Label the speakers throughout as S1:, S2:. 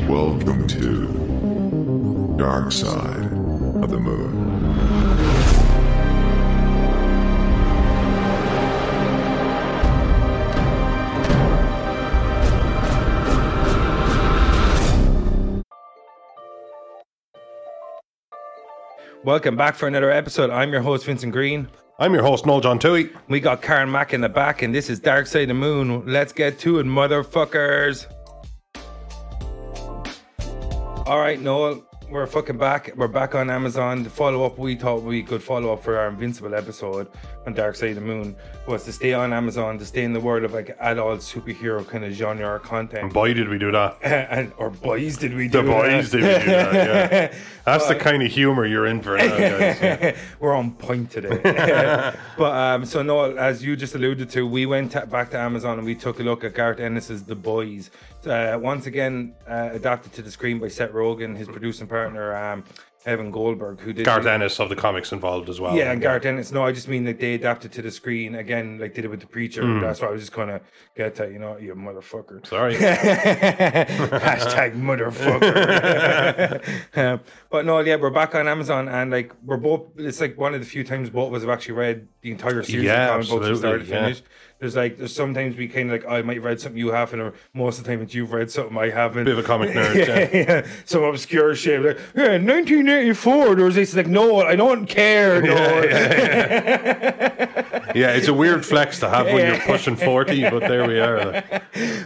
S1: listening to Dark Side of the Moon.
S2: Welcome back for another episode. I'm your host, Vincent Green.
S3: I'm your host, Noel John Tui.
S2: We got Karen Mack in the back, and this is Dark Side of the Moon. Let's get to it, motherfuckers. All right, Noel, we're fucking back. We're back on Amazon. The follow up we thought we could follow up for our Invincible episode on Dark Side of the Moon was to stay on Amazon, to stay in the world of like adult superhero kind of genre or content.
S3: Boy, did we do that.
S2: and, or boys, did we do
S3: The boys
S2: that?
S3: did we do that, yeah. That's the kind of humor you're in for now, guys. Yeah.
S2: We're on point today. but um, so no, as you just alluded to, we went ta back to Amazon and we took a look at Garth Ennis's The Boys. Uh, once again, uh, adapted to the screen by Seth Rogen, his producing partner um, Evan Goldberg, who did
S3: Garth Ennis of the comics involved as well.
S2: yeah, and Garth Ennis. No, I just mean that they adapted to the screen again, like they did with the preacher.
S3: Mm.
S2: That's why I was just gonna get that, you know, you motherfucker.
S3: Sorry.
S2: Hashtag motherfucker. Um, but no, yeah, we're back on Amazon, and like we're both. It's like one of the few times both of us have actually read the entire series
S3: Yeah,
S2: of comic books from
S3: absolutely,
S2: start to
S3: yeah.
S2: finish. There's like there's sometimes we kind of like I might have read something you haven't, or most of the time it's you've read something I haven't.
S3: Bit of a comic nerd,
S2: yeah, yeah. some obscure shit. Like, yeah, 1984. There was this like no, I don't care. No.
S3: yeah, it's a weird flex to have when you're
S2: Yeah.
S3: pushing 40, but there we are. like.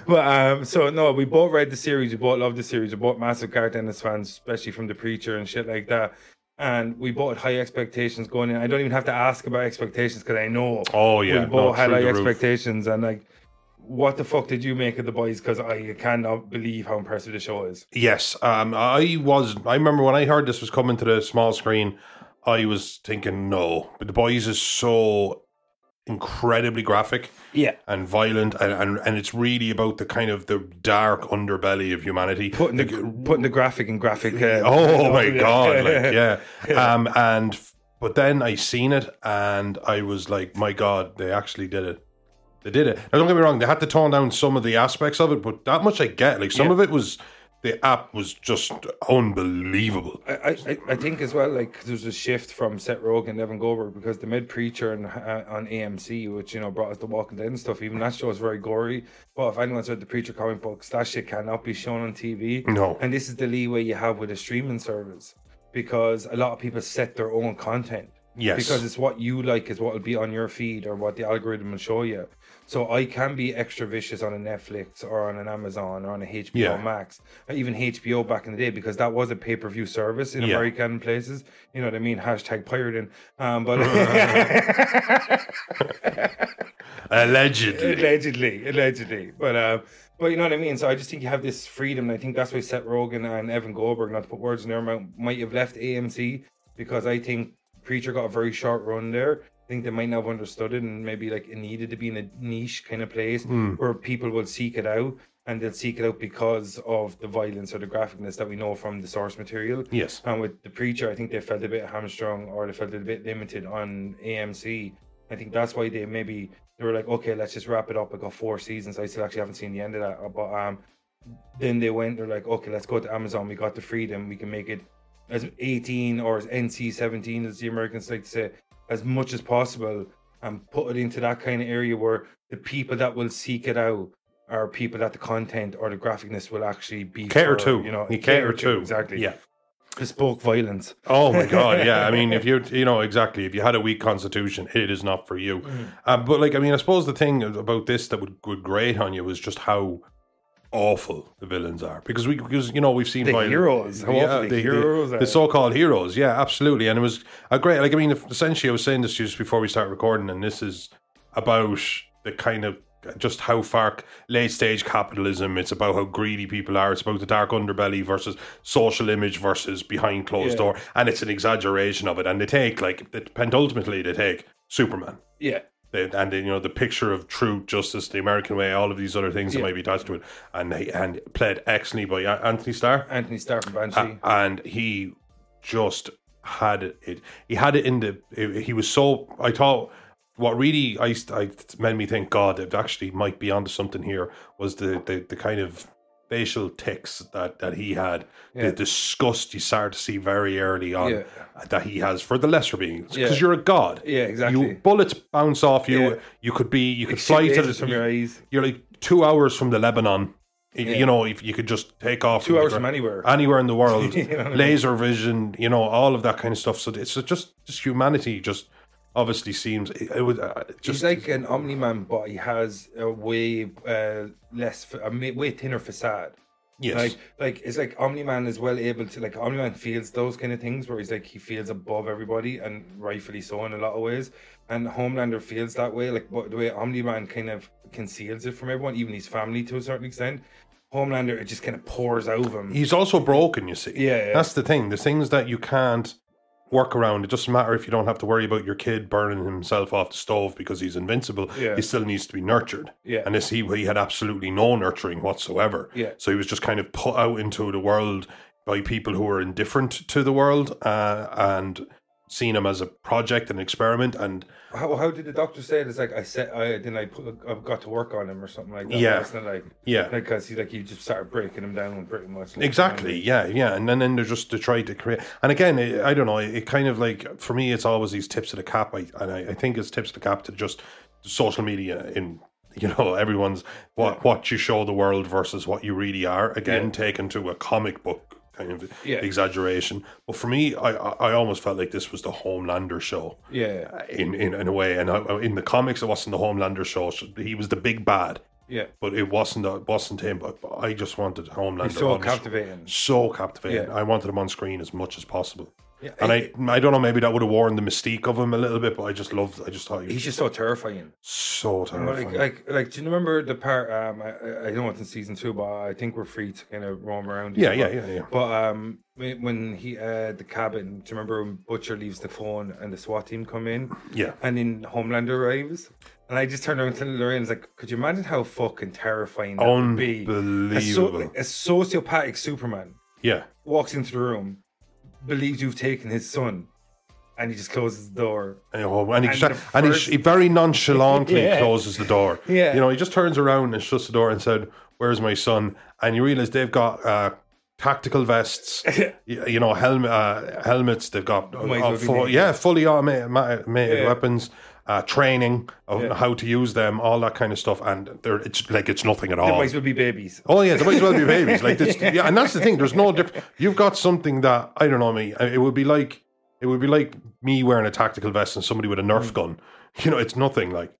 S2: But um, so no, we both read the series, we both loved the series, we both massive Garth Ennis fans, especially from the preacher and shit like that. And we both had high expectations going in. I don't even have to ask about expectations because I know.
S3: Oh, yeah.
S2: we
S3: No,
S2: both had
S3: through
S2: high
S3: the roof.
S2: expectations, and like, what the fuck did you make of the boys? Because I cannot believe how impressive the show is.
S3: Yes, um, I was. I remember when I heard this was coming to the small screen, I was thinking, no, but the boys is so incredibly graphic.
S2: Yeah,
S3: and violent and, and and it's really about the kind of the dark underbelly of humanity
S2: putting the putting the graphic in graphic. Uh,
S3: oh my god like yeah um and f- but then i seen it and i was like my god they actually did it they did it now don't get me wrong they had to tone down some of the aspects of it but that much i get like some
S2: Yeah.
S3: of it was the app was just unbelievable
S2: I, I, I- I think as well, like there's a shift from Seth Rogen and Evan Goldberg because the mid preacher and uh, on AMC, which you know brought us the Walking Dead and stuff. Even that show is very gory. But if anyone's read the preacher comic books, that shit cannot be shown on TV.
S3: No.
S2: and this is the leeway you have with a streaming service because a lot of people set their own content.
S3: Yes.
S2: because it's what you like is what will be on your feed or what the algorithm will show you. So I can be extra vicious on a Netflix or on an Amazon or on a HBO
S3: Yeah.
S2: Max, or uh, even HBO back in the day because that was a pay per view service in
S3: Yeah.
S2: American places. You know what I mean? Hashtag pirating. Um, but Uh,
S3: allegedly
S2: allegedly, allegedly. But um, but you know what I mean. So I just think you have this freedom, and I think that's why Seth Rogen and Evan Goldberg, not to put words in their mouth, might have left AMC because I think Preacher got a very short run there. I think they might not have understood it, and maybe like it needed to be in a niche kind of place where people will seek it out. And they'll seek it out because of the violence or the graphicness that we know from the source material.
S3: yes
S2: And with the preacher, I think they felt a bit hamstrung or they felt a bit limited on AMC. I think that's why they maybe they were like, okay, let's just wrap it up. I got four seasons. I still actually haven't seen the end of that. uh, But um, then they went. They're like, okay, let's go to Amazon. We got the freedom. We can make it as 18 or as NC 17, as the Americans like to say, as much as possible, and put it into that kind of area where the people that will seek it out are people that the content or the graphicness will actually be
S3: cater
S2: for,
S3: to
S2: you know
S3: you cater to
S2: exactly
S3: yeah
S2: bespoke violence.
S3: Oh my god, yeah. I mean, if you you know exactly, if you had a weak constitution, it is not for you.
S2: Mm.
S3: Um, but like, I mean, I suppose the thing about this that would, would grate on you is just how awful the villains are, because we because you know we've seen
S2: The
S3: violent-
S2: heroes, how awful the heroes
S3: the,
S2: are.
S3: so-called heroes. Yeah, absolutely. And it was a great. Like, I mean, if, essentially, I was saying this just before we start recording, and this is about the kind of just how far late stage capitalism it's about how greedy people are it's about the dark underbelly versus social image versus behind closed
S2: Yeah.
S3: door and it's an exaggeration of it and they take like the penultimately they take superman
S2: Yeah.
S3: they, and then you know the picture of true justice the american way all of these other things
S2: Yeah.
S3: that might be attached to it and they, and played excellently by A- anthony starr
S2: Anthony Starr from Banshee.
S3: A- Uh, and he just had it he had it in the he- he was so i thought what really I, I made me think god it actually might be onto something here was the the, the kind of facial tics that, that he had,
S2: Yeah.
S3: the disgust you start to see very early on
S2: Yeah.
S3: that he has for the lesser beings. Because
S2: Yeah.
S3: you're a god.
S2: Yeah, exactly.
S3: You bullets bounce off you.
S2: Yeah.
S3: You could be. You could
S2: Shoot
S3: fly to
S2: lasers
S3: the.
S2: from your eyes.
S3: You're like two hours from the Lebanon. Y-
S2: Yeah.
S3: You know, if you could just take off
S2: Two
S3: the
S2: hours
S3: gra-
S2: from anywhere.
S3: anywhere in the world,
S2: You know what I mean?
S3: laser vision, you know, all of that kind of stuff. So it's just just humanity. Just obviously seems it, it was uh, just
S2: He's like an Omni Man, but he has a way uh, less, a ma- way thinner facade.
S3: yes,
S2: Like, like it's like Omni Man is well able to like Omni Man feels those kind of things where he's like he feels above everybody and rightfully so in a lot of ways. And Homelander feels that way, like but the way Omni Man kind of conceals it from everyone, even his family to a certain extent. Homelander it just kind of pours out of him.
S3: he's also broken. You see,
S2: Yeah, yeah.
S3: that's the thing. There's things that you can't work around. It doesn't matter if you don't have to worry about your kid burning himself off the stove because he's invincible.
S2: Yeah.
S3: He still needs to be nurtured.
S2: Yeah.
S3: and this he he had absolutely no nurturing whatsoever.
S2: Yeah.
S3: so he was just kind of put out into the world by people who were indifferent to the world uh, and seen him as a project, an experiment, and
S2: how, how did the doctor say it? It's like I said, I then I put, I've got to work on him or something like that.
S3: Yeah.
S2: It's not like
S3: yeah,
S2: because he like you just started breaking him down pretty much. like,
S3: Exactly.
S2: you
S3: Yeah, yeah. And then, then they're just to try to create. And again, it, I don't know. It, it kind of like for me, it's always these tips of the cap. I and I, I think it's tips of the cap to just social media in you know everyone's what what you show the world versus what you really are. Again,
S2: Yeah.
S3: taken to a comic book kind of
S2: Yeah.
S3: exaggeration. But for me, I, I I almost felt like this was the Homelander show
S2: know? Yeah.
S3: in in, in a way. And I, in the comics, it wasn't the Homelander show. He was the big bad.
S2: Yeah.
S3: But it wasn't it wasn't him. But but I just wanted Homelander.
S2: He's so
S3: on the show
S2: captivating.
S3: so captivating.
S2: Yeah.
S3: I wanted him on screen as much as possible.
S2: Yeah,
S3: And I, I don't know, maybe that would have worn the mystique of him a little bit, but I just loved. I just thought he was
S2: he's just so terrifying.
S3: so terrifying.
S2: Like, like, like, do you remember the part? Um, I- I, I know it's in season two, but I think we're free to kind of roam around.
S3: yeah,
S2: here,
S3: yeah,
S2: but-
S3: yeah, yeah.
S2: But um, when when he uh the cabin, do you remember when Butcher leaves the phone and the SWAT team come in,
S3: Yeah,
S2: and then Homelander arrives, and I just turned around to Lorraine's like, could you imagine how fucking terrifying that would be? A, so,
S3: unbelievable.
S2: a sociopathic Superman
S3: yeah,
S2: walks into the room, believes you've taken his son, and he just closes the door.
S3: and, oh, and he
S2: And
S3: shut-
S2: the
S3: and he,
S2: first-
S3: sh- he very nonchalantly
S2: Yeah.
S3: closes the door.
S2: Yeah.
S3: you know, he just turns around and shuts the door and said, "Where's my son?" And you realize they've got uh, tactical vests, y- you know, helm- uh, helmets. They've got uh,
S2: Might as well be
S3: full,
S2: naked.
S3: yeah, fully automated
S2: Yeah.
S3: weapons, uh, training of
S2: Yeah.
S3: how to use them, all that kind of stuff. And they're, it's like it's nothing at
S2: They
S3: all.
S2: might as well be babies.
S3: Oh yeah, they might as well be babies. Like this, yeah. and that's the thing. There's no difference. You've got something that I don't know me. I- It would be like it would be like me wearing a tactical vest and somebody with a Nerf gun. You know, it's nothing like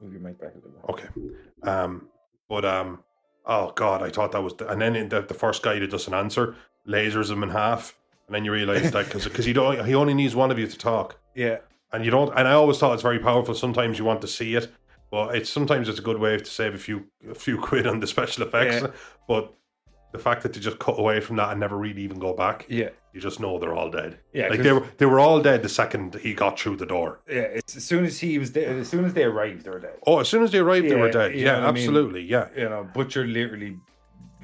S2: Move your mic back a little bit.
S3: okay. Um, but um, oh god, I thought that was. The, and then in the, the first guy that doesn't answer lasers him in half, and then you realize that because because he don't he only needs one of you to talk
S2: Yeah.
S3: and you don't and i always thought it's very powerful sometimes you want to see it but it's sometimes it's a good way to save a few a few quid on the special effects
S2: Yeah.
S3: but the fact that they just cut away from that and never really even go back
S2: Yeah.
S3: you just know they're all dead
S2: Yeah,
S3: like
S2: 'cause-
S3: they were they were all dead the second he got through the door
S2: Yeah, it's, as soon as he was there, as soon as they arrived, they were dead.
S3: oh as soon as they arrived they were
S2: Yeah,
S3: dead
S2: you
S3: yeah
S2: know what I mean?
S3: absolutely yeah
S2: You know, Butcher literally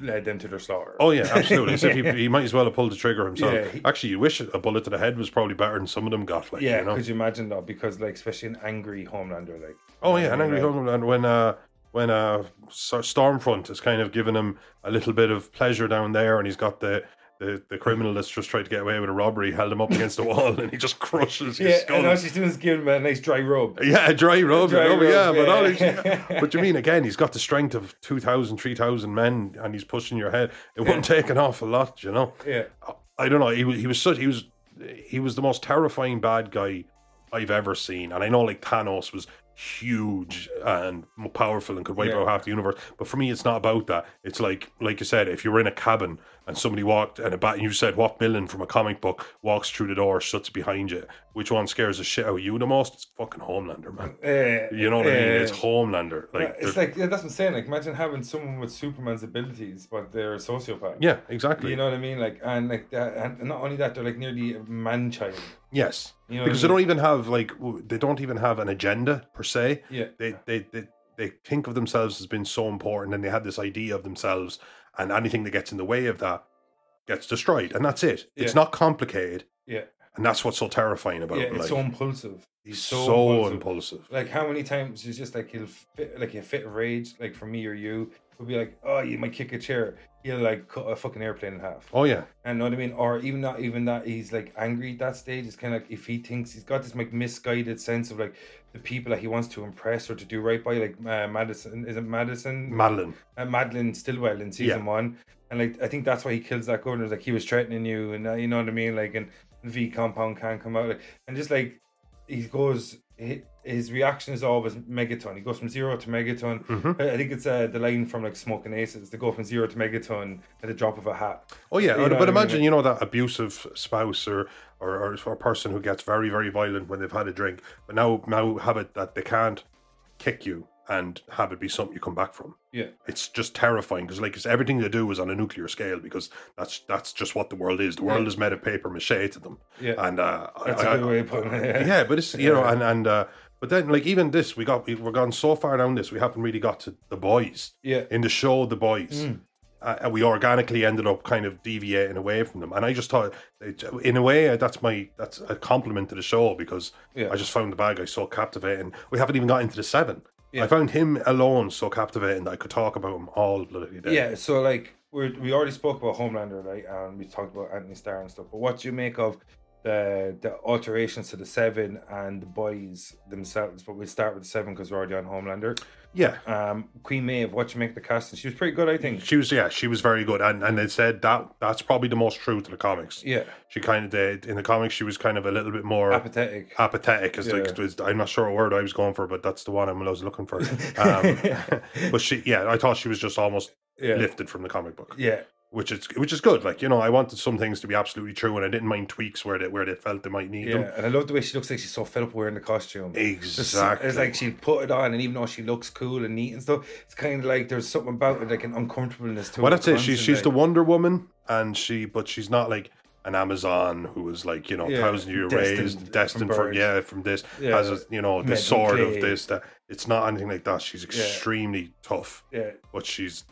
S2: led them to their slaughter.
S3: Oh yeah, absolutely. As if he, he might as well have pulled the trigger himself.
S2: Yeah, he-
S3: Actually, you wish a bullet to the head was probably better than some of them got. Like,
S2: yeah.
S3: you know?
S2: Could you imagine that? Because like, especially an angry Homelander, like.
S3: Oh
S2: you know
S3: yeah, an
S2: what I
S3: angry
S2: mean?
S3: homeland when uh when uh Sor- Stormfront is kind of giving him a little bit of pleasure down there, and he's got the. The, the criminal that's just tried to get away with a robbery held him up against the wall and he just crushes his
S2: Yeah,
S3: skull.
S2: and all she's doing is giving him a nice dry rub.
S3: Yeah, a dry rub.
S2: Dry
S3: you know,
S2: rub,
S3: yeah, but all
S2: yeah.
S3: he's- but you mean again, he's got the strength of 2,000, 3,000 men and he's pushing your head. It won't take an awful lot, you know.
S2: Yeah,
S3: I don't know. He was he was such he was he was the most terrifying bad guy I've ever seen. And I know like Thanos was huge and more powerful and could wipe
S2: Yeah.
S3: out half the universe. But for me, it's not about that. It's like like you said, if you were in a cabin and somebody walked and a bat, and you said what villain from a comic book walks through the door, shuts behind you. Which one scares the shit out of you the most? It's fucking Homelander, man.
S2: yeah.
S3: You know what I mean?
S2: yeah.
S3: It's Homelander. Like,
S2: Yeah, it's
S3: they're-
S2: like yeah, that's what I'm saying. Like, imagine having someone with Superman's abilities, but they're a sociopath.
S3: yeah, exactly.
S2: you know what I mean. Like, and like, that, and not only that, they're like nearly a man child.
S3: yes.
S2: You know,
S3: because they
S2: what I
S3: don't
S2: mean?
S3: even have like w- they don't even have an agenda per se.
S2: Yeah.
S3: They they they, they think of themselves as being so important, and they have this idea of themselves, and anything that gets in the way of that gets destroyed, and that's it. It's
S2: Yeah.
S3: not complicated,
S2: yeah,
S3: and that's what's so terrifying about
S2: yeah.
S3: him.
S2: It's
S3: Like,
S2: so impulsive.
S3: he's
S2: it's
S3: so,
S2: so
S3: impulsive.
S2: Like how many times it's just like he'll fit, like a fit of rage, like for me or you, would be like, oh, you might kick a chair. He'll like cut a fucking airplane in half.
S3: Oh yeah,
S2: And know what I mean? Or even not even that he's like angry at that stage. It's kind of like if he thinks he's got this like misguided sense of like the people that he wants to impress or to do right by, like uh, Madison. Is it Madison?
S3: Madeline.
S2: uh, Madeline Stillwell in season one, and like I think that's why he kills that governor. Like he was threatening you, and uh, you know what I mean. Like and V compound can't come out, like, and just like he goes, hi- his reaction is always megaton. He goes from zero to megaton.
S3: Mhm.
S2: I I think it's uh, the line from like Smoking Aces. They go from zero to megaton at the drop of a hat.
S3: Oh yeah,
S2: You know
S3: but
S2: what I mean?
S3: imagine you know that abusive spouse or, or or or person who gets very very violent when they've had a drink, but now now have it that they can't kick you and have it be something you come back from.
S2: Yeah.
S3: It's just terrifying because like it's everything they do is on a nuclear scale because that's that's just what the world is. The world
S2: Yeah.
S3: is made of paper mache to them,
S2: Yeah,
S3: and uh, I-
S2: that's a
S3: I-
S2: good way of putting it.
S3: yeah, but it's you know,
S2: Yeah.
S3: and and uh, but then like even this, we got we, we're gone so far down this, we haven't really got to the boys
S2: yeah,
S3: in the show the boys
S2: Mm.
S3: uh, and we organically ended up kind of deviating away from them and i just thought it- in a way uh, that's my that's a compliment to the show because
S2: Yeah.
S3: i just found the bad guy so captivating we haven't even got into the seven
S2: Yeah.
S3: i found him alone so captivating that i could talk about him all bloody day
S2: yeah. So like we we already spoke about Homelander, right? And we talked about Anthony Starr and stuff. But what do you make of the the alterations to the Seven and the boys themselves? But we'll start with the Seven because we're already on Homelander.
S3: yeah
S2: Um, Queen Maeve, what do you make of the casting? She was pretty good, I think.
S3: she was yeah she was very good and and they said that that's probably the most true to the comics
S2: Yeah,
S3: she kind of did in the comics she was kind of a little bit more
S2: apathetic.
S3: apathetic is like
S2: Yeah.
S3: is- I'm not sure what word I was going for, but that's the one I'm- I was looking for. Um, but she, yeah, I thought she was just almost
S2: yeah,
S3: lifted from the comic book,
S2: yeah,
S3: which is which is good. Like you know, I wanted some things to be absolutely true, and I didn't mind tweaks where they where they felt they might need
S2: yeah.
S3: them.
S2: And I love the way she looks like she's so fed up wearing the costume. Just-
S3: Exactly.
S2: It's like she put it on, and even though she looks cool and neat and stuff, it's kind of like there's something about it, like an uncomfortableness to
S3: well,
S2: it.
S3: that's it. She's she's the
S2: constant,
S3: Wonder Woman, and she, but she's not like an Amazon who was like you know
S2: Yeah,
S3: thousand year
S2: destined
S3: raised, destined
S2: from
S3: for
S2: birth.
S3: yeah from this
S2: Yeah.
S3: has a, you know
S2: Made in
S3: this sword
S2: clay.
S3: of this that it's not anything like that. She's extremely tough,
S2: like, yeah.
S3: but she's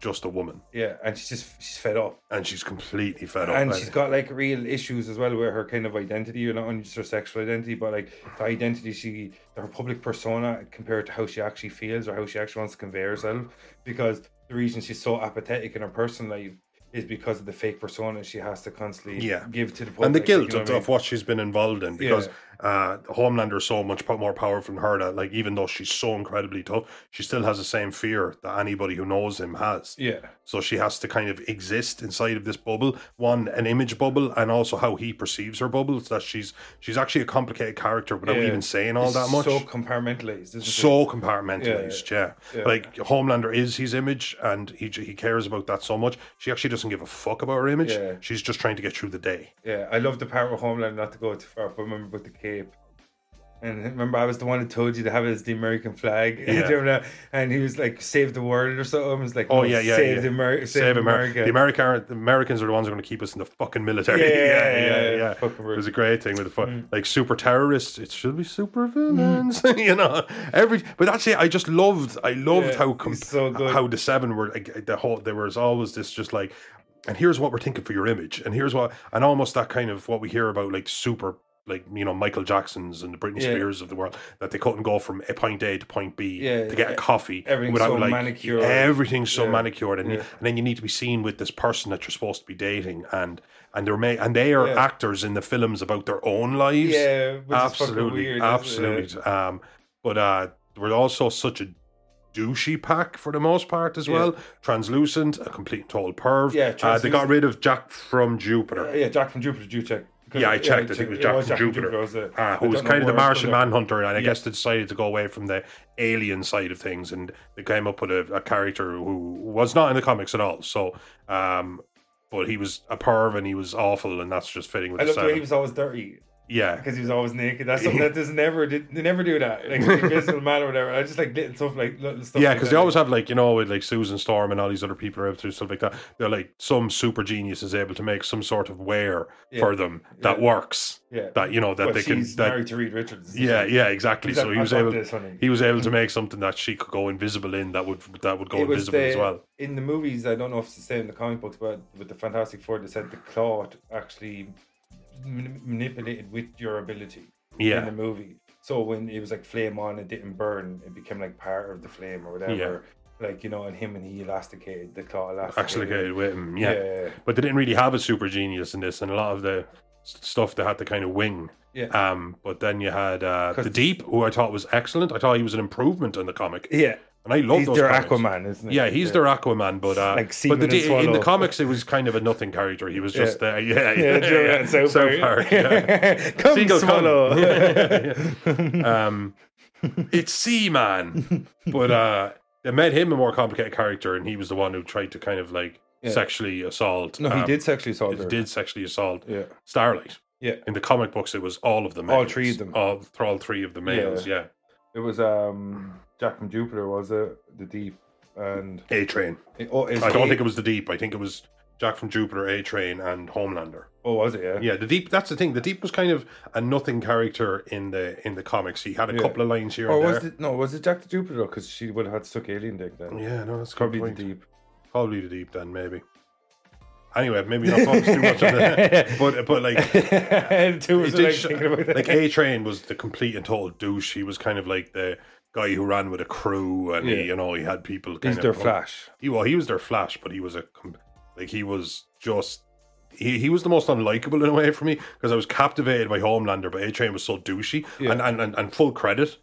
S3: just a woman.
S2: Yeah, and she's just she's fed up,
S3: and she's completely fed up.
S2: and she's got like real issues as well with her kind of identity, you know, not only just her sexual identity, but like the identity she, her public persona compared to how she actually feels or how she actually wants to convey herself. Because the reason she's so apathetic in her personal life is because of the fake persona she has to constantly
S3: Yeah.
S2: give to the public
S3: and the
S2: like, you
S3: guilt
S2: know
S3: of,
S2: what I mean?
S3: of what she's been involved in because uh, Homelander is so much po- more powerful than her that, like, even though she's so incredibly tough, she still has the same fear that anybody who knows him has.
S2: yeah,
S3: So she has to kind of exist inside of this bubble, one an image bubble, and also how he perceives her bubble. So that she's she's actually a complicated character without
S2: Yeah.
S3: even saying all
S2: It's
S3: that much.
S2: so compartmentalized, isn't it?
S3: so compartmentalized, yeah.
S2: Yeah.
S3: Like Homelander is his image, and he he cares about that so much. She actually doesn't give a fuck about her image.
S2: Yeah.
S3: She's just trying to get through the day.
S2: Yeah, I love the part of Homeland not to go too far, but remember about the cape. And remember, I was the one who told you to have it as the American flag. Do you
S3: Yeah.
S2: remember that? And he was like, save the world or something. It was like,
S3: Oh
S2: "No,
S3: yeah, yeah,
S2: save,
S3: yeah.
S2: The Ameri- save,
S3: Save
S2: America.
S3: America. The American, the Americans are the ones who are going to keep us in the fucking military.
S2: Yeah, yeah, yeah, yeah,
S3: yeah.
S2: fucking
S3: It
S2: right.
S3: was a great thing with the fu-
S2: Mm.
S3: like super terrorists. It should be super villains, you know. Every but that's it. I just loved. I loved
S2: Yeah,
S3: how com-
S2: he's so good.
S3: how the seven were like, the whole. There was always this just like, and here's what we're thinking for your image, and here's what, and almost that kind of what we hear about like super. Like you know, Michael Jacksons and the Britney
S2: Yeah.
S3: Spears of the world, that they couldn't go from point A to point B
S2: Yeah,
S3: to get
S2: yeah.
S3: a coffee
S2: Everything's
S3: without
S2: so
S3: like
S2: manicured.
S3: everything's so
S2: Yeah.
S3: manicured, and, you-
S2: Yeah.
S3: and then you need to be seen with this person that you're supposed to be dating, and and they're ma- and they are
S2: Yeah.
S3: actors in the films about their own lives.
S2: Yeah, which is fucking
S3: absolutely,
S2: weird. uh, isn't it?
S3: absolutely. Um, but uh, we're also such a douchey pack for the most part as
S2: Yeah.
S3: well. Translucent, a complete and total perv.
S2: Yeah,
S3: uh, they got
S2: Translucent-
S3: rid of Jack from
S2: Yeah,
S3: Jupiter.
S2: yeah, Jack from Jupiter, do check. 'Cause-
S3: Yeah, I checked. I think it was Jack from
S2: from
S3: Jupiter.
S2: was it?
S3: Uh,
S2: I
S3: who was
S2: don't know
S3: kind of the
S2: where I
S3: Martian
S2: put it.
S3: Manhunter, and I
S2: Yeah.
S3: guess they decided to go away from the alien side of things, and they came up with a, a character who was not in the comics at all. So, um, but he was a perv and he was awful, and that's just fitting with
S2: I
S3: the
S2: love the way
S3: seven.
S2: he was always dirty
S3: yeah,
S2: because he was always naked. That's something that does never did. They never do that. Like the Invisible Man or whatever. I just like little stuff like little stuff.
S3: yeah,
S2: like
S3: because
S2: that,
S3: they
S2: like-
S3: always have like you know with like Susan Storm and all these other people are able to do stuff like that. They're like some super genius is able to make some sort of wear
S2: Yeah.
S3: for them that
S2: Yeah.
S3: works.
S2: yeah.
S3: That you know that
S2: Well,
S3: they can.
S2: she's
S3: That,
S2: married to Reed Richards.
S3: yeah, yeah, exactly.
S2: He's
S3: so
S2: like,
S3: he
S2: "I
S3: was
S2: got
S3: able.
S2: this, honey."
S3: He was able to make something that she could go invisible in. That would that would go
S2: It was
S3: invisible as
S2: the-
S3: well.
S2: in the movies, I don't know if it's the same in the comic books, but with the Fantastic Four, they said the cloth actually man- manipulated with your ability in
S3: Yeah,
S2: the movie. So when it was like flame on, it didn't burn. It became like part of the flame or whatever. like you know, and him and he elasticated the claw. Elasticated.
S3: Extricated uh, with him, yeah.
S2: yeah. yeah,
S3: But they didn't really have a super genius in this, and a lot of the s- stuff they had to kind of wing.
S2: yeah.
S3: Um, but then you had uh,
S2: 'Cause-
S3: the Deep, who I thought was excellent. I thought he was an improvement on the comic,
S2: yeah.
S3: and I love
S2: He's
S3: those.
S2: their
S3: comics.
S2: Aquaman, isn't he?
S3: Yeah, he's their Aquaman, but uh,
S2: Like
S3: but
S2: Seaman
S3: the,
S2: and
S3: D- in the
S2: Swallow.
S3: comics, it was kind of a nothing character. He was just there. Yeah,
S2: Yeah,
S3: yeah,
S2: Joe
S3: yeah.
S2: and so
S3: So
S2: far.
S3: far, yeah.
S2: come
S3: Seagull, come.
S2: swallow.
S3: um, it's Seaman, but uh, they made him a more complicated character, and he was the one who tried to kind of like
S2: Yeah.
S3: sexually assault.
S2: no, he
S3: um,
S2: did sexually assault
S3: He
S2: her.
S3: did sexually assault
S2: Yeah.
S3: Starlight.
S2: Yeah.
S3: In the comic books, it was all of the males.
S2: All three of them.
S3: All, all three of the males, yeah.
S2: It was um Jack from Jupiter, was it? The Deep and
S3: A Train.
S2: oh, is
S3: I don't
S2: he-
S3: think it was the Deep. I think it was Jack from Jupiter, A Train, and Homelander.
S2: Oh, was it? Yeah.
S3: Yeah, the Deep. That's the thing. The Deep was kind of a nothing character in the in the comics. He had a
S2: Yeah.
S3: couple of lines here
S2: Or
S3: and
S2: Oh, was
S3: there.
S2: it no? Was it Jack the Jupiter? Because she would have had stuck alien dick then.
S3: Yeah, no, that's
S2: Probably
S3: probably
S2: the deep.
S3: probably the Deep then maybe. Anyway, maybe not focus too much on that. But but like
S2: and two
S3: It
S2: was
S3: did
S2: like
S3: sh-
S2: thinking about that.
S3: like A Train was the complete and total douche. He was kind of like the guy who ran with a crew, and
S2: Yeah.
S3: he, you know he had people. Kind
S2: He's
S3: of
S2: their Flash.
S3: He well, he was their Flash, but he was a com- like he was just. He, he was the most unlikable in a way for me because I was captivated by Homelander, but A Train was so douchey
S2: Yeah.
S3: and, and, and and full credit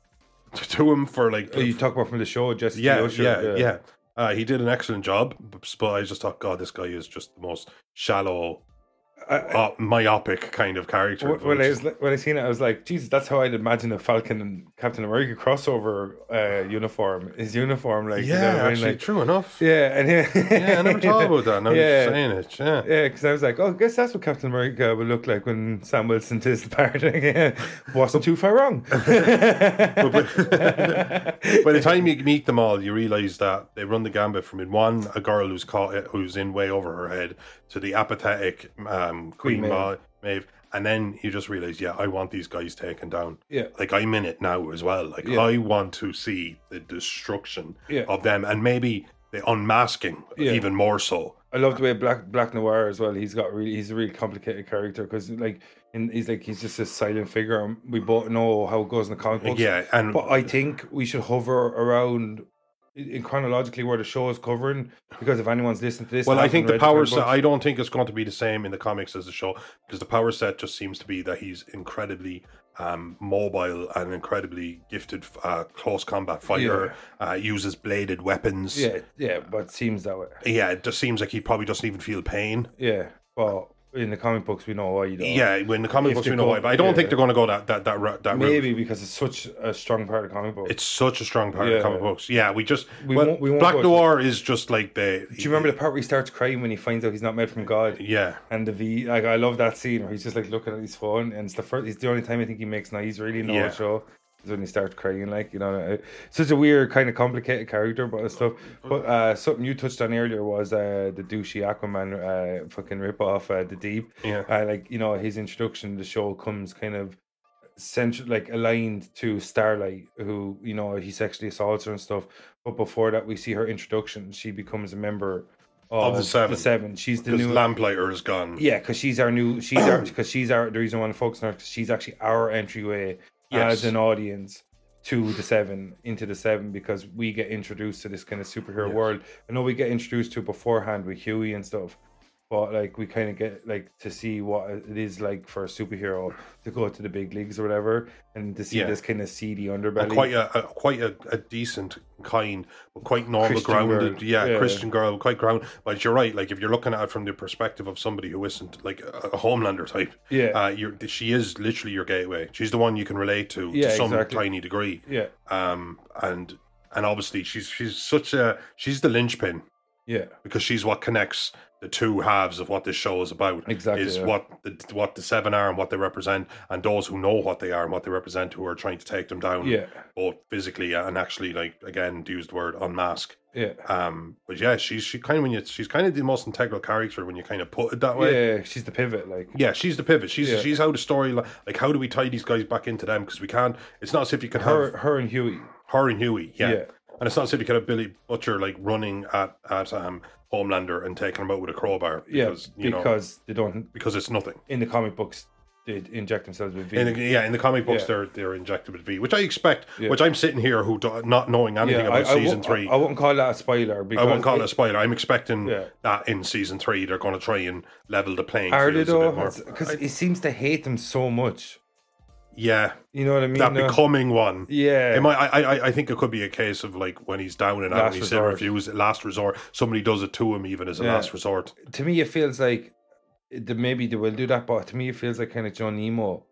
S3: to, to him for like
S2: Oh, you talk about from the show, Jesse
S3: uh, yeah,
S2: the Usher,
S3: yeah, yeah, Uh, he did an excellent job, but- but I just thought, God, this guy is just the most shallow,
S2: I-
S3: uh, myopic kind of character.
S2: Wh- When
S3: which
S2: I,
S3: is-
S2: was, li- when I seen it, I was like, Jesus, that's how I'd imagine a Falcon and Captain America crossover uh, uniform. His uniform, like, you know
S3: yeah,
S2: what I mean?
S3: actually,
S2: Like,
S3: true enough.
S2: yeah, and
S3: Yeah, I never thought about that. Now yeah.
S2: Yeah.
S3: you're saying it. Yeah.
S2: Yeah, because I was like, oh, I guess that's what Captain America would look like when Sam Wilson is the part. Yeah, Wasn't too far wrong.
S3: By the time you meet them all, you realize that they run the gambit from in one a girl who's caught who's in way over her head to the apathetic um, Queen,
S2: Queen Maeve.
S3: Ma- Maeve, and then you just realize, yeah, I want these guys taken down.
S2: Yeah.
S3: like I'm in it now as well. Like
S2: Yeah.
S3: I want to see the destruction
S2: Yeah.
S3: of them, and maybe the unmasking
S2: Yeah.
S3: even more so.
S2: I love the way Black Black Noir as well. He's got really he's a really complicated character because like and he's like he's just a silent figure. and We both know how it goes in the comic books.
S3: yeah, and
S2: But I think we should hover around in in chronologically where the show is covering because if anyone's listening to this,
S3: Well,
S2: and
S3: I think
S2: haven't
S3: the
S2: read
S3: power
S2: comic
S3: set.
S2: books-
S3: I don't think it's going to be the same in the comics as the show because the power set just seems to be that he's incredibly um, mobile and incredibly gifted uh, close combat fighter. Uh, uses bladed weapons.
S2: yeah, yeah, but it seems that way.
S3: Yeah, it just seems like he probably doesn't even feel pain.
S2: Yeah, but in the comic books, we know why you don't.
S3: Yeah, when the comic
S2: If
S3: books
S2: they
S3: we know
S2: go-
S3: why, but I don't
S2: yeah.
S3: think they're going to go that that that route. That route.
S2: maybe because it's such a strong part of the comic book.
S3: It's such a strong part of
S2: Yeah.
S3: comic books. Yeah, we just
S2: We
S3: well,
S2: won't- we won't
S3: Black
S2: go to-
S3: Noir is just like the.
S2: Do you remember the part where he starts crying when he finds out he's not made from God?
S3: Yeah,
S2: And the V, like I love that scene where he's just like looking at his phone, and it's the first. It's the only time I think he makes noise really in the
S3: Yeah.
S2: whole show is when he starts crying. Like you know, uh, such a weird kind of complicated character, but stuff. But uh, something you touched on earlier was uh, the douchey Aquaman uh, fucking rip off uh, the Deep.
S3: yeah.
S2: Uh, like you know, his introduction to the show comes kind of central, like aligned to Starlight, who you know he sexually assaults her and stuff. But before that, we see her introduction. She becomes a member
S3: Of
S2: of,
S3: the Seven.
S2: She's the
S3: Because
S2: new
S3: Lamplighter is gone.
S2: yeah, because she's our new. She's our because she's our the reason I want to focus on her because she's actually our entryway
S3: Yes.
S2: as an audience to the seven into the seven because we get introduced to this kind of superhero
S3: Yes.
S2: world. I know we get introduced to it beforehand with Huey and stuff, but like we kind of get like to see what it is like for a superhero to go to the big leagues or whatever, and to see
S3: Yeah.
S2: this kind of seedy
S3: and
S2: underbelly.
S3: quite a, a quite a, a decent, kind, but quite normal,
S2: Christian
S3: grounded,
S2: girl.
S3: yeah,
S2: Yeah.
S3: Christian girl, quite grounded. But you're right. Like if you're looking at it from the perspective of somebody who isn't like a, a Homelander type,
S2: yeah,
S3: uh, you're, she is literally your gateway. She's the one you can relate to
S2: Yeah,
S3: to some
S2: exactly.
S3: tiny degree.
S2: yeah,
S3: Um, and and obviously she's she's such a she's the linchpin
S2: yeah,
S3: because she's what connects the two halves of what this show is about.
S2: Exactly,
S3: is
S2: yeah.
S3: what the what the seven are and what they represent, and those who know what they are and what they represent, who are trying to take them down
S2: yeah,
S3: both physically and actually like again to use the word unmask
S2: yeah.
S3: um but yeah she's she kind of when you she's kind of the most integral character when you kind of put it that way yeah,
S2: Yeah, she's the pivot. Like,
S3: she's the pivot she's
S2: Yeah.
S3: she's how the story li- like how do we tie these guys back into them because we can't it's not as if you can
S2: her,
S3: have
S2: her and Huey.
S3: her and huey yeah.
S2: Yeah.
S3: and it's not as if you can have billy butcher like running at at um homelander and taking him out with a crowbar
S2: Yeah,
S3: because you know
S2: because they don't
S3: because it's nothing
S2: in the comic books they inject themselves with V.
S3: In the, yeah, in the comic books,
S2: Yeah.
S3: they're they're injected with V, which I expect.
S2: Yeah.
S3: Which I'm sitting here who do, not knowing anything
S2: yeah, I,
S3: about
S2: I
S3: season
S2: won't-
S3: three.
S2: I, I wouldn't call that a spoiler.
S3: I
S2: Because
S3: won't call it a spoiler. I'm expecting
S2: Yeah.
S3: that in season three they're going to try and level the playing
S2: Are they
S3: field a
S2: though?
S3: bit more.
S2: Because
S3: I-
S2: he seems to hate them so much.
S3: yeah,
S2: You know what I mean?
S3: that
S2: Uh,
S3: becoming one.
S2: yeah.
S3: It might, I, I, I think it could be a case of like when he's down and out,
S2: Last
S3: and he still
S2: resort.
S3: refuse last resort. Somebody does it to him, even as a
S2: Yeah.
S3: last resort.
S2: to me, it feels like the, maybe they will do that, but to me, it feels like kind of John Nemo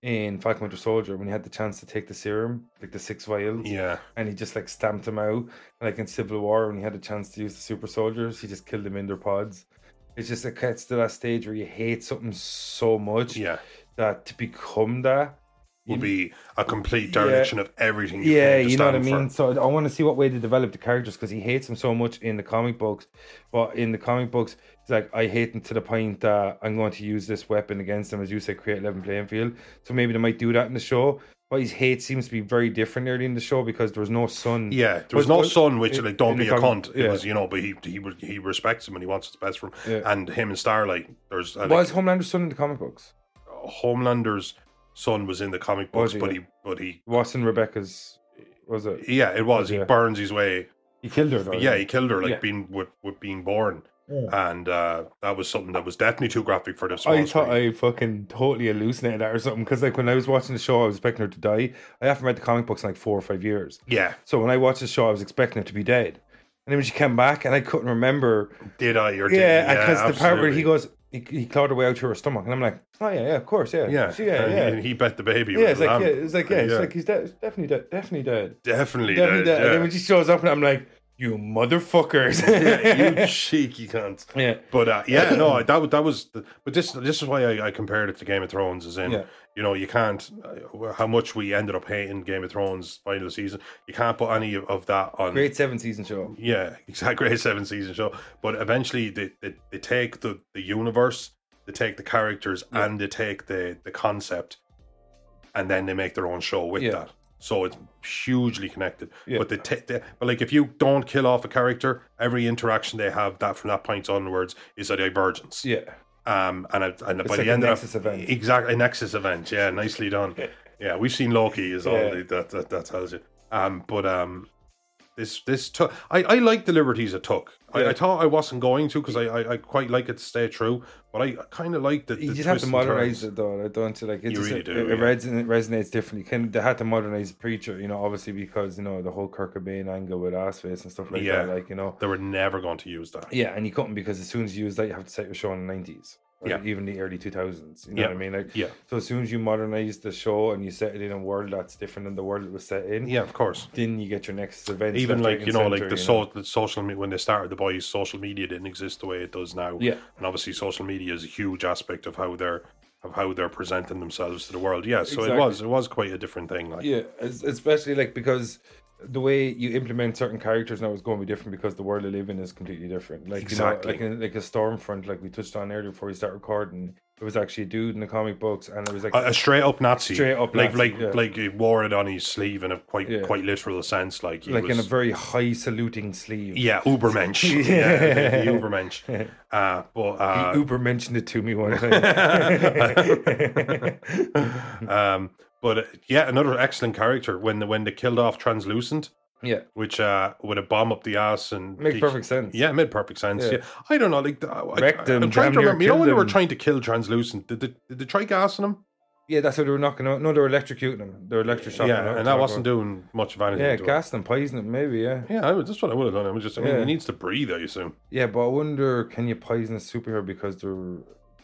S2: in Falcon Winter Soldier when he had the chance to take the serum, like the six vials,
S3: Yeah,
S2: and he just like stamped them out. Like in Civil War, when he had a chance to use the super soldiers, he just killed them in their pods. It's just it gets to that stage where you hate something so much
S3: yeah,
S2: that to become that. you
S3: would
S2: kn-
S3: be a complete
S2: Yeah.
S3: dereliction of everything. You
S2: yeah,
S3: came to
S2: you know what I
S3: stand for.
S2: mean. So I want to see what way they develop the characters because he hates them so much in the comic books, but in the comic books, he's like, I hate them to the point that I'm going to use this weapon against them, as you said, create eleven playing field. So maybe they might do that in the show. But his hate seems to be very different early in the show because there was no sun.
S3: Yeah, there was
S2: But-
S3: no
S2: but-
S3: son which
S2: in-
S3: like don't
S2: in
S3: be
S2: the
S3: a
S2: com-
S3: cunt. It
S2: yeah.
S3: was you know, but he he was- he respects him and he wants what's best for him.
S2: Yeah.
S3: And him and Starlight, there's I
S2: Was
S3: think,
S2: Homelander's son in the comic books?
S3: Homelander's son was in the comic
S2: Was
S3: books,
S2: he,
S3: but
S2: yeah.
S3: he but he
S2: Watson Rebecca's was it?
S3: yeah, it was he
S2: Yeah.
S3: burns his way.
S2: He killed her though.
S3: Yeah, he killed her like
S2: Yeah.
S3: being with, with being born,
S2: Yeah.
S3: and uh, that was something that was definitely too graphic for the small
S2: I thought
S3: screen.
S2: I fucking totally hallucinated that or something because like when I was watching the show, I was expecting her to die. I haven't read the comic books in like four or five years.
S3: yeah,
S2: So when I watched the show, I was expecting her to be dead. And then when she came back, and I couldn't remember.
S3: did I or did
S2: Yeah, because the part where he
S3: absolutely.
S2: goes, he, he clawed her way out through her stomach, and I'm like, oh yeah, yeah, of course, yeah,
S3: yeah,
S2: she- yeah,
S3: and
S2: yeah.
S3: He, he bet the baby.
S2: yeah,
S3: was
S2: it's
S3: a
S2: like
S3: lamb.
S2: yeah, it's like yeah, it's
S3: Yeah.
S2: like he's dead, definitely dead, definitely dead, definitely
S3: definitely, uh, dead,
S2: dead. And then
S3: yeah.
S2: when she shows up, and I'm like, you motherfuckers,
S3: yeah, you cheeky cunt.
S2: yeah,
S3: But uh, yeah, no, that wa- that was. The, but this this is why I, I compared it to Game of Thrones, as in
S2: Yeah.
S3: you know you can't uh, how much we ended up hating Game of Thrones final season. You can't put any of, of that on.
S2: great seven season show.
S3: Yeah, exact Great seven season show. But eventually they, they, they take the, the universe, they take the characters,
S2: Yeah.
S3: and they take the the concept, and then they make their own show with
S2: Yeah.
S3: that. So it's hugely connected.
S2: Yeah.
S3: But they, ta- they but like if you don't kill off a character, every interaction they have that from that point onwards is a divergence
S2: Yeah,
S3: um, and I, and by
S2: like
S3: the
S2: a
S3: end of
S2: Nexus event.
S3: exactly a Nexus event, yeah, nicely done. yeah, we've seen Loki is all
S2: Yeah.
S3: the- that, that that tells you. Um, but um, this this took I I like the liberties it took. I,
S2: Yeah.
S3: I thought I wasn't going to because I, I I quite like it to stay true, but I kind of liked it.
S2: you just have to modernize it though. I don't like it.
S3: You
S2: just,
S3: really
S2: it,
S3: do,
S2: It,
S3: yeah.
S2: reson- it resonates differently. Can they had to modernize preacher? You know, obviously because you know the whole Kirk Cobain angle with Assface and stuff like
S3: Yeah.
S2: that. Like you know,
S3: They were never going to use that.
S2: yeah, and you couldn't because as soon as you use that, you have to set your show in the nineties.
S3: Yeah.
S2: even the early two thousands. You know
S3: Yeah.
S2: what I mean? Like,
S3: Yeah.
S2: So as soon as you modernize the show and you set it in a world that's different than the world it was set in,
S3: Yeah, of course.
S2: then you get your next event.
S3: Even like you know, like the,
S2: soul.
S3: so, the social media when they started the boys, social media didn't exist the way it does now.
S2: Yeah.
S3: and obviously social media is a huge aspect of how they're of how they're presenting themselves to the world. Yeah, so it
S2: Exactly.
S3: was it was quite a different thing. Like,
S2: Yeah, es- especially like because the way you implement certain characters now is going to be different because the world they live in is completely different. Like
S3: Exactly.
S2: you know, like in, like a stormfront, like we touched on earlier before we start recording. It was actually a dude in the comic books, and it was like
S3: A, a straight up Nazi,
S2: Straight up
S3: like
S2: Nazi,
S3: like
S2: yeah.
S3: like he wore it on his sleeve in a quite
S2: Yeah.
S3: quite literal sense. Like he
S2: like
S3: was,
S2: in a very high saluting sleeve.
S3: yeah, Ubermensch, yeah,
S2: Yeah.
S3: the, the Ubermensch. Uh, but uh,
S2: Uber mentioned it to me one time.
S3: um, but uh, yeah, another excellent character when the, when they killed off Translucent,
S2: yeah,
S3: which uh, with a bomb up the ass and
S2: makes
S3: he-
S2: perfect sense.
S3: Yeah, it made perfect sense. Yeah.
S2: Yeah.
S3: I don't know. Like, the- I, I,
S2: Wrecked him,
S3: I'm trying
S2: damn
S3: to
S2: near
S3: remember. You know when they were
S2: killed him.
S3: trying to kill Translucent, did they, did they try gassing him?
S2: yeah, that's what they were knocking out. No, they were electrocuting him. They were electroshocking him.
S3: yeah, and that wasn't doing much of anything.
S2: Yeah,
S3: to him.
S2: gas them, poison them, maybe. Yeah,
S3: Yeah, I would, that's what I would have done. I would just. I mean,
S2: Yeah.
S3: he needs to breathe. I assume.
S2: Yeah, but I wonder can you poison a superhero because their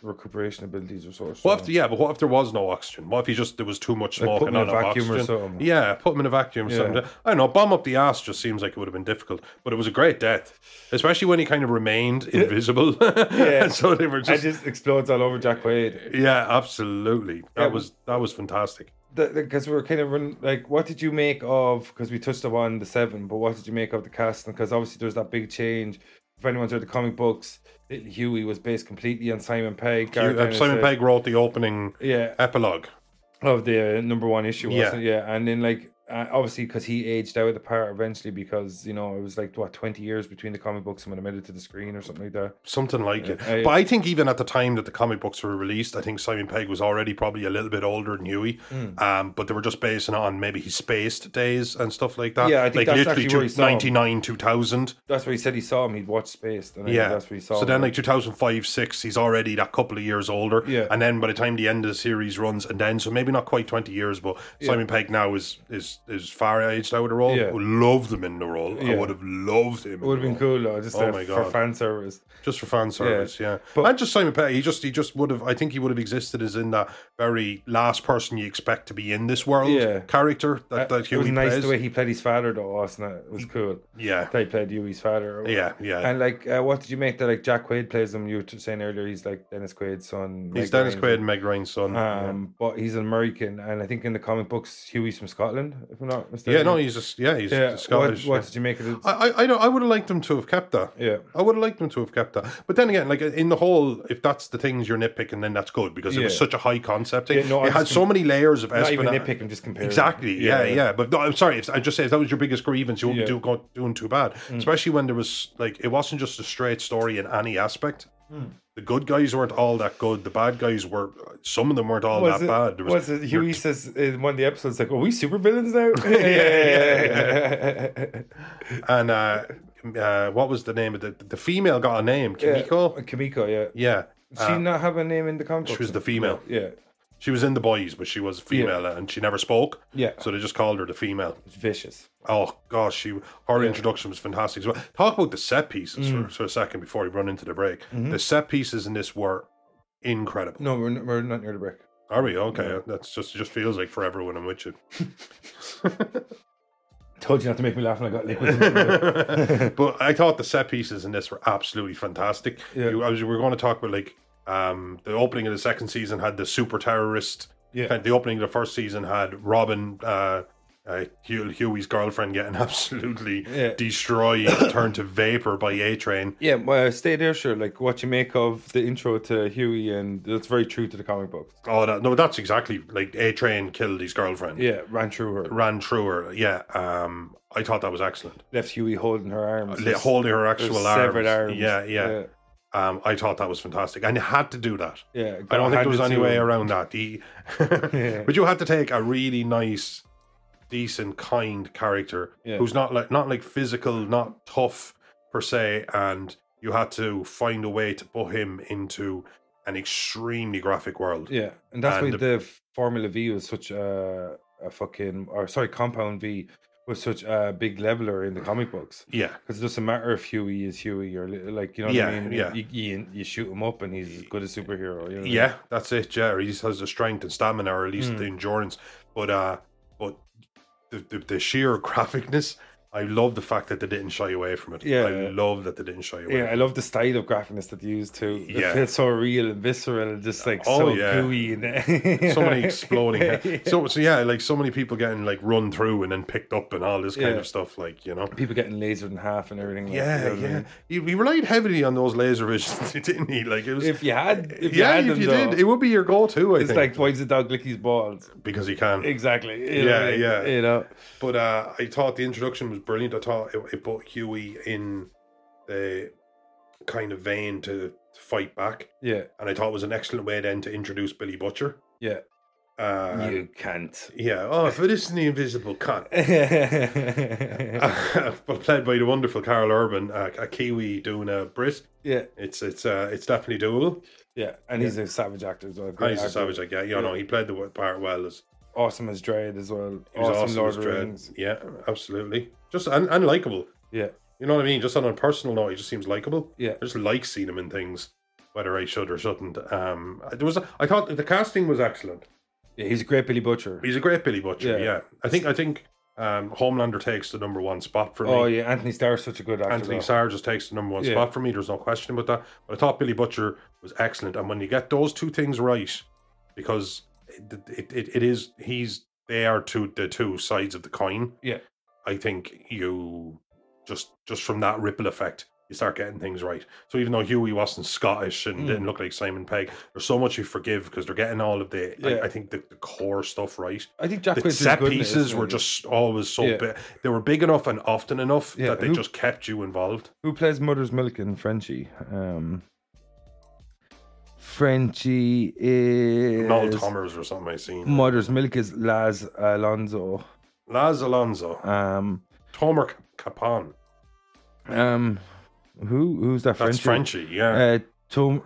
S2: recuperation abilities are so
S3: What
S2: strong?
S3: if? Yeah, but what if there was no oxygen? What if he just there was too much
S2: Like,
S3: smoke
S2: put
S3: and
S2: him
S3: not
S2: in a
S3: enough
S2: vacuum or
S3: oxygen?
S2: something.
S3: Yeah, put him in a vacuum or
S2: Yeah.
S3: something. I don't know. Bomb up the ass just seems like it would have been difficult, but it was a great death, especially when he kind of remained invisible. yeah, so they were
S2: It
S3: just.
S2: just explodes all over Jack Wade.
S3: yeah, absolutely. That
S2: Yeah,
S3: was that was fantastic.
S2: Because we're kind of run, like, what did you make of? Because we touched upon the seven, but what did you make of the cast? Because obviously there's that big change. If anyone's read the comic books, Little Huey was based completely on Simon Pegg. Garth
S3: You- uh,
S2: Ennis,
S3: Simon
S2: uh,
S3: Pegg wrote the opening
S2: yeah,
S3: epilogue.
S2: of the uh, number one issue,
S3: Yeah.
S2: wasn't it? Yeah, and then like uh, obviously because he aged out of the part eventually because you know it was like what 20 years between the comic books and when I made it to the screen or something like that
S3: Something like it.
S2: Yeah, I-
S3: but I think even at the time that the comic books were released, I think Simon Pegg was already probably a little bit older than Huey.
S2: Hmm.
S3: Um, but they were just basing it on maybe his spaced days and stuff like that.
S2: Yeah, I think
S3: like
S2: that's
S3: literally
S2: actually where he saw him.
S3: 99, 2000.
S2: that's where he said he saw him he'd watched Spaced and I think
S3: Yeah.
S2: that's where he saw
S3: so
S2: him
S3: then, like 2005, 6, he's already that couple of years older.
S2: Yeah.
S3: And then by the time the end of the series runs, and then, so maybe not quite 20 years, but Simon Pegg now is is is far aged out of the role.
S2: Yeah.
S3: Would Loved him in the role. I
S2: Yeah.
S3: would have loved him.
S2: it would have been cool though just
S3: Oh
S2: uh,
S3: my
S2: for
S3: God.
S2: fan service
S3: just for fan service, yeah.
S2: But-
S3: and just Simon Pegg, he just he just would have. I think he would have existed as in that very last person you expect to be in this world
S2: Yeah. Uh,
S3: character that that
S2: it was
S3: Huey
S2: nice
S3: plays.
S2: the way he played his father though Austin it was cool
S3: yeah,
S2: they played Huey's father
S3: yeah, yeah.
S2: and like uh, what did you make that like Jack Quaid plays him you were saying earlier he's like Dennis Quaid's son Meg
S3: he's Dennis
S2: Ryan's-
S3: Quaid and Meg Ryan's son.
S2: um, but he's an American, and I think in the comic books, Huey's from Scotland, if I'm not
S3: yeah.
S2: mistaken.
S3: yeah, no, he's just yeah, he's
S2: yeah.
S3: Scottish.
S2: what, what
S3: yeah.
S2: did you make of it?
S3: I, I, I don't. I would have liked them to have kept that.
S2: yeah,
S3: I would have liked them to have kept that. But then again, like in the whole, if that's the things you're nitpicking, then that's good because it was
S2: Yeah.
S3: such a high concept.
S2: Yeah,
S3: thing.
S2: no, I
S3: it had
S2: just
S3: so many layers of
S2: not even
S3: espionage.
S2: nitpick, I'm just comparing.
S3: Exactly. Yeah, yeah. But no, I'm sorry. If, I just say if that was your biggest grievance, you wouldn't
S2: Yeah. Mm.
S3: be do, go, doing too bad. Especially when there was like it wasn't just a straight story in any aspect.
S2: Mm.
S3: The good guys weren't all that good. The bad guys were. Some of them weren't all
S2: Was
S3: that
S2: it,
S3: bad. There was,
S2: was it Huey says in one of the episodes, like, are we supervillains now? yeah, yeah, yeah, yeah.
S3: and uh, uh, what was the name of the the female got a name Kimiko?
S2: Kimiko, yeah.
S3: Yeah,
S2: Did she not have a name in the comic
S3: Uh, she
S2: books?
S3: was the female.
S2: Yeah.
S3: She was in the boys, but she was female and she never spoke.
S2: Yeah.
S3: So they just called her the female.
S2: It's vicious.
S3: Oh gosh, she her introduction was fantastic as well. Talk about the set pieces for, for a second before we run into the break. The set pieces in this were incredible.
S2: No, we're, n- we're not near the break.
S3: Are we okay? That's just it just feels like forever when I'm with you.
S2: Told you not to make me laugh when I got liquid.
S3: but I thought the set pieces in this were absolutely fantastic.
S2: Yeah.
S3: You- I was, we were going to talk about like um, the opening of the second season had the super terrorist.
S2: Yeah.
S3: kind- The opening of the first season had Robin, uh, uh, Hugh, Huey's girlfriend, getting absolutely
S2: Yeah.
S3: destroyed, turned to vapor by A Train.
S2: Yeah, well, uh, stay there, sure. Like what you make of the intro to Huey, and that's very true to the comic books.
S3: Oh, that, no, that's exactly like A Train killed his girlfriend.
S2: Yeah, ran through her,
S3: Ran through her. Yeah. Um, I thought that was excellent.
S2: left Huey holding her arms,
S3: Li- Holding her actual
S2: severed arms.
S3: Yeah, yeah. Um, I thought that was fantastic. And it had to do that.
S2: yeah.
S3: I don't think there was any way
S2: around.
S3: around that. He, but you had to take a really nice, decent, kind character
S2: Yeah.
S3: who's not like not like physical, not tough per se, and you had to find a way to put him into an extremely graphic world.
S2: Yeah, and that's why
S3: And-
S2: the f- Formula V was such a, a fucking, or sorry, Compound V was such a big leveler in the comic books.
S3: Yeah.
S2: Because it doesn't matter if Huey is Huey or li- like you know what
S3: Yeah,
S2: I mean.
S3: yeah.
S2: You, you, you shoot him up and he's as good a superhero. You know?
S3: Yeah, that's it. Yeah, he just has the strength and stamina, or at least
S2: Hmm.
S3: the endurance. But uh, but the, the, the sheer graphicness, I love the fact that they didn't shy away from it.
S2: Yeah.
S3: I love that they didn't shy away.
S2: Yeah, I love the style of graphicness that they use too. It
S3: Yeah.
S2: feels so real and visceral and just like
S3: Oh,
S2: so
S3: yeah.
S2: gooey and
S3: so many exploding heads. So, so yeah, like so many people getting like run through and then picked up and all this kind
S2: Yeah.
S3: of stuff. Like you know,
S2: people getting lasered in half and everything. like, you know
S3: yeah,
S2: what I
S3: yeah.
S2: mean?
S3: He, he relied heavily on those laser visions, didn't he? Like it was.
S2: If you had, if you
S3: yeah,
S2: had
S3: if
S2: them,
S3: you
S2: though,
S3: did, it would be your go-to. I
S2: it's
S3: think
S2: like why does the dog lick his balls?
S3: because he can.
S2: Exactly. you know what I mean?
S3: Yeah, yeah.
S2: You know,
S3: But uh, I thought the introduction was brilliant. I thought it, it put Huey in the kind of vein to, to fight back,
S2: yeah,
S3: and I thought it was an excellent way then to introduce Billy Butcher.
S2: yeah.
S3: Uh,
S2: you can't.
S3: yeah. Oh, for this is the invisible cunt.
S2: yeah,
S3: but played by the wonderful Carl Urban, uh, a Kiwi doing a Brit.
S2: yeah,
S3: It's it's uh, it's definitely doable.
S2: and he's a savage actor as well.
S3: And
S2: great
S3: Oh, he's a
S2: actor.
S3: savage, I get. You know, he played the part well. As,
S2: Awesome as Dread as well.
S3: he was awesome,
S2: Lord
S3: as
S2: of the
S3: Dredd.
S2: Rings.
S3: Yeah, absolutely. Just and, and likable.
S2: Yeah,
S3: You know what I mean? Just on a personal note, he just seems likable.
S2: Yeah.
S3: I just like seeing him in things, whether I should or shouldn't. Um, there was a, I thought the casting was excellent.
S2: yeah. He's a great Billy Butcher.
S3: He's a great Billy Butcher. Yeah,
S2: Yeah.
S3: I think I think um, Homelander takes the number one spot for me.
S2: Oh yeah, Anthony Starr's such a good actor.
S3: Anthony
S2: though.
S3: Sarr just takes the number one
S2: Yeah.
S3: spot for me. There's no question about that. But I thought Billy Butcher was excellent. And when you get those two things right, because it, it, it, it is he's they are two the two sides of the coin.
S2: Yeah.
S3: I think you just just from that ripple effect, you start getting things right. So even though Huey wasn't Scottish and
S2: Mm.
S3: didn't look like Simon Pegg, there's so much you forgive because they're getting all of the, I-
S2: Yeah.
S3: I, think, the, the core stuff right.
S2: I think Jack
S3: the
S2: Quaid's
S3: set
S2: good in it,
S3: pieces
S2: isn't
S3: were
S2: he?
S3: just always so
S2: Yeah.
S3: big. They were big enough and often enough
S2: Yeah,
S3: that they
S2: who-
S3: just kept you involved.
S2: Who plays Mother's Milk in Frenchie? Um, Frenchie is
S3: Noel Thommers or something I seen.
S2: Mother's Milk is Laz Alonso.
S3: Laz Alonso,
S2: Um,
S3: Tomer Capon.
S2: um, who who's that?
S3: That's
S2: Frenchie?
S3: Frenchy, yeah.
S2: Uh, Tom.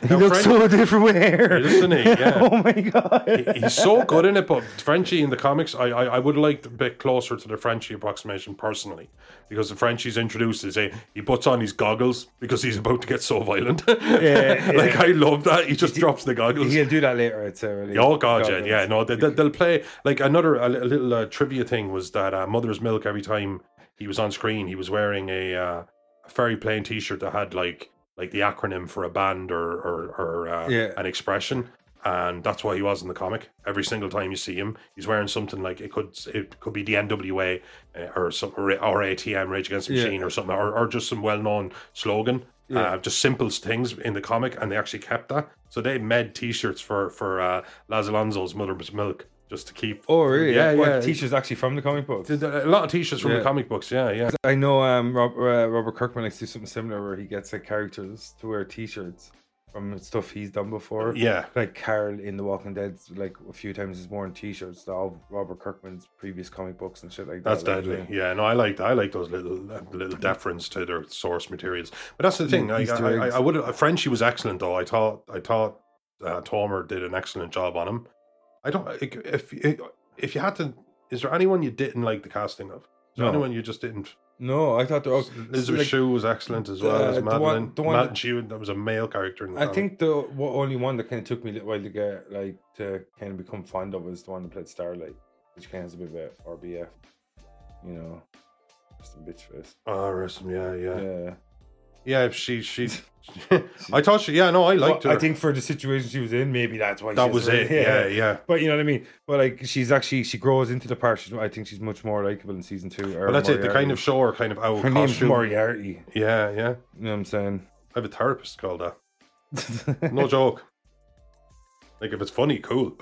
S2: He
S3: Now,
S2: looks so different with hair.
S3: Doesn't he? Yeah.
S2: oh my god.
S3: He- He's so good in it, but Frenchie in the comics, I, I, I would like a bit closer to the Frenchie approximation personally, because the Frenchie's introduced as a he puts on his goggles because he's about to get so violent.
S2: Yeah,
S3: like
S2: yeah.
S3: I love that he just drops the goggles.
S2: He'll do that later. It's a really
S3: Oh god, yeah, yeah, no, they, they- they'll play like another a li- a little uh, trivia thing was that uh, Mother's Milk every time he was on screen, he was wearing a, uh, a very plain T-shirt that had like like the acronym for a band or or, or uh,
S2: Yeah.
S3: an expression, and that's what he was in the comic. Every single time you see him, he's wearing something like it could it could be the NWA uh, or some or ATM Rage Against the
S2: Yeah.
S3: Machine or something, or, or just some well known slogan
S2: Yeah.
S3: uh, just simple things in the comic, and they actually kept that. So they made T-shirts for for uh, Laz Alonso's Mother's Milk just to keep.
S2: Oh really?
S3: Yeah,
S2: What,
S3: yeah.
S2: Teacher's actually from the comic book.
S3: Did A lot of T-shirts from the
S2: Yeah.
S3: comic books. Yeah, yeah.
S2: I know um, Rob, uh, Robert Kirkman likes to do something similar where he gets like characters to wear T-shirts from stuff he's done before.
S3: Yeah,
S2: Like Carol in The Walking Dead, like a few times has worn T-shirts of Robert Kirkman's previous comic books and shit like
S3: that's
S2: that. like,
S3: deadly.
S2: yeah.
S3: Yeah, no, I like that. I like those little little deference to their source materials. But
S2: Mm,
S3: that's the thing. I,
S2: Easter
S3: I, I,
S2: eggs.
S3: I would. Frenchie was excellent though. I thought. I thought uh, Tomer did an excellent job on him. I don't. If if you had to, is there anyone you didn't like the casting of? Is there
S2: No.
S3: anyone you just didn't
S2: No, I thought they were.
S3: Elizabeth
S2: like-
S3: Shue was excellent as well
S2: Uh,
S3: as
S2: the one-
S3: Madeline.
S2: the one
S3: Madeline
S2: that-
S3: Shue, that was a male character. In the
S2: I
S3: comic.
S2: think the wa- only one that kind of took me a little while to get like to kind of become fond of was the one that played Starlight, which kind of has a bit of a RBF, you know, just a bitch face.
S3: Oh, rest him, yeah, yeah, yeah.
S2: Yeah,
S3: she, she. I thought she. Yeah, no, I liked
S2: Well,
S3: her.
S2: I think for the situation she was in, maybe that's why
S3: that
S2: she's
S3: was
S2: right.
S3: it. Yeah, yeah.
S2: But you know what I mean. But like, she's actually she grows into the part. She's, I think she's much more likable in season two.
S3: But that's it. The kind of show her kind of out of
S2: her name's
S3: costume.
S2: Moriarty.
S3: Yeah, yeah.
S2: You know what I'm saying?
S3: I have a therapist called that. No joke. Like if it's funny, cool.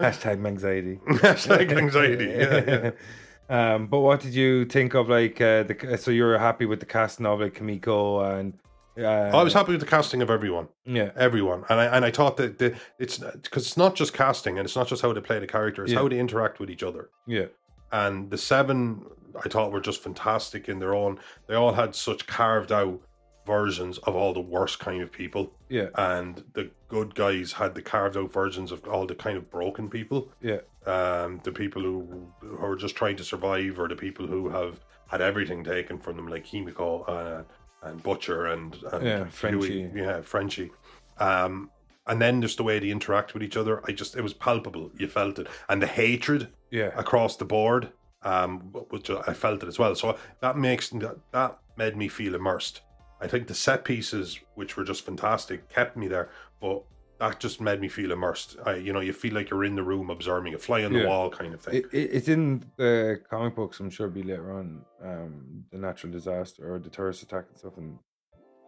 S2: Hashtag anxiety.
S3: Hashtag anxiety. Yeah, yeah.
S2: Um, but what did you think of like uh, the? So you were happy with the casting of like Kamiko and. Uh,
S3: Oh, I was happy with the casting of everyone.
S2: Yeah.
S3: everyone and I and I thought that the, it's because it's not just casting and it's not just how they play the character it's
S2: Yeah.
S3: how they interact with each other
S2: Yeah.
S3: and the seven I thought were just fantastic in their own they all had such carved out versions of all the worst kind of people
S2: Yeah.
S3: and the good guys had the carved out versions of all the kind of broken people
S2: Yeah.
S3: um, the people who, who are just trying to survive or the people who have had everything taken from them like Himiko uh, and Butcher and, and
S2: Yeah,
S3: Huey.
S2: Frenchie.
S3: yeah Frenchie um, and then just the way they interact with each other I just it was palpable you felt it and the hatred
S2: Yeah.
S3: across the board um, which I felt it as well so that makes that, that made me feel immersed I think the set pieces which were just fantastic kept me there but that just made me feel immersed. I, you know, you feel like you're in the room observing a fly on the
S2: Yeah.
S3: wall kind of thing.
S2: It, it, it's in the comic books. I'm sure it'll be later on. Um, the natural disaster or the terrorist attack and stuff. And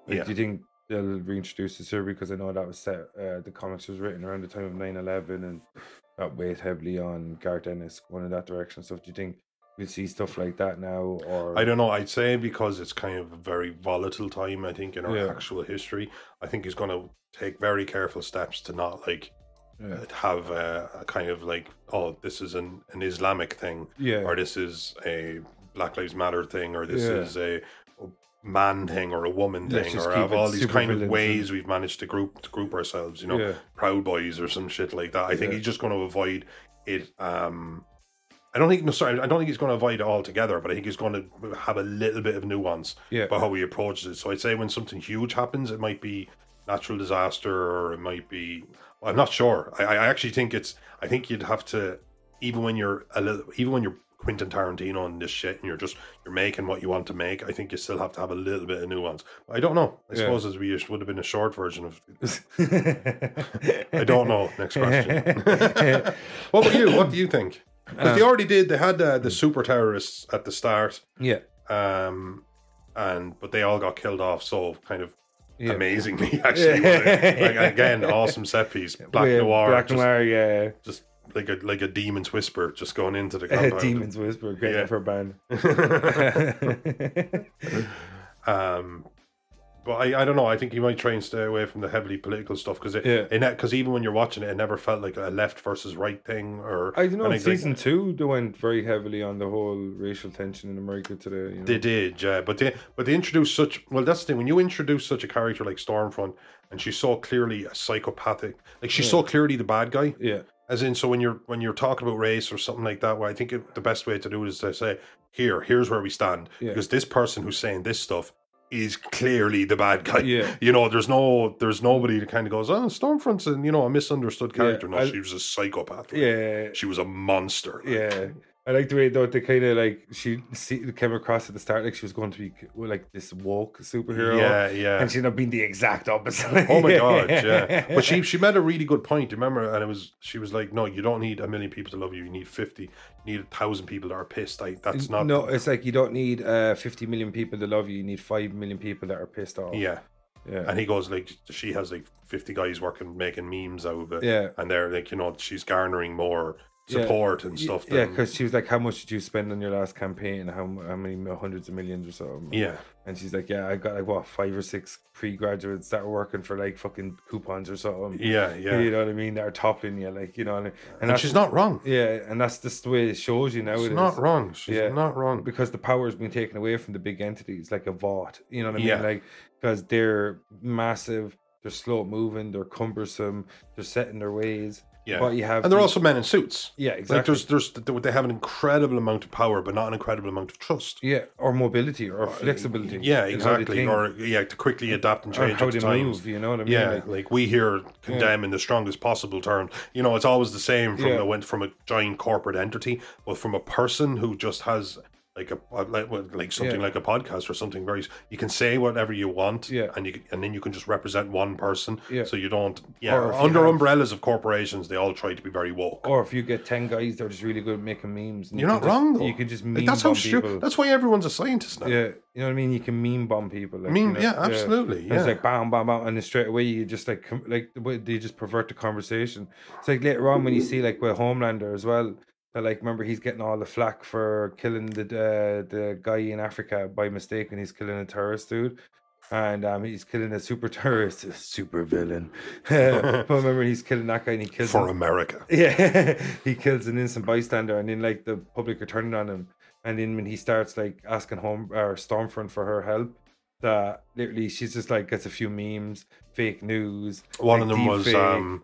S2: like,
S3: Yeah.
S2: do you think they'll reintroduce this here? Because I know that was set. Uh, the comics was written around the time of 9/11, and that weighed heavily on Garth Ennis going in that direction. and stuff. do you think we'll see stuff like that now? Or
S3: I don't know. I'd say because it's kind of a very volatile time. I think in our
S2: Yeah.
S3: actual history, I think he's going to take very careful steps to not like
S2: Yeah.
S3: have a, a kind of like, oh, this is an, an Islamic thing,
S2: Yeah.
S3: or this is a Black Lives Matter thing, or this
S2: Yeah.
S3: is a man thing or a woman
S2: Let's
S3: thing,
S2: just
S3: or
S2: keep
S3: have
S2: it
S3: all these
S2: super
S3: kind of
S2: villains
S3: ways we've managed to group to group ourselves. You know,
S2: Yeah.
S3: Proud Boys or some shit like that. I think
S2: Yeah.
S3: he's just going to avoid it. Um, I don't think no, sorry, I don't think he's going to avoid it altogether, but I think he's going to have a little bit of nuance
S2: Yeah.
S3: about how he approaches it. So I'd say when something huge happens, it might be natural disaster or it might be. I'm not sure. I, I actually think it's. I think you'd have to even when you're a little, even when you're Quentin Tarantino and this shit, and you're just you're making what you want to make. I think you still have to have a little bit of nuance. I don't know. I
S2: Yeah.
S3: suppose as we would have been a short version of
S2: I
S3: I don't know. Next question. what about you? What do you think? Because
S2: Um,
S3: they already did. They had uh, the super terrorists at the start,
S2: Yeah,
S3: um, and but they all got killed off. So kind of
S2: yeah.
S3: amazingly, actually, like, again, awesome set piece. Black
S2: Yeah,
S3: Noir,
S2: Black
S3: just,
S2: Noir, yeah.
S3: just like a like a demon's whisper, just going into the
S2: Uh,
S3: compound.
S2: Demons Whisper, great
S3: Yeah.
S2: name for a band.
S3: Um, but I, I don't know. I think you might try and stay away from the heavily political stuff because it,
S2: Yeah.
S3: it because even when you're watching it, it never felt like a left versus right thing or
S2: I don't know. In
S3: anything.
S2: season two, they went very heavily on the whole racial tension in America today. You know?
S3: They did, yeah. But they but they introduced such well that's the thing, when you introduce such a character like Stormfront and she's so clearly a psychopathic like she's so clearly the bad guy.
S2: Yeah,
S3: As in so when you're when you're talking about race or something like that, well, I think it, the best way to do it is to say, here, here's where we stand.
S2: Yeah.
S3: Because this person who's saying this stuff is clearly the bad guy.
S2: Yeah.
S3: You know, there's no there's nobody that kind of goes, Oh, Stormfront's and you know, a misunderstood
S2: Yeah,
S3: character. no,
S2: I-
S3: she was a psychopath. like,
S2: yeah,
S3: She was a monster. like.
S2: yeah. I like the way though they kind of like she see, came across at the start like she was going to be well, like this woke superhero.
S3: Yeah, yeah.
S2: And she ended up being the exact opposite.
S3: Oh my god, yeah. But she she made a really good point. Do you remember? And it was she was like, "No, you don't need a million people to love you. You need fifty. You need a thousand people that are pissed. Like that's not
S2: no, it's like you don't need uh, 50 million people to love you. You need 5 million people that are pissed off.
S3: yeah."
S2: Yeah.
S3: And he goes like, "She has like fifty guys working making memes out of it.
S2: Yeah.
S3: And they're like, you know, she's garnering more
S2: Yeah.
S3: support and
S2: Y-
S3: stuff.
S2: Yeah,
S3: than-
S2: because she was like, "How much did you spend on your last campaign? How m- how many mil- hundreds of millions or something?"
S3: yeah,
S2: and she's like, "Yeah, I got like what five or six pre graduates that are working for like fucking coupons or something."
S3: yeah, yeah.
S2: You know what I mean? That are toppling you, like you know, and, and
S3: and
S2: that's-
S3: she's not wrong.
S2: Yeah, and that's just the way it shows you now.
S3: She's
S2: it
S3: not
S2: is.
S3: wrong. She's
S2: Yeah.
S3: not wrong.
S2: because the power has been taken away from the big entities like a Vought. You know what I mean?
S3: Yeah.
S2: Like because they're massive, they're slow moving, they're cumbersome, they're set in their ways.
S3: Yeah.
S2: but you have
S3: and they're
S2: the-
S3: also men in suits.
S2: yeah,
S3: Like
S2: exactly.
S3: there's there's they have an incredible amount of power, but not an incredible amount of trust.
S2: yeah, or mobility or flexibility.
S3: Yeah,
S2: in how they
S3: exactly.
S2: think
S3: Or yeah, to quickly adapt and
S2: or
S3: change
S2: how
S3: over
S2: they
S3: times.
S2: move. You know what I mean?
S3: Yeah,
S2: Like,
S3: like, we here condemn in the strongest possible terms. You know, it's always the same from
S2: Yeah.
S3: a, went from a giant corporate entity, but from a person who just has like a like, well, like something
S2: Yeah.
S3: like a podcast or something very. s- You can say whatever you want,
S2: Yeah.
S3: and you can- and then you can just represent one person.
S2: Yeah.
S3: So you don't. Yeah,
S2: Or if you
S3: under
S2: have-
S3: umbrellas of corporations, they all try to be very woke.
S2: Or if you get ten guys that are just really good at making memes, and
S3: You're
S2: you
S3: not
S2: can just-
S3: wrong though.
S2: You could just meme
S3: like, that's how
S2: bomb
S3: stupid.
S2: people.
S3: That's why everyone's a scientist now.
S2: yeah, you know what I mean. You can meme bomb people. Like,
S3: I mean,
S2: you know,
S3: yeah, absolutely.
S2: And
S3: Yeah.
S2: It's like bam, bam, bam, and then straight away you just like com- like the way they just pervert the conversation. It's like later on when you see like with Homelander as well. That like remember he's getting all the flack for killing the uh, the guy in Africa by mistake when he's killing a terrorist dude. And um, he's killing a super terrorist, a super villain. but remember, he's killing that guy, and he kills him.
S3: for America.
S2: Yeah, he kills an innocent bystander, and then like the public are turning on him. And then when he starts like asking home or Stormfront for her help, that literally she's just like gets a few memes, fake news.
S3: One of
S2: like,
S3: them was
S2: deepfake.
S3: um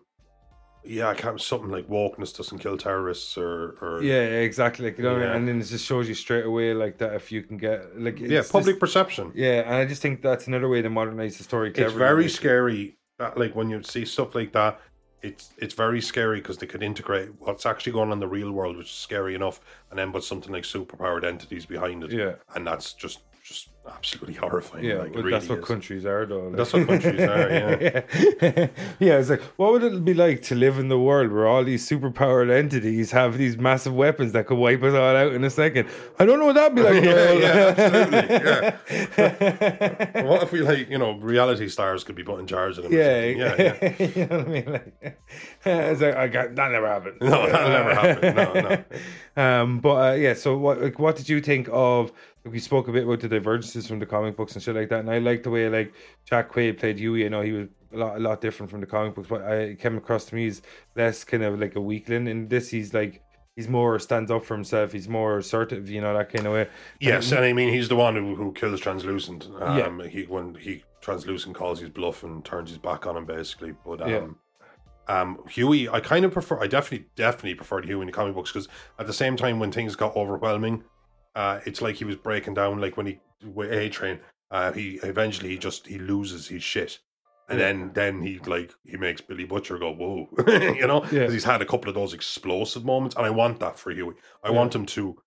S3: yeah, I can't something like wokeness doesn't kill terrorists or or
S2: yeah, exactly. Like, you know, what I mean?
S3: Yeah.
S2: and then it just shows you straight away like that if you can get like
S3: Yeah,
S2: it's
S3: public
S2: Just,
S3: perception.
S2: yeah, and I just think that's another way to modernize the story.
S3: It's
S2: cleverly,
S3: very
S2: like-
S3: scary that like when you see stuff like that, it's it's very scary because they could integrate what's actually going on in the real world, which is scary enough, and then put something like superpowered entities behind it.
S2: Yeah.
S3: And that's just just absolutely horrifying.
S2: Yeah,
S3: like, it
S2: well,
S3: really
S2: that's what
S3: is.
S2: countries are, though. like.
S3: That's what countries are, yeah.
S2: yeah, Yeah, it's like, what would it be like to live in the world where all these superpowered entities have these massive weapons that could wipe us all out in a second? I don't know what that'd be like.
S3: yeah,
S2: Noel.
S3: yeah, absolutely. Yeah.
S2: yeah.
S3: And what if we like, you know, reality stars could be put in charge of them? or something? yeah, yeah.
S2: you know what I mean. Like, it's like I got that never happened.
S3: No, that'll never happen. No, no.
S2: Um, but uh, yeah, so what like, what did you think of? We spoke a bit about the divergences from the comic books and shit like that, and I liked the way like Jack Quaid played Huey. I know he was a lot, a lot different from the comic books, but I it came across to me as less kind of like a weakling. In this, he's like he's more stands up for himself. He's more assertive, you know, that kind of way.
S3: Yes, and I mean he's the one who, who kills Translucent.
S2: Yeah.
S3: Um, He when he Translucent calls his bluff and turns his back on him basically. But um,
S2: Yeah.
S3: um, Huey, I kind of prefer. I definitely definitely preferred Huey in the comic books because at the same time when things got overwhelming, uh, it's like he was breaking down. Like when he with A Train, uh, he eventually he just he loses his shit. And
S2: Yeah.
S3: then, then he like he makes Billy Butcher go whoa, you know, because
S2: Yeah.
S3: he's had a couple of those explosive moments, and I want that for Huey. I
S2: Yeah.
S3: want him to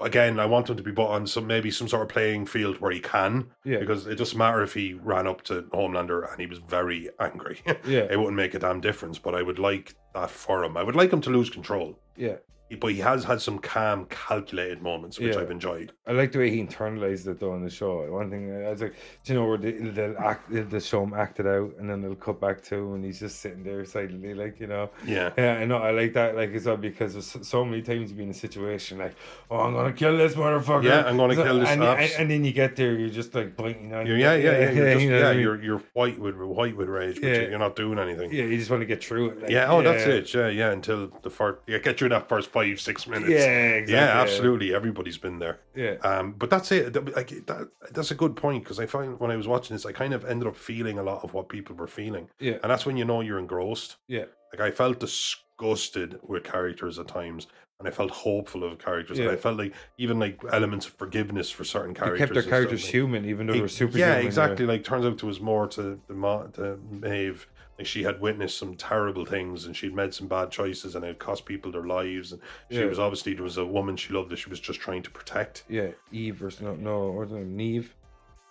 S3: again, I want him to be put on some maybe some sort of playing field where he can,
S2: Yeah.
S3: because it doesn't matter if he ran up to Homelander and he was very angry.
S2: Yeah,
S3: it wouldn't make a damn difference, but I would like that for him. I would like him to lose control.
S2: yeah,
S3: but he has had some calm, calculated moments, which
S2: Yeah.
S3: I've enjoyed.
S2: I like the way he internalized it though on the show. One thing I was like, do you know where the, they'll act, they'll just show him act it out, and then they'll cut back to him, and he's just sitting there silently, like you know.
S3: Yeah.
S2: Yeah, I know. I like that, like as well, because there's so- so many times you've been in a situation like, "Oh, I'm gonna kill this motherfucker."
S3: Yeah, I'm gonna
S2: So-
S3: kill this
S2: And, and,
S3: ops.
S2: and then you get there, you're just like blinking on.
S3: You're, yeah, yeah, yeah. You're just,
S2: you know what
S3: yeah,
S2: I mean?
S3: you're, you're white with white with rage, but
S2: Yeah.
S3: you're- you're not doing anything. Yeah.
S2: yeah, you just want to get through it. like,
S3: oh, that's
S2: yeah.
S3: it. Yeah, yeah. Until the first, yeah, get through that first five, six minutes.
S2: Yeah, exactly.
S3: yeah, absolutely. Everybody's been there.
S2: Yeah,
S3: Um, but that's it. That- Like that, that's a good point because I find when I was watching this, I kind of ended up feeling a lot of what people were feeling,
S2: yeah,
S3: and that's when you know you're engrossed.
S2: Yeah.
S3: like I felt disgusted with characters at times, and I felt hopeful of characters,
S2: Yeah.
S3: and I felt like even like elements of forgiveness for certain
S2: they
S3: characters.
S2: kept their
S3: and stuff,
S2: characters
S3: like-
S2: human, even though they were uh,
S3: Ex-
S2: super.
S3: E Yeah, exactly. Like turns out there was more to the ma- to Maeve. Like she had witnessed some terrible things, and she'd made some bad choices, and it cost people their lives. And she
S2: Yeah.
S3: was obviously there was a woman she loved that she was just trying to protect.
S2: Yeah, Eve or no, no, or no, Neve.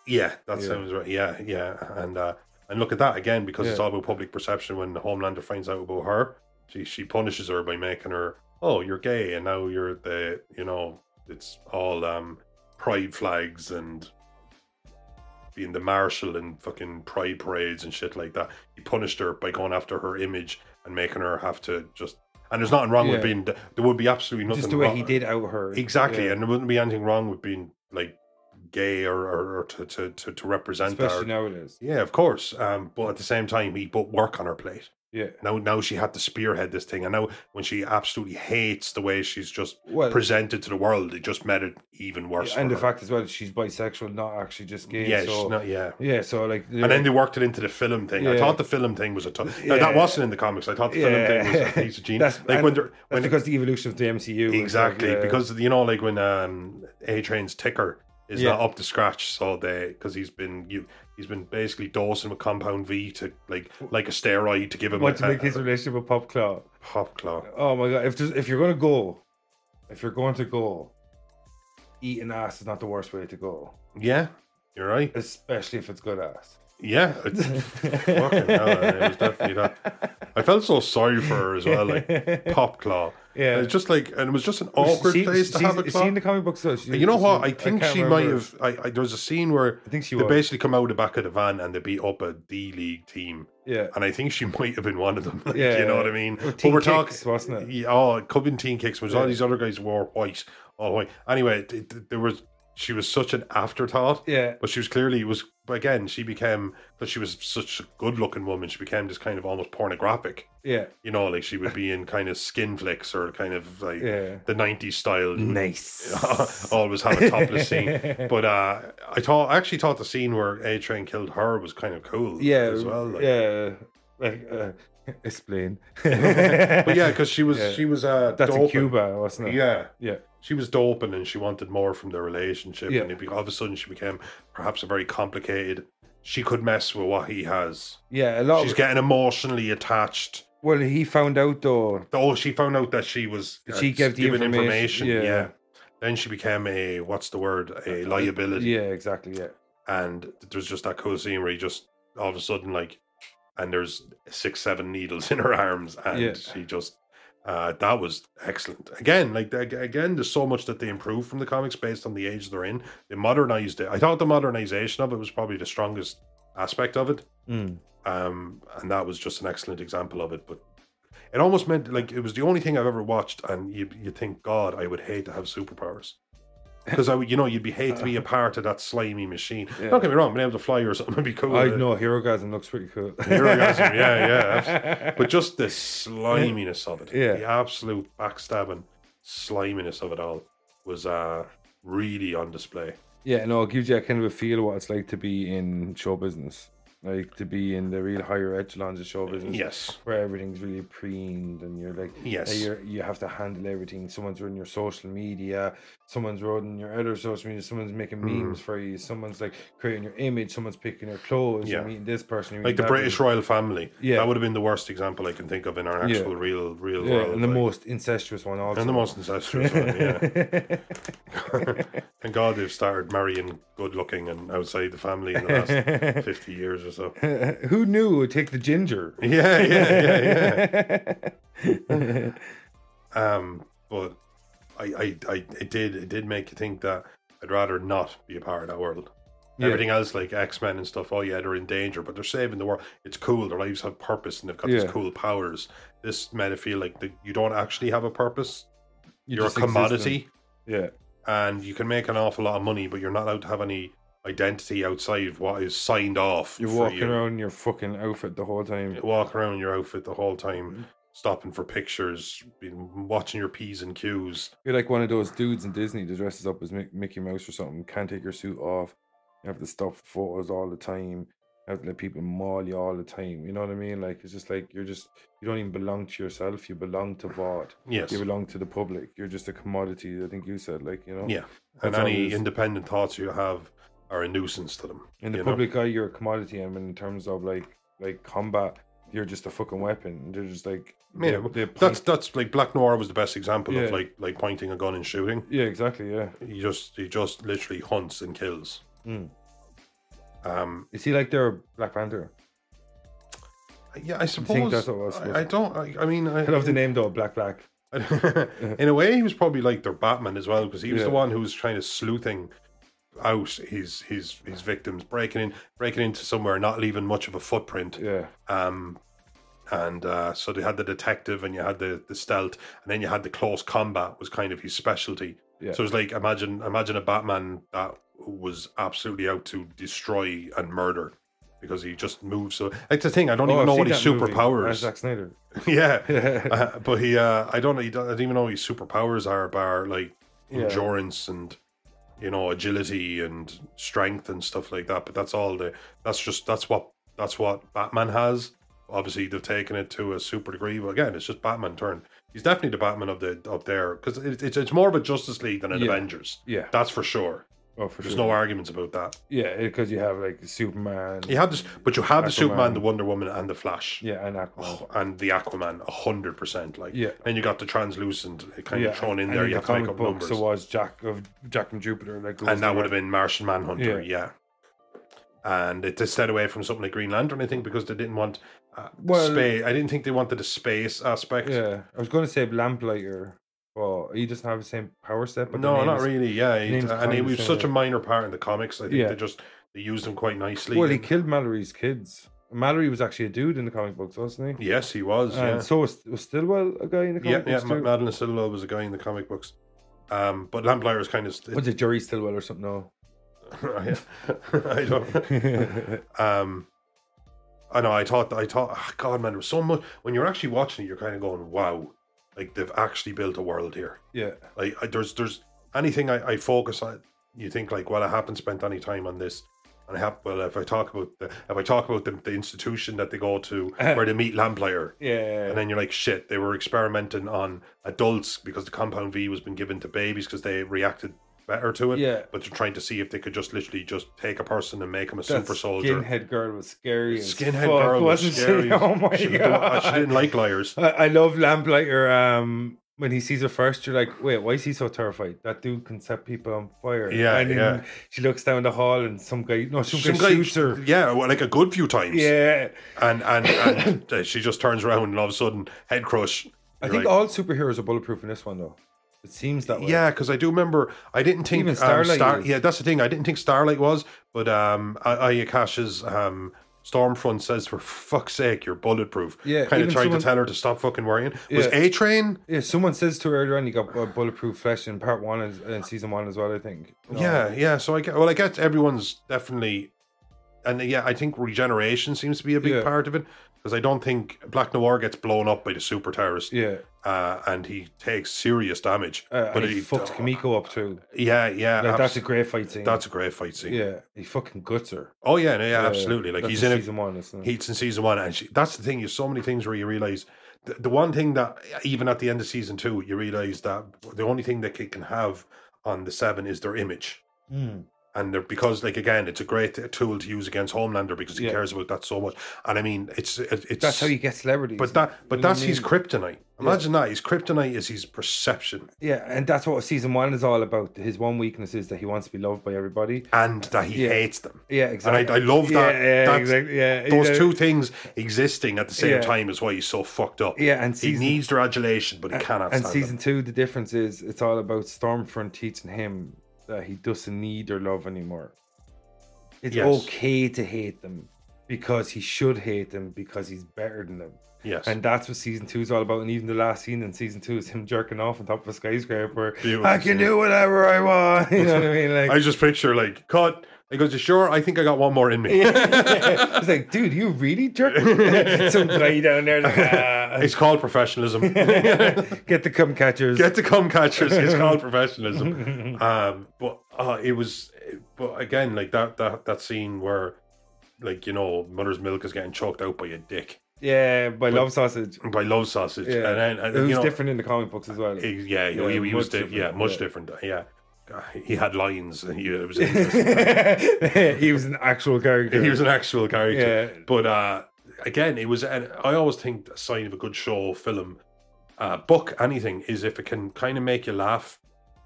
S3: Yeah, that
S2: Yeah.
S3: sounds right. Yeah, yeah, and uh, and look at that again because it's
S2: Yeah.
S3: all about public perception. When Homelander finds out about her, she she punishes her by making her oh you're gay and now you're the you know it's all um pride flags and being the marshal and fucking pride parades and shit like that. He punished her by going after her image and making her have to just and there's nothing wrong with
S2: Yeah.
S3: being there would be absolutely nothing
S2: Just the way
S3: wrong.
S2: he did out her.
S3: Exactly,
S2: yeah.
S3: and there wouldn't be anything wrong with being like gay or or, or to, to to to represent that.
S2: especially now it is.
S3: Yeah, of course. Um, but at the same time, he put work on her plate.
S2: Yeah.
S3: Now, now she had to spearhead this thing, and now when she absolutely hates the way she's just
S2: Well,
S3: presented to the world, it just made it even worse.
S2: Uh, and
S3: for
S2: the
S3: her.
S2: fact as well that she's bisexual, not actually just gay.
S3: uh, yeah,
S2: so,
S3: she's not, yeah.
S2: yeah, so like,
S3: And then they worked it into the film thing. I
S2: Yeah.
S3: thought the film thing was a tough. No,
S2: Yeah.
S3: that wasn't in the comics. I thought the film thing was a
S2: Yeah.
S3: piece of genius.
S2: That's-
S3: like
S2: and
S3: when they're
S2: that's
S3: when
S2: because the evolution of the MCU. is like,
S3: Exactly,
S2: yeah,
S3: because you know, like when um, A Train's ticker is
S2: Yeah.
S3: not up to scratch, so they because he's been you he's been basically dosing with compound V to like like a steroid to give him uh,
S2: what to
S3: a,
S2: make
S3: a,
S2: his relationship with Pop Claw.
S3: pop claw.
S2: Oh my god! If there's, if you're gonna go, if you're going to go, eating ass is not the worst way to go,
S3: Yeah, you're right.
S2: especially if it's good ass.
S3: Yeah, it's, fucking hell, it was definitely that. I felt so sorry for her as well, like pop claw.
S2: Yeah.
S3: it's just like and it was just an awkward
S2: She-
S3: place to
S2: she's-
S3: have a
S2: is
S3: claw.
S2: she in the comic books though? She-
S3: you know what?
S2: she-
S3: I think
S2: can't
S3: she might
S2: remember.
S3: have. I, I there was a scene where.
S2: I think she
S3: They
S2: was.
S3: basically come out the back of the van and they beat up a D League team.
S2: yeah.
S3: and I think she might have been one of them. Like, you
S2: Yeah,
S3: know
S2: yeah.
S3: what I mean?
S2: Or
S3: but
S2: Teen
S3: we're
S2: Kicks,
S3: talking,
S2: wasn't it?
S3: Yeah, oh, it could have been Teen Kicks, because all
S2: Yeah.
S3: these other guys wore white, all white. Anyway, it, it- there was she was such an afterthought,
S2: Yeah.
S3: but she was clearly was again she became because she was such a good-looking woman. She became this kind of almost pornographic.
S2: Yeah.
S3: You know, like she would be in kind of skin flicks or kind of like
S2: Yeah. Oh,
S3: the '90s style. you would
S2: Nice.
S3: always have a topless scene. But uh, I thought I actually thought the scene where A Train killed her was kind of cool.
S2: yeah,
S3: as well. like.
S2: yeah, like uh, explain.
S3: but yeah, because she was
S2: Yeah.
S3: she was uh,
S2: that's in
S3: doping.
S2: Cuba, wasn't it?
S3: Yeah,
S2: yeah,
S3: she was doping, and she wanted more from their relationship.
S2: Yeah.
S3: And it be, all of a sudden, she became perhaps a very complicated. She could mess with what he has.
S2: yeah. A lot.
S3: She's
S2: of,
S3: getting emotionally attached.
S2: well, he found out though.
S3: Oh, she found out that she was uh,
S2: That she gave the
S3: given
S2: information,
S3: Yeah.
S2: yeah.
S3: Then she became a what's the word a liability,
S2: Yeah, exactly. Yeah,
S3: and there's just that cool scene where he just all of a sudden like, and there's six seven needles in her arms, and
S2: Yeah.
S3: she just uh, that was excellent. Again, like ag- again, there's so much that they improved from the comics based on the age they're in. They modernized it. I thought the modernization of it was probably the strongest aspect of it,
S2: Mm.
S3: um, and that was just an excellent example of it. But it almost meant like it was the only thing I've ever watched, and you you think, God, I would hate to have superpowers. Because I, would, you know, you'd be hate to be a part of that slimy machine.
S2: Yeah.
S3: Don't get me wrong, being able to fly or something would be cool.
S2: I
S3: uh,
S2: know. Hero Gasm looks pretty cool.
S3: Herogasm, yeah, yeah, but just the sliminess of it,
S2: Yeah.
S3: the absolute backstabbing sliminess of it all was uh, really on display.
S2: yeah, no, it gives you a kind of a feel of what it's like to be in show business, like to be in the real higher echelons of show business.
S3: Yes,
S2: where everything's really preened and you're like
S3: Yes.
S2: uh, you're, you have to handle everything someone's running your social media someone's running your other social media someone's making
S3: Mm.
S2: memes for you someone's like creating your image someone's picking your clothes
S3: Yeah.
S2: you're meeting this person you're
S3: like the
S2: meeting that
S3: British
S2: person.
S3: royal family.
S2: Yeah.
S3: that would have been the worst example I can think of in our
S2: Yeah.
S3: actual real, real
S2: yeah,
S3: world.
S2: and the
S3: like-
S2: most incestuous one also
S3: and the most incestuous one. Yeah, thank God they've started marrying good-looking and outside the family in the last fifty years or so.
S2: who knew it would take the ginger
S3: Yeah, yeah, yeah, yeah. Um, but I, I, I, it did, it did make you think that I'd rather not be a part of that world.
S2: Yeah.
S3: Everything else, like X Men and stuff, oh yeah, they're in danger, but they're saving the world. It's cool. Their lives have purpose, and they've got
S2: Yeah.
S3: these cool powers. This made it feel like that you don't actually have a purpose. You're a
S2: just exist in-
S3: commodity
S2: Yeah.
S3: and you can make an awful lot of money, but you're not allowed to have any identity outside of what is signed off.
S2: You're
S3: for
S2: walking
S3: you.
S2: around in your fucking outfit the whole time.
S3: You walk around in your outfit the whole
S2: Mm-hmm.
S3: time, stopping for pictures, being, watching your p's and q's.
S2: You're like one of those dudes in Disney that dresses up as Mic- Mickey Mouse or something. Can't take your suit off. You have to stop for photos all the time. You have to let people maul you all the time. You know what I mean? Like it's just like you're just you don't even belong to yourself. You belong to VOD.
S3: Yes,
S2: You belong to the public. You're just a commodity. I think you said like you know.
S3: yeah, and
S2: That's all it
S3: any
S2: is.
S3: independent thoughts you have are a nuisance to them.
S2: In the
S3: you know?
S2: public eye, you're a commodity. I mean, in terms of like like combat, you're just a fucking weapon. And They're just like
S3: Yeah,
S2: they- they point-
S3: That's that's like Black Noir was the best example
S2: Yeah.
S3: of like like pointing a gun and shooting.
S2: yeah, exactly. Yeah.
S3: He just he just literally hunts and kills.
S2: Mm.
S3: Um,
S2: Is he like their Black Panther?
S3: yeah, I suppose.
S2: that's what it was, was
S3: I, I
S2: it?
S3: don't. I, I mean, I,
S2: I love the name though, Black Black.
S3: in a way, he was probably like their Batman as well because he was the
S2: Yeah.
S3: one who was trying to sleuthing out his his his victims, breaking in, breaking into somewhere, not leaving much of a footprint.
S2: Yeah.
S3: Um, and uh, so they had the detective, and you had the the stealth, and then you had the close combat was kind of his specialty.
S2: Yeah.
S3: So it's like imagine imagine a Batman that was absolutely out to destroy and murder. Because he just moves so. That's the thing. I don't
S2: Oh,
S3: even
S2: I've
S3: know
S2: seen
S3: what his
S2: that movie. Uh,
S3: superpowers.
S2: Zack Snyder.
S3: yeah,
S2: yeah.
S3: uh, but he, uh, I don't know, he do- I don't even know what his superpowers are, bar like
S2: Yeah.
S3: endurance and you know agility and strength and stuff like that. But that's all the. That's just that's what that's what Batman has. Obviously, they've taken it to a super degree. But again, it's just Batman turn. He's definitely the Batman of the of there because it, it's it's more of a Justice League than an
S2: Yeah.
S3: Avengers. That's for sure.
S2: Oh, for
S3: There's
S2: sure.
S3: no arguments about that.
S2: yeah, because you have like Superman.
S3: You have this, but you have the Superman,
S2: Aquaman.
S3: the Wonder Woman, and the Flash.
S2: Yeah, and Aquaman.
S3: Oh, and the Aquaman, hundred percent. Like,
S2: Yeah.
S3: Then you got the translucent uh, kind
S2: yeah,
S3: of thrown in
S2: and
S3: there. You
S2: the
S3: have to make
S2: comic
S3: up
S2: books,
S3: numbers,
S2: so was Jack of Jack and Jupiter, like
S3: and that would have been Martian Manhunter. Yeah. And it they stayed away from something like Green Lantern, I think, because they didn't want uh,
S2: Well-
S3: space. I didn't think they wanted the space aspect.
S2: Yeah, I was going to say Lamplighter, but he doesn't have the same power set. But the
S3: no,
S2: name
S3: not
S2: is-
S3: really. Yeah, it-
S2: name's
S3: and he
S2: kinda
S3: was such a
S2: similar.
S3: minor part in the comics. I think
S2: Yeah.
S3: they just they used him quite nicely.
S2: Well, he
S3: and-
S2: killed Mallory's kids. Mallory was actually a dude in the comic books, wasn't he?
S3: yes, he was.
S2: and
S3: yeah.
S2: so was, was Stillwell a guy in the
S3: yeah,
S2: comic
S3: yeah.
S2: books
S3: Ma-
S2: too?
S3: Madeline Stillwell was a guy in the comic books, um, but Lamplighter is kind of.
S2: was it Jerry Stillwell or something? No.
S3: I I don't. Um, I know. I thought. I thought. ah, God, man, there was so much. When you're actually watching it, you're kind of going, "Wow!" Like they've actually built a world here.
S2: yeah.
S3: Like I, there's, there's anything I, I focus on. You think like, well, I haven't spent any time on this, and I have. Well, if I talk about the, if I talk about the, the institution that they go to where they meet Lamplighter,
S2: Yeah.
S3: and then you're like, shit, they were experimenting on adults because the compound V was been given to babies because they reacted better to it.
S2: Yeah.
S3: But they're trying to see if they could just literally just take a person and make them a
S2: That
S3: super soldier.
S2: Skinhead girl was scary. as
S3: Skinhead
S2: fuck,
S3: girl was
S2: wasn't she?
S3: scary.
S2: Oh my
S3: she, don't-
S2: god!
S3: she didn't like liars.
S2: I, I love Lamplighter. Um, when he sees her first, you're like, wait, why is he so terrified? That dude can set people on fire.
S3: Yeah,
S2: and then
S3: yeah.
S2: She looks down the hall and some guy, no, some,
S3: Some
S2: guy,
S3: guy-
S2: shoots her.
S3: Yeah, well, like a good few times.
S2: Yeah,
S3: And and, and uh, she just turns around and all of a sudden head crush.
S2: I
S3: You're
S2: think
S3: like,
S2: all superheroes are bulletproof in this one though. It seems that way.
S3: yeah, because I do remember. I didn't think
S2: Even
S3: um,
S2: Starlight
S3: Star-
S2: is.
S3: yeah, that's the thing. I didn't think Starlight was, but um, I- Ayakash's um, Stormfront says, "For fuck's sake, you're bulletproof."
S2: Yeah,
S3: kind of
S2: even
S3: trying
S2: someone-
S3: to tell her to stop fucking worrying. Was
S2: Yeah.
S3: A Train?
S2: yeah. Someone says to her earlier on, you got uh, bulletproof flesh in part one and, and season one as well. I think. No.
S3: Yeah, yeah. So I get. Well, I guess everyone's definitely, and uh, yeah, I think regeneration seems to be a big
S2: Yeah.
S3: part of it because I don't think Black Noir gets blown up by the super terrorist,
S2: Yeah,
S3: uh, and he takes serious damage.
S2: uh,
S3: but
S2: and he, fucks Kamiko up too.
S3: Yeah, yeah.
S2: Like, that's
S3: abs-
S2: a great fight scene.
S3: that's a great fight scene.
S2: yeah, he fucking guts her.
S3: Oh yeah, no, yeah,
S2: Yeah,
S3: absolutely. Like
S2: that's
S3: he's in a
S2: season one, isn't it?
S3: Heats in season one, and she, that's the thing. There's so many things where you realize the, the one thing that even at the end of season two, you realize that the only thing that they can have on the seven is their image.
S2: Mm.
S3: and they're, because like again, it's a great tool to use against Homelander because he
S2: Yeah.
S3: cares about that so much. And I mean, it's it- it's
S2: That's how you get celebrities.
S3: but that but
S2: You know what
S3: that's
S2: I
S3: his
S2: mean?
S3: kryptonite. Imagine that his kryptonite is his perception
S2: yeah, and that's what season one is all about. His one weakness is that he wants to be loved by everybody.
S3: and that he
S2: Yeah.
S3: hates them.
S2: Yeah, exactly.
S3: And I, I love that.
S2: Yeah, yeah,
S3: that's-
S2: exactly. Yeah, you
S3: Those
S2: know,
S3: two things existing at the same
S2: Yeah.
S3: time is why he's so fucked up.
S2: Yeah, and
S3: he
S2: season-
S3: needs their adulation, but he cannot.
S2: And
S3: stand
S2: season
S3: them.
S2: two, the difference is it's all about Stormfront teaching him that he doesn't need their love anymore. It's
S3: Yes.
S2: okay to hate them because he should hate them because he's better than them.
S3: yes,
S2: And that's what season two is all about. And even the last scene in season two is him jerking off on top of a skyscraper.
S3: Beautiful
S2: I can
S3: scene.
S2: do whatever I want. You know what I mean? Like,
S3: I just picture like cut. He goes, "You "Sure, I think I got one more in me."
S2: it's like, dude, you really jerk? Some guy down there, like, ah.
S3: it's called professionalism.
S2: get the cum catchers.
S3: Get the cum catchers. It's called professionalism. Um, but uh, it was, but again, like that that that scene where, like you know, mother's milk is getting choked out by a dick
S2: yeah, by love sausage.
S3: by love sausage,
S2: Yeah.
S3: and then and,
S2: it was
S3: you know,
S2: different in the comic books as well.
S3: it- yeah,
S2: Yeah,
S3: he, he was
S2: much
S3: di-
S2: different,
S3: yeah, much
S2: yeah.
S3: different, yeah. God, He had lines. and He, it was interesting.
S2: he was an actual character.
S3: he was an actual character.
S2: Yeah.
S3: But uh, again, it was. And I always think a sign of a good show, film, uh, book, anything is if it can kind of make you laugh.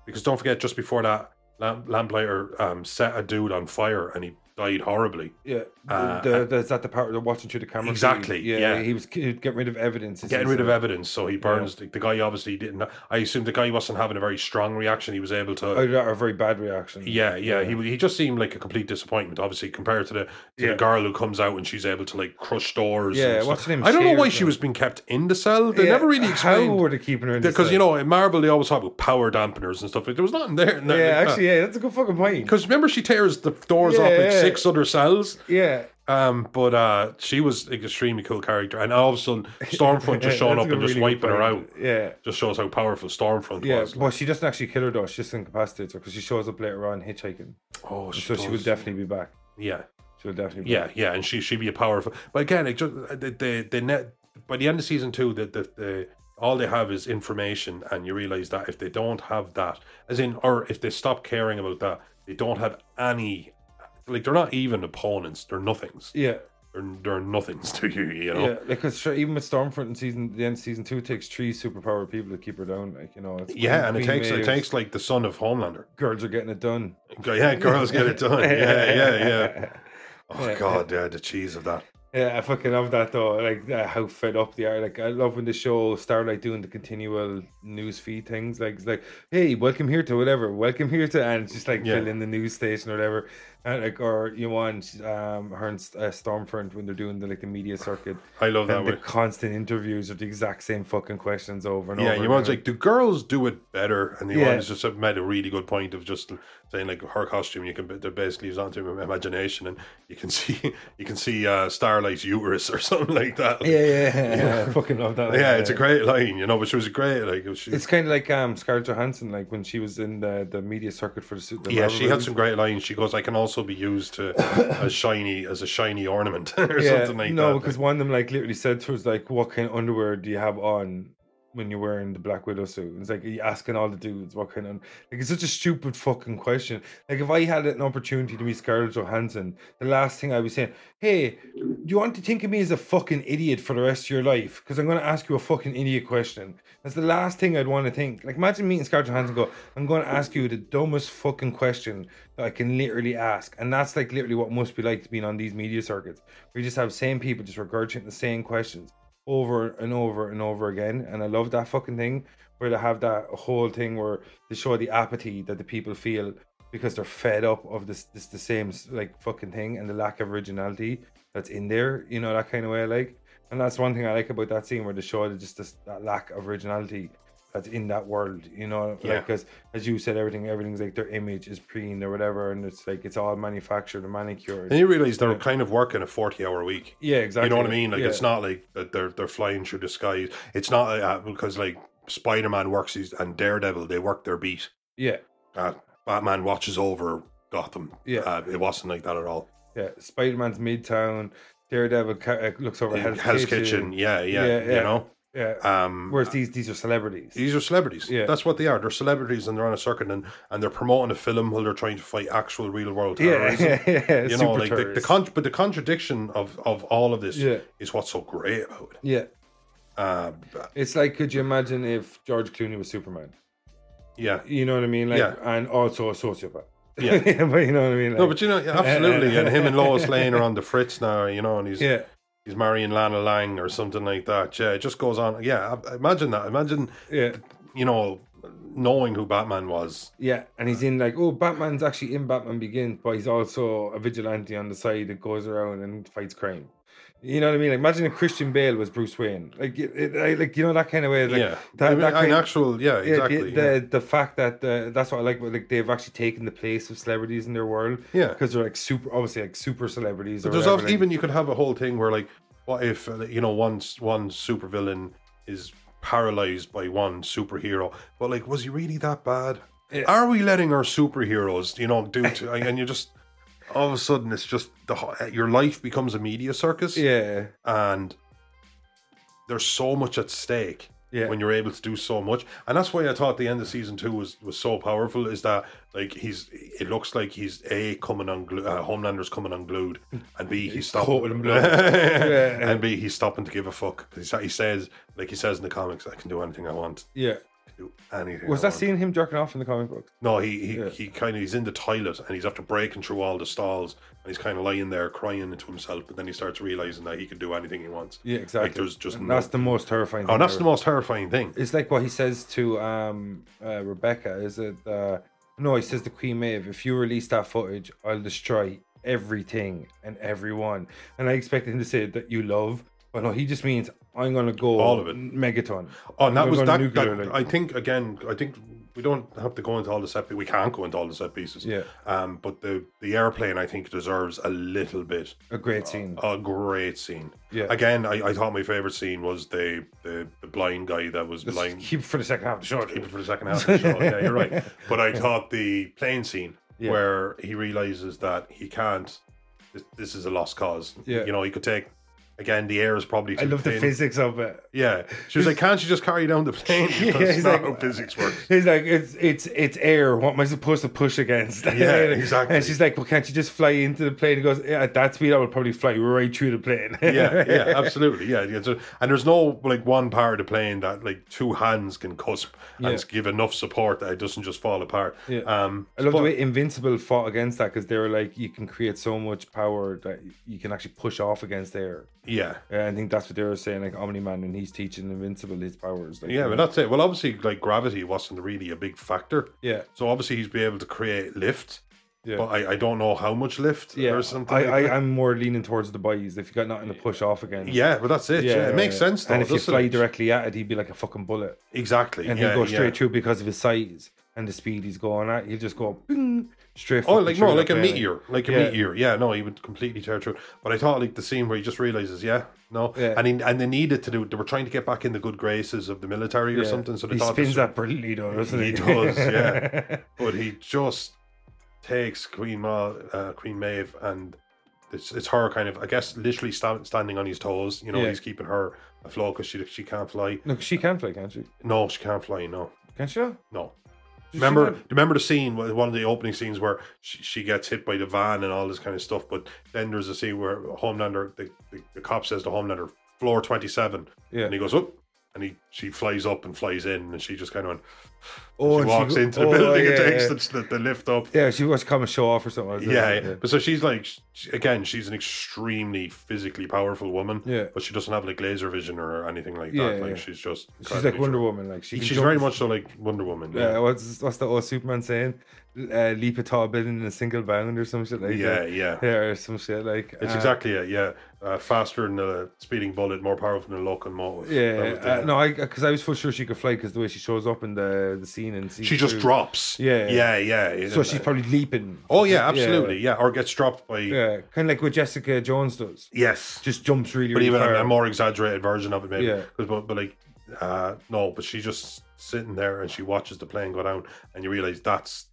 S3: Because don't forget, just before that, Lam- Lamplighter um, set a dude on fire and he died horribly.
S2: yeah.
S3: uh,
S2: the, the, is that the part they're watching through the camera? feed?
S3: Exactly, yeah.
S2: he was he'd get rid of evidence. is
S3: Getting
S2: he
S3: rid of
S2: said.
S3: evidence, so he burns the, the guy. Obviously, didn't. I assume the guy wasn't having a very strong reaction. He was able to.
S2: Either that or a very bad reaction.
S3: Yeah, yeah, He he just seemed like a complete disappointment, obviously, compared to the to
S2: Yeah.
S3: the girl who comes out and she's able to like crush doors. and
S2: Yeah,
S3: stuff.
S2: what's her name?
S3: I don't know why
S2: Shears,
S3: she
S2: no?
S3: was being kept in the cell. They
S2: Yeah,
S3: never really
S2: How
S3: explained
S2: were they keeping her in?
S3: because
S2: this thing?
S3: you know in Marvel they always talk about power dampeners and stuff. Like, there was nothing there.
S2: Yeah, actually, yeah, that's a good fucking point.
S3: Because remember, she tears the doors off
S2: Yeah,
S3: like
S2: yeah.
S3: six other cells.
S2: Yeah,
S3: Um, but uh, she was an extremely cool character, and all of a sudden, Stormfront just showing
S2: That's
S3: up
S2: a
S3: and just
S2: really good
S3: wiping her out
S2: point. Yeah.
S3: just shows how powerful Stormfront
S2: Yeah,
S3: was.
S2: well, she doesn't actually kill her though. She just incapacitates her because she shows up later on hitchhiking.
S3: oh,
S2: so she will
S3: does.
S2: definitely be back.
S3: yeah.
S2: She will definitely. Be
S3: Yeah,
S2: back.
S3: yeah, and she she'd be a powerful. But again, it just uh, the the, the net by the end of season two, the, the the all they have is information, and you realize that if they don't have that, as in, or if they stop caring about that, they don't have any. Like they're not even opponents; they're nothings.
S2: yeah,
S3: They're, they're nothings to you. You know.
S2: yeah. Like, 'cause sure, even with Stormfront in season, the end of season two it takes three superpowered people to keep her down. Like you know, it's
S3: Yeah, and it
S2: Queen
S3: takes it
S2: Maeve's
S3: takes like the son of Homelander.
S2: girls are getting it done.
S3: Go- Yeah, girls get it done. Yeah, yeah, yeah. Oh God, yeah, the cheese of that.
S2: Yeah, I fucking love that though. Like uh, how fed up they are. Like I love when the show start like doing the continual news feed things. Like it's like, hey, welcome here to whatever, welcome here to, and it's just like
S3: Yeah.
S2: fill in the news station or whatever. And like, or you want um her and S- uh, Stormfront when they're doing the like the media circuit.
S3: I love that
S2: And the
S3: way.
S2: constant interviews are the exact same fucking questions over and
S3: Yeah,
S2: over.
S3: your mom's
S2: again.
S3: like, do girls do it better? And the
S2: Yeah.
S3: one's just made a really good point of just saying like her costume, you can they're basically is onto your imagination, and you can see you can see uh, Starlight's uterus or something like that. Like,
S2: yeah, yeah, yeah, yeah. I fucking love that.
S3: yeah,
S2: line,
S3: it's a great line, you know. But she was great, like she,
S2: It's kind of like um Scarlett Johansson, like when she was in the, the media circuit for the suit.
S3: yeah, she had some great lines. She goes, I can also be used to as shiny as a shiny ornament or something like
S2: no,
S3: that.
S2: because one of them like literally said to us like, "What kind of underwear do you have on when you're wearing the Black Widow suit?" And it's like you asking all the dudes what kind of like it's such a stupid fucking question. Like if I had an opportunity to meet Scarlett Johansson, the last thing I was saying, "Hey, do you want to think of me as a fucking idiot for the rest of your life?" Because I'm going to ask you a fucking idiot question. That's the last thing I'd want to think. Like imagine meeting Scarlett Johansson. and Go, I'm going to ask you the dumbest fucking question that I can literally ask, and that's like literally what it must be like to being on these media circuits. We just have same people just regurgitating the same questions over and over and over again. And I love that fucking thing where they have that whole thing where they show the apathy that the people feel because they're fed up of this this the same like fucking thing and the lack of originality that's in there. You know that kind of way, like. And that's one thing I like about that scene where they show the- just this, that lack of originality that's in that world. You know,
S3: Yeah.
S2: like because as you said, everything everything's like their image is preened or whatever, and it's like it's all manufactured and manicured.
S3: and you realize they're kind of working a forty-hour week.
S2: yeah, exactly.
S3: You know what I mean? Like
S2: yeah.
S3: it's not like that they're they're flying through the skies. It's not like, uh, because like Spider Man works his and Daredevil they work their beat.
S2: Yeah,
S3: Uh, Batman watches over Gotham.
S2: Yeah.
S3: uh, it wasn't like that at all.
S2: yeah. Spider Man's Midtown. Daredevil ca- uh, looks over
S3: Hell's,
S2: Hell's,
S3: Kitchen. Yeah, yeah,
S2: Yeah, yeah.
S3: You know,
S2: Yeah.
S3: Um,
S2: Whereas these these are celebrities.
S3: these are celebrities.
S2: Yeah.
S3: That's what they are. They're celebrities and they're on a circuit and, and they're promoting a film while they're trying to fight actual real world
S2: Yeah,
S3: terrorism.
S2: yeah, yeah.
S3: You
S2: super
S3: know, like the, the
S2: terrorists.
S3: con- but the contradiction of, of all of this
S2: Yeah.
S3: is what's so great about it.
S2: yeah.
S3: Um,
S2: It's like, could you imagine if George Clooney was Superman?
S3: yeah,
S2: You know what I mean? Like,
S3: Yeah.
S2: and also a sociopath.
S3: Yeah.
S2: but you know what I mean? Like,
S3: no, but you know, yeah, absolutely. and him and Lois Lane are on the fritz now. You know, and he's
S2: yeah,
S3: he's marrying Lana Lang or something like that. Yeah, it just goes on. Yeah, I- I imagine that. Imagine
S2: yeah,
S3: you know knowing who Batman was.
S2: yeah. And he's in like, oh, Batman's actually in Batman Begins, but he's also a vigilante on the side that goes around and fights crime. You know what I mean? Like, imagine if Christian Bale was Bruce Wayne. Like, it, it, I- like you know that kind of way. Like,
S3: yeah,
S2: that,
S3: I mean,
S2: that
S3: an
S2: kind-
S3: actual. Yeah,
S2: yeah, the-
S3: exactly.
S2: the,
S3: yeah.
S2: the fact that uh, that's what I like. Like they've actually taken the place of celebrities in their world
S3: yeah.
S2: because they're like super, obviously like super celebrities. Or
S3: But there's
S2: whatever,
S3: also,
S2: like-
S3: even you could have a whole thing where like, what if uh, you know one s- one supervillain is paralyzed by one superhero, but like, was he really that bad?
S2: Yeah.
S3: Are we letting our superheroes, you know, do to, and you just all of a sudden it's just the ho- uh, your life becomes a media circus,
S2: yeah,
S3: and there's so much at stake
S2: yeah,
S3: when you're able to do so much. And that's why I thought the end of season two was was so powerful. Is that like he's it looks like he's a coming on glu- uh, Homelander's coming unglued, and b he's
S2: Coated in
S3: stopping
S2: blood. Yeah.
S3: and b he's stopping to give a fuck 'Cause he says like he says in the comics, I can do anything I want,
S2: yeah.
S3: I can do anything.
S2: Was
S3: I
S2: that
S3: want."
S2: seeing him jerking off in the comic books?
S3: No, he he,
S2: Yeah.
S3: he kind of he's in the toilet and he's after breaking through all the stalls and he's kind of lying there crying into himself. But then he starts realizing that he can do anything he wants.
S2: Yeah, exactly.
S3: Like there's just
S2: And
S3: no,
S2: that's the most terrifying.
S3: oh,
S2: thing
S3: that's
S2: ever.
S3: the most terrifying thing.
S2: It's like what he says to um uh, Rebecca. Is it? Uh, no, he says to Queen Maeve, "If you release that footage, I'll destroy everything and everyone." And I expected him to say that you love, but no, he just means I'm gonna go
S3: All of it.
S2: megaton.
S3: Oh, and that
S2: We're
S3: was
S2: going
S3: that.
S2: nuclear,
S3: that-
S2: like-
S3: I think again. I think we don't have to go into all the set. We can't go into all the set pieces.
S2: Yeah,
S3: Um, but the the airplane, I think, deserves a little bit.
S2: a great scene.
S3: A great scene.
S2: Mm. Yeah.
S3: Again, I, I thought my favorite scene was the the, the blind guy that was
S2: Let's
S3: blind.
S2: keep it for the second half of the show.
S3: Keep it for the second half of the show. Yeah, you're right. But I thought the plane scene
S2: Yeah.
S3: where he realizes that he can't. This, this is a lost cause.
S2: Yeah.
S3: You know, he could take. Again, the air is probably.
S2: I
S3: too
S2: love the
S3: thin.
S2: physics of it.
S3: Yeah, she was like, "Can't you just carry down the plane?"
S2: Yeah,
S3: That's
S2: he's
S3: not
S2: like-
S3: how physics works.
S2: He's like, it's it's it's air. What am I supposed to push against?
S3: Yeah, exactly.
S2: And she's like, well, can't you just fly into the plane? He goes, yeah, at that speed, I would probably fly right through the plane.
S3: Yeah, yeah, absolutely. Yeah, yeah. So- and there's no like one part of the plane that like two hands can cusp
S2: Yeah.
S3: and give enough support that it doesn't just fall apart.
S2: Yeah.
S3: Um,
S2: I love
S3: but-
S2: the way Invincible fought against that because they were like, you can create so much power that you can actually push off against air.
S3: Yeah,
S2: Yeah, I think that's what they were saying, like Omni Man, and he's teaching Invincible his powers. Like,
S3: yeah, but that's it. Well, obviously, like gravity wasn't really a big factor,
S2: yeah,
S3: so obviously he's been able to create lift.
S2: Yeah.
S3: But I, I don't know how much lift
S2: yeah.
S3: or something.
S2: I,
S3: like that.
S2: I, I'm more leaning towards the buys if you got nothing to push off against.
S3: yeah, but that's it. Yeah, it makes sense. Though,
S2: and if you
S3: doesn't
S2: fly
S3: it?
S2: directly at it, he'd be like a fucking bullet.
S3: exactly,
S2: and
S3: yeah,
S2: he'll go
S3: yeah.
S2: straight through because of his size and the speed he's going at. He'll just go bing, straight.
S3: Oh,
S2: fucking
S3: like
S2: through
S3: no,
S2: that
S3: like a
S2: plane.
S3: meteor, like a
S2: Yeah.
S3: meteor. Yeah, no, he would completely tear through. But I thought like the scene where he just realizes, yeah, no,
S2: Yeah.
S3: and he, and they needed to do. They were trying to get back in the good graces of the military or
S2: Yeah.
S3: something. So they
S2: he
S3: thought
S2: spins
S3: this,
S2: that brilliantly, though, doesn't he?
S3: He does, yeah. but he just takes Queen Ma, uh, Queen Maeve, and it's it's her kind of, I guess, literally stand, standing on his toes. You know,
S2: Yeah.
S3: he's keeping her afloat because she she can't fly.
S2: Look, she can fly, can't she?
S3: No, she can't fly. No,
S2: Can she? Does
S3: no.
S2: she
S3: Remember,
S2: fly?
S3: remember the scene, one of the opening scenes where she, she gets hit by the van and all this kind of stuff. But then there's a scene where Homelander, the, the, the cop says to Homelander, floor 27.
S2: Yeah.
S3: And he goes, up. And he, she flies up and flies in. And she just kind of went,
S2: Oh,
S3: she
S2: and she
S3: walks
S2: go-
S3: into the
S2: oh,
S3: building
S2: yeah,
S3: and takes
S2: yeah.
S3: the, the lift up.
S2: Yeah, she was coming show off or something. wasn't it?
S3: Yeah, yeah. But so she's like, she, again, she's an extremely physically powerful woman.
S2: Yeah.
S3: But she doesn't have like laser vision or anything like that.
S2: Yeah,
S3: like
S2: yeah.
S3: she's just.
S2: She's like
S3: incredibly
S2: Wonder
S3: strong.
S2: Woman. Like she can
S3: She's
S2: jump-
S3: very much so like Wonder Woman.
S2: Yeah, what's what's the old Superman saying? Uh, leap a tall building in a single bound or some shit like
S3: yeah.
S2: that.
S3: yeah.
S2: Yeah, or some shit like
S3: It's
S2: uh,
S3: exactly it, yeah. Uh, faster than a speeding bullet, more powerful than a locomotive. That was
S2: Yeah,
S3: the-
S2: uh, no, I because I was for sure she could fly because the way she shows up in the the scene and
S3: she just drops.
S2: Yeah.
S3: yeah, yeah.
S2: So she's probably leaping.
S3: oh yeah, absolutely, yeah. Or gets dropped by
S2: Yeah, kind of like what Jessica Jones does.
S3: yes,
S2: Just jumps really,
S3: but
S2: really
S3: even
S2: far.
S3: a, a more exaggerated version of it, maybe.
S2: Yeah.
S3: 'Cause- But, but like, uh, no, but she's just sitting there and she watches the plane go down, and you realize that's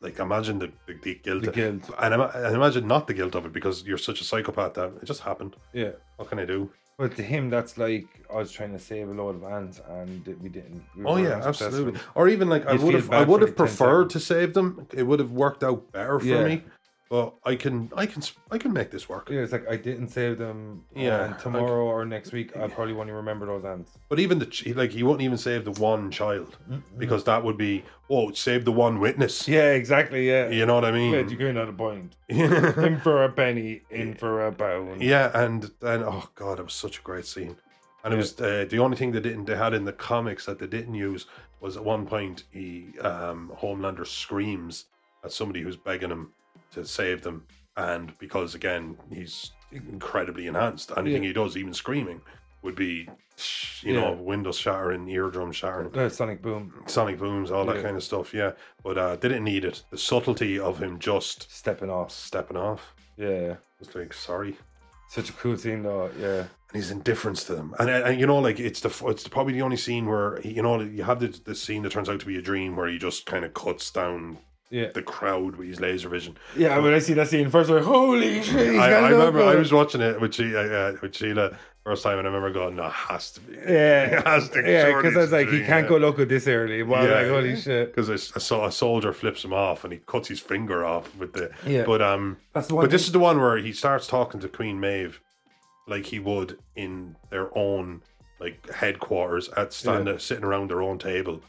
S3: like imagine the the, the guilt,
S2: The guilt.
S3: and, ima- and imagine not the guilt of it because you're such a psychopath that it just happened.
S2: yeah,
S3: What can I do?
S2: Well, to him, that's like I was trying to save a load of ants, and we didn't. we
S3: Oh
S2: were
S3: yeah,
S2: unsuccessful.
S3: absolutely. Or even like I
S2: You'd
S3: would
S2: feel
S3: have, I
S2: bad
S3: would
S2: for
S3: have
S2: the 10
S3: preferred
S2: seconds.
S3: to save them. It would have worked out better for
S2: Yeah.
S3: me. But I can, I can, sp- I can make this work.
S2: Yeah, it's like I didn't save them.
S3: Yeah,
S2: and tomorrow or next week, I probably won't even remember those ants.
S3: But even the ch- like, he won't even save the one child because that would be oh, save the one witness.
S2: Yeah, exactly. Yeah,
S3: You know what I
S2: yeah you're
S3: mean?
S2: going out of point.
S3: Yeah,
S2: In for a penny, in for a pound.
S3: and then oh god, it was such a great scene. And
S2: Yeah.
S3: it was uh, the only thing they didn't they had in the comics that they didn't use was at one point he um, Homelander screams at somebody who's begging him to save them, and because again he's incredibly enhanced, anything
S2: Yeah.
S3: he does, even screaming, would be you know
S2: Yeah.
S3: window shattering, eardrum shattering.
S2: Uh, Sonic Boom
S3: Sonic booms, all that
S2: Yeah.
S3: kind of stuff, yeah. But uh, they didn't need it. The subtlety of him just
S2: stepping off.
S3: stepping off,
S2: Yeah,
S3: just like sorry,
S2: such a cool scene though. Yeah,
S3: and his indifference to them, and, and and, you know, like it's the f- it's probably the only scene where he- you know you have the, the scene that turns out to be a dream where he just kind of cuts down
S2: yeah,
S3: the crowd with his laser vision.
S2: yeah. When I see that scene first, I'm like holy shit! he's
S3: I,
S2: got
S3: I
S2: it up,
S3: remember I
S2: brother.
S3: was watching it with Sheila, uh, with Sheila first time, and I remember going, "No, it has to be."
S2: Yeah,
S3: It has to
S2: yeah,
S3: surely
S2: because I was
S3: it's a
S2: like, he
S3: dream,
S2: can't
S3: yeah.
S2: go local this early. But I was
S3: Yeah.
S2: like, holy shit!
S3: Because I saw a soldier flips him off and he cuts his finger off with the.
S2: Yeah.
S3: But um,
S2: That's the
S3: But this is the one where he starts talking to Queen Maeve like he would in their own like headquarters at stand sitting around their own table.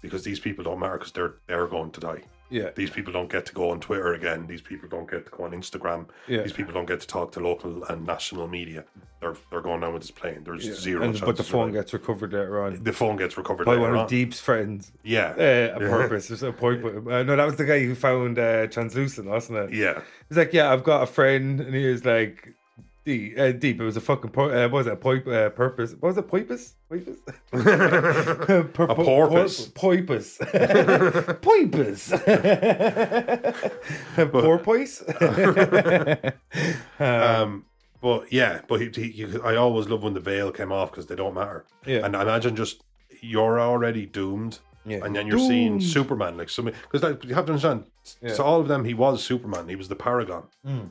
S3: Because these people don't matter because they're they're going to die.
S2: yeah,
S3: These people don't get to go on Twitter again. These people don't get to go on Instagram.
S2: yeah.
S3: These people don't get to talk to local and national media. They're they're going down with this plane. There's
S2: Yeah.
S3: zero.
S2: And, but the
S3: chances
S2: phone
S3: of it.
S2: gets recovered later on
S3: the phone gets recovered
S2: by
S3: later
S2: one
S3: on.
S2: of Deep's friends.
S3: yeah,
S2: Uh, a purpose. There's a point. Uh, no, that was the guy who found uh, translucent, wasn't it?
S3: yeah.
S2: He's like, yeah, I've got a friend, and he was like, deep, uh, deep. It was a fucking. Pur- uh, what was it? A pipe, uh, purpose. What was it? Pipus. Pipus.
S3: a porpoise.
S2: Pipus. Pipus. Porpoise. um,
S3: Um, but yeah, but he, he, you- I always love when the veil came off because they don't matter.
S2: yeah.
S3: And imagine just you're already doomed,
S2: yeah.
S3: and then you're seeing
S2: Doomed.
S3: Superman like somebody because you have to understand.
S2: Yeah.
S3: So all of them, he was Superman. He was the paragon.
S2: Mm.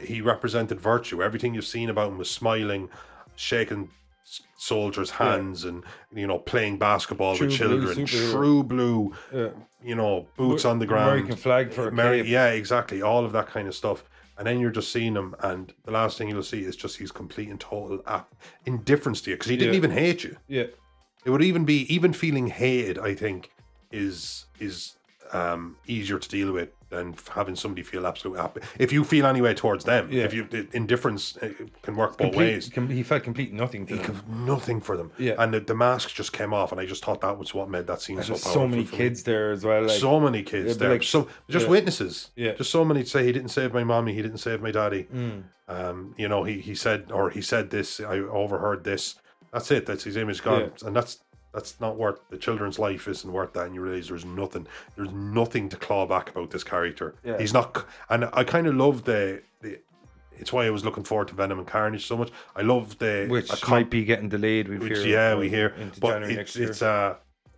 S3: He represented virtue. Everything you've seen about him was smiling, shaking s- soldiers' hands, and you know playing basketball
S2: True
S3: with
S2: blue
S3: children.
S2: superhero.
S3: True blue,
S2: yeah.
S3: you know, boots on the ground.
S2: Uh, American flag for a
S3: Mary,
S2: cape.
S3: yeah, exactly. All of that kind of stuff. And then you're just seeing him, and the last thing you'll see is just his complete and total ap- indifference to you because he didn't
S2: Yeah.
S3: even hate you.
S2: Yeah.
S3: It would even be even feeling hated. I think is is um easier to deal with than f- having somebody feel absolute happy. If you feel any way towards them,
S2: Yeah.
S3: if you the indifference uh, can work both
S2: Complete-
S3: ways.
S2: com- he felt complete nothing to
S3: He
S2: them.
S3: could nothing for them,
S2: Yeah.
S3: and the, the mask just came off, and I just thought that was what made that scene
S2: There's
S3: so
S2: just
S3: powerful.
S2: so many
S3: for me
S2: kids there as well. Like,
S3: so many
S2: it'd
S3: kids
S2: be
S3: there.
S2: like-
S3: so just
S2: yeah.
S3: witnesses.
S2: Yeah.
S3: Just so many to say he didn't save my mommy, he didn't save my daddy.
S2: Mm.
S3: Um, you know, he he said or he said this, I overheard this. That's it. That's his image gone. And that's that's not worth the children's life isn't worth that, and you realize there's nothing, there's nothing to claw back about this character.
S2: Yeah.
S3: He's not, c- and I kind of love the, the. It's why I was looking forward to Venom and Carnage so much. I love the
S2: which
S3: a com-
S2: might be getting delayed. We
S3: which
S2: hear,
S3: yeah
S2: uh,
S3: we hear
S2: into
S3: but
S2: January
S3: it's
S2: next year.
S3: it's uh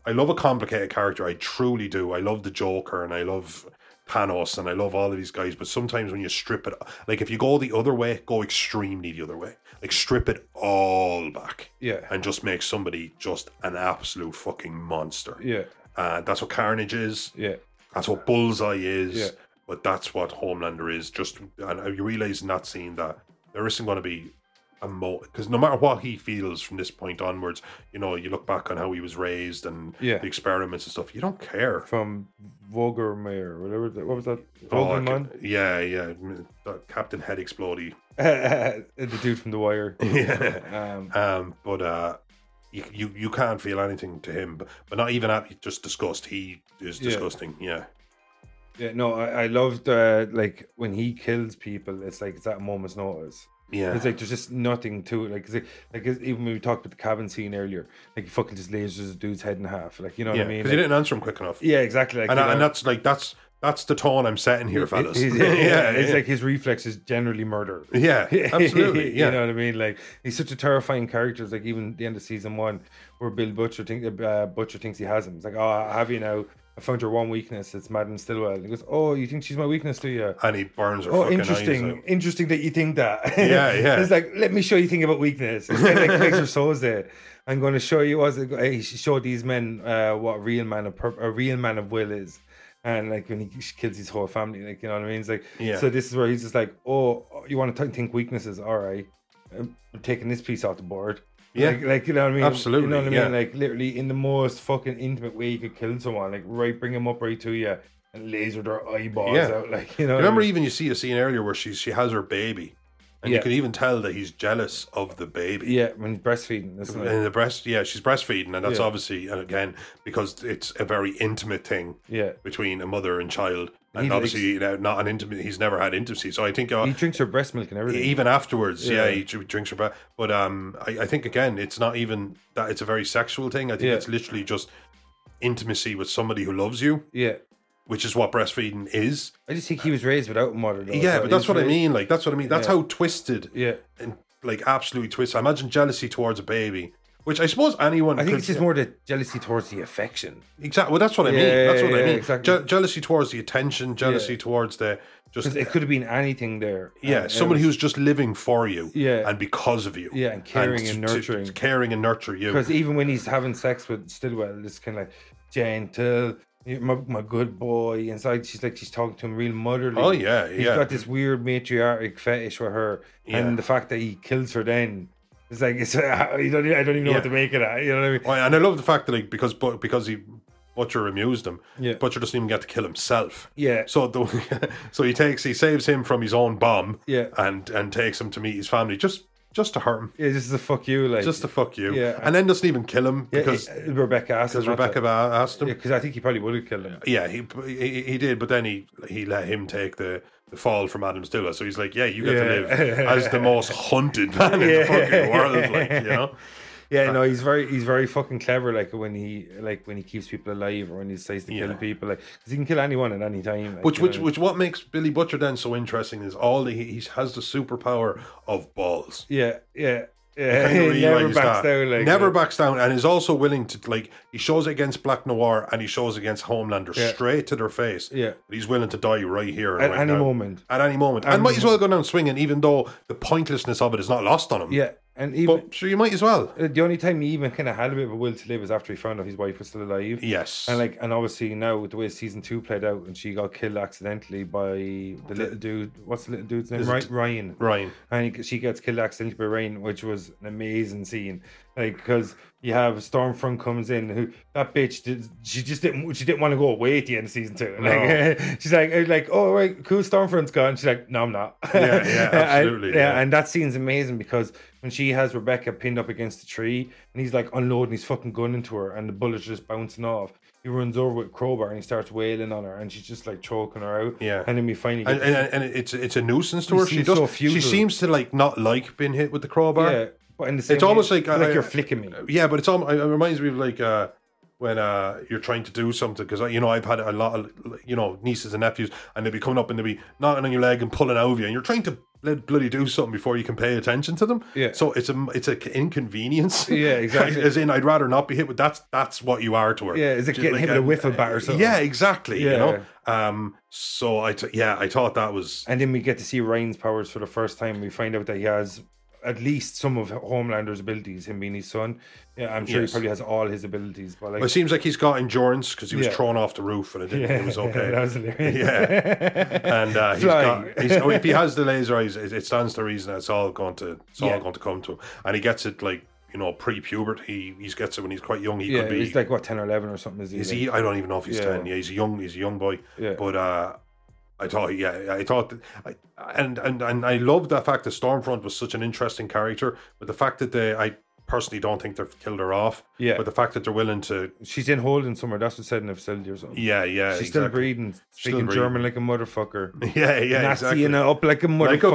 S3: i love a complicated character i truly do i love the joker and i love thanos and i love all of these guys but sometimes when you strip it like if you go the other way go extremely the other way like strip it all back
S2: yeah,
S3: and just make somebody just an absolute fucking monster
S2: yeah,
S3: uh, that's what carnage is
S2: yeah,
S3: that's what bullseye is
S2: Yeah.
S3: but that's what homelander is just and you realize in that scene that there isn't going to be a mo because no matter what he feels from this point onwards you know you look back on how he was raised and
S2: yeah.
S3: the experiments and stuff you don't care
S2: From Vogelmeer, whatever. The, what was that?
S3: Oh, I
S2: Vogelmann,
S3: could- yeah yeah mm, that captain head explodey
S2: the dude from The Wire.
S3: yeah
S2: Um,
S3: um but uh you, you you can't feel anything to him but, but not even at just disgust he is
S2: Yeah.
S3: disgusting yeah
S2: yeah, no, I, I loved uh, like when he kills people. It's like it's at a moment's notice.
S3: yeah
S2: It's like there's just nothing to it. Like, it's like, like it's- even when we talked about the cabin scene earlier, like he fucking just lasers a dude's head in half. Like you know
S3: yeah,
S2: what I mean?
S3: because
S2: Like-
S3: he didn't answer him quick enough
S2: yeah, exactly. Like,
S3: and,
S2: you
S3: I, and
S2: know-
S3: that's like that's that's the tone I'm setting here, fellas.
S2: He's- yeah, it's like his reflex is generally murder.
S3: yeah, absolutely, yeah,
S2: you know what I mean. Like he's such a terrifying character. It's like uh, even the end of season one, where Bill Butcher think uh, Butcher thinks he has him. It's like, oh, I have you now? I found your one weakness. It's Madden Stillwell. And he goes, oh, you think she's my weakness, do you?
S3: and he burns her
S2: Oh,
S3: fucking eyes
S2: interesting.
S3: out.
S2: Interesting that you think that.
S3: Yeah, yeah.
S2: it's like, let me show you think about weakness. It's kind of like Kaiser Soze there. I'm going to show you, as I show these men uh, what a real man of pur- a real man of will is. And like when he kills his whole family, like you know what I mean. It's like,
S3: Yeah.
S2: so this is where he's just like, oh, you want to think weaknesses? All right, I'm taking this piece off the board.
S3: Yeah.
S2: like, like, you know what I mean.
S3: Absolutely,
S2: you know what I mean.
S3: yeah.
S2: Like literally in the most fucking intimate way you could kill someone. Like right, bring them up right to you and laser their eyeballs
S3: Yeah.
S2: out. Like you know. what I
S3: Remember,
S2: mean?
S3: even you see a scene earlier where she she has her baby, and
S2: Yeah.
S3: you can even tell that he's jealous of the baby.
S2: Yeah, when he's breastfeeding, isn't it?
S3: And the breast, yeah, she's breastfeeding, and that's
S2: Yeah.
S3: obviously, and again, because it's a very intimate thing
S2: Yeah.
S3: between a mother and child, and
S2: He
S3: obviously, you know, not an intimate. He's never had intimacy, so I think uh,
S2: He drinks her breast milk and everything.
S3: even afterwards, yeah,
S2: Yeah.
S3: he dr- drinks her breath. But um, I, I think again, it's not even that it's a very sexual thing. I think
S2: Yeah.
S3: it's literally just intimacy with somebody who loves you,
S2: yeah.
S3: which is what breastfeeding is.
S2: I just think he was raised without a mother. Though, Oh, so
S3: yeah, but
S2: he
S3: that's
S2: was
S3: what I
S2: raised-
S3: mean. Like that's what I mean. That's
S2: Yeah.
S3: how twisted
S2: Yeah.
S3: and like absolutely twisted. I imagine jealousy towards a baby, which I suppose anyone
S2: I think
S3: could-
S2: it's just more the jealousy towards the affection.
S3: exactly. Well, that's what I mean.
S2: Yeah,
S3: that's what I
S2: yeah,
S3: mean.
S2: exactly.
S3: Je- jealousy towards the attention, jealousy towards the just
S2: Because it could have been anything there.
S3: Yeah,
S2: And it
S3: somebody
S2: was-
S3: who's just living for you,
S2: Yeah.
S3: and because of you,
S2: Yeah, and caring and
S3: to- to-
S2: nurturing.
S3: to caring and nurture you.
S2: Because even when he's having sex with Stillwell, it's kind of like gentle, you- my, my good boy. Inside, she's like, she's talking to him real motherly.
S3: Oh yeah,
S2: He's
S3: yeah.
S2: got this weird matriarchic fetish with her,
S3: Yeah.
S2: and the fact that he kills her then, it's like it's you don't I don't even know
S3: Yeah.
S2: what to make of that. You know what I mean?
S3: Oh, and I love the fact that like because but because he Butcher amused him,
S2: Yeah.
S3: Butcher doesn't even get to kill himself.
S2: Yeah,
S3: So the so he takes he saves him from his own bomb,
S2: yeah,
S3: and and takes him to meet his family just just to hurt him,
S2: yeah. Just as a fuck you, like
S3: just to fuck you,
S2: Yeah.
S3: and then doesn't even kill him
S2: Yeah,
S3: because
S2: it- Rebecca asked
S3: because Rebecca asked him.
S2: because I think he probably would have killed him.
S3: Yeah, he, he he did, but then he he let him take the, the fall from Adam Stiller. So he's like, yeah, you get
S2: Yeah.
S3: to live as the most hunted man in the
S2: Yeah.
S3: fucking world, like you know.
S2: Yeah, no, he's very he's very fucking clever. Like when he like when he keeps people alive or when he decides to
S3: Yeah.
S2: kill people, like 'cause he can kill anyone at any time. like,
S3: Which
S2: you know
S3: which
S2: what
S3: which what makes Billy Butcher then so interesting is all the, he has the superpower of balls.
S2: I mean? yeah, yeah,
S3: I
S2: yeah.
S3: kinda
S2: He never
S3: realised
S2: backs
S3: that.
S2: down. Like
S3: never
S2: uh,
S3: backs down, and is also willing to like he shows it against Black Noir and he shows it against Homelander
S2: Yeah.
S3: straight to their face.
S2: Yeah,
S3: But he's willing to die right here and
S2: at
S3: right
S2: any
S3: now.
S2: moment.
S3: At any moment, and might as well go down swinging, even though the pointlessness of it is not lost on him.
S2: Yeah, and even
S3: But sure, you might as well.
S2: uh, the only time he even kind of had a bit of a will to live is after he found out his wife was still alive.
S3: Yes.
S2: And like, and obviously now with the way season two played out, and she got killed accidentally by the little dude. What's the little dude's name?
S3: Is it-
S2: Ry- Ryan.
S3: Ryan.
S2: and he- she gets killed accidentally by rain, which was an amazing scene. Like because you have Stormfront comes in, who that bitch did, she just didn't she didn't want to go away at the end of season two. Like she's like uh, like oh right, cool, Stormfront's gone. She's like no, I'm not.
S3: Yeah, yeah,
S2: And-
S3: absolutely,
S2: yeah,
S3: yeah.
S2: and that scene's amazing because when she has Rebecca pinned up against the tree, and he's like unloading his fucking gun into her, and the bullets are just bouncing off. He runs over with a crowbar and he starts wailing on her, and she's just like choking her out.
S3: Yeah.
S2: and then we finally get
S3: And, and, and it's it's a nuisance to her. She
S2: seems
S3: does.
S2: so
S3: she
S2: futile.
S3: seems to like not like being hit with the crowbar.
S2: Yeah, but in the same
S3: It's almost like,
S2: like
S3: uh,
S2: you're flicking me.
S3: Yeah, but it's all. It reminds me of like uh, when uh, you're trying to do something because you know I've had a lot of you know nieces and nephews, and they'll be coming up and they'll be knocking on your leg and pulling over you, and you're trying to let bloody do something before you can pay attention to them.
S2: Yeah.
S3: So it's a it's a inconvenience.
S2: Yeah, exactly.
S3: As in, I'd rather not be hit with that's that's what you are to her.
S2: Yeah, is it
S3: Just
S2: getting hit with a whiffle bat or something?
S3: Yeah, exactly. You
S2: Yeah.
S3: know. Um. So I t- yeah I thought that was
S2: And then we get to see Ryan's powers for the first time. We find out that he has at least some of Homelander's abilities. Him being his son, yeah, I'm sure
S3: Yes.
S2: he probably has all his abilities. But like,
S3: Well, it seems like he's got endurance because he was
S2: Yeah.
S3: thrown off the roof and it, didn't, it was okay. Uh,
S2: that was hilarious.
S3: Yeah. and uh, he's
S2: Fly.
S3: got. He's, oh, if he has the laser eyes, it, it stands to reason it's all going to it's all
S2: Yeah.
S3: going to come to him. And he gets it like you know pre-puberty. He he gets it when he's quite young. He
S2: yeah,
S3: could be.
S2: he's like what ten or eleven or something. Is he?
S3: is
S2: like?
S3: he? I don't even know if he's
S2: Yeah.
S3: ten. Yeah, he's a young. He's a young boy.
S2: Yeah.
S3: But uh, I thought. Yeah, I thought. That, I, and and and I love the fact that Stormfront was such an interesting character, but the fact that they I. Personally, don't think they've killed her off.
S2: Yeah.
S3: but the fact that they're willing to,
S2: She's in holding somewhere. That's what said in the facility or something.
S3: yeah, yeah,
S2: She's
S3: exactly.
S2: still breathing,
S3: Still
S2: speaking
S3: breathing.
S2: German like a motherfucker.
S3: Yeah, yeah,
S2: Nazi
S3: exactly.
S2: and up like a motherfucker.
S3: like a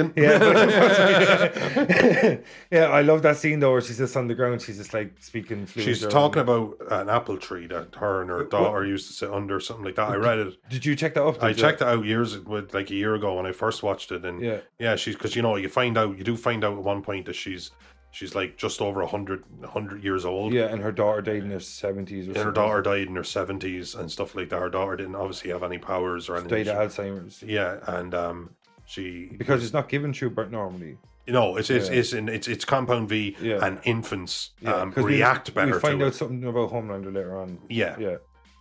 S3: Volkswagen.
S2: Yeah. yeah, I love that scene though where she's just on the ground, she's just like speaking fluent.
S3: She's
S2: German.
S3: talking about an apple tree that her and her daughter used to sit under, something like that. I read it.
S2: Did you check that up?
S3: I
S2: did you?
S3: checked it out years with like a year ago when I first watched it, and
S2: Yeah.
S3: she's because you know you find out you do find out at one point that she's She's like just over 100, 100 years old.
S2: Yeah, and her daughter died in her seventies.
S3: And her daughter died in her 70s and stuff like that. Her daughter didn't obviously have any powers or anything.
S2: died of Alzheimer's
S3: She- yeah, and um, she
S2: because it's not given true birth normally.
S3: no, it's it's
S2: Yeah.
S3: it's, in, it's it's compound V
S2: Yeah.
S3: and infants
S2: Yeah,
S3: um,
S2: 'cause we-
S3: react better
S2: We find
S3: to
S2: out
S3: it.
S2: something about Homelander later on.
S3: Yeah,
S2: Yeah,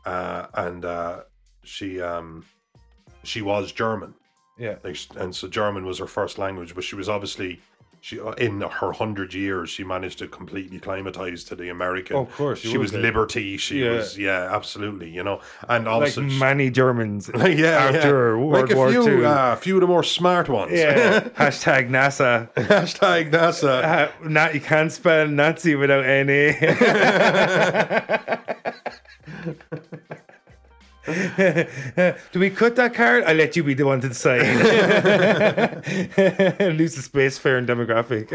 S3: Uh, and uh, she um, she was German.
S2: yeah,
S3: like sh- and so German was her first language, but she was obviously she uh, in her hundred years she managed to completely climatize to the American.
S2: Oh, of course.
S3: she
S2: you
S3: was
S2: would be.
S3: liberty. She
S2: Yeah.
S3: was yeah, absolutely. You know, and
S2: like
S3: obviously. she-
S2: many Germans
S3: yeah, yeah.
S2: after World
S3: like a
S2: War
S3: few,
S2: Two.
S3: uh, few of the more smart ones.
S2: yeah, hashtag NASA.
S3: Hashtag NASA.
S2: Uh, not you can't spell Nazi without any. Do we cut that card? I'll let you be the one to decide. Lose the space fair and demographic.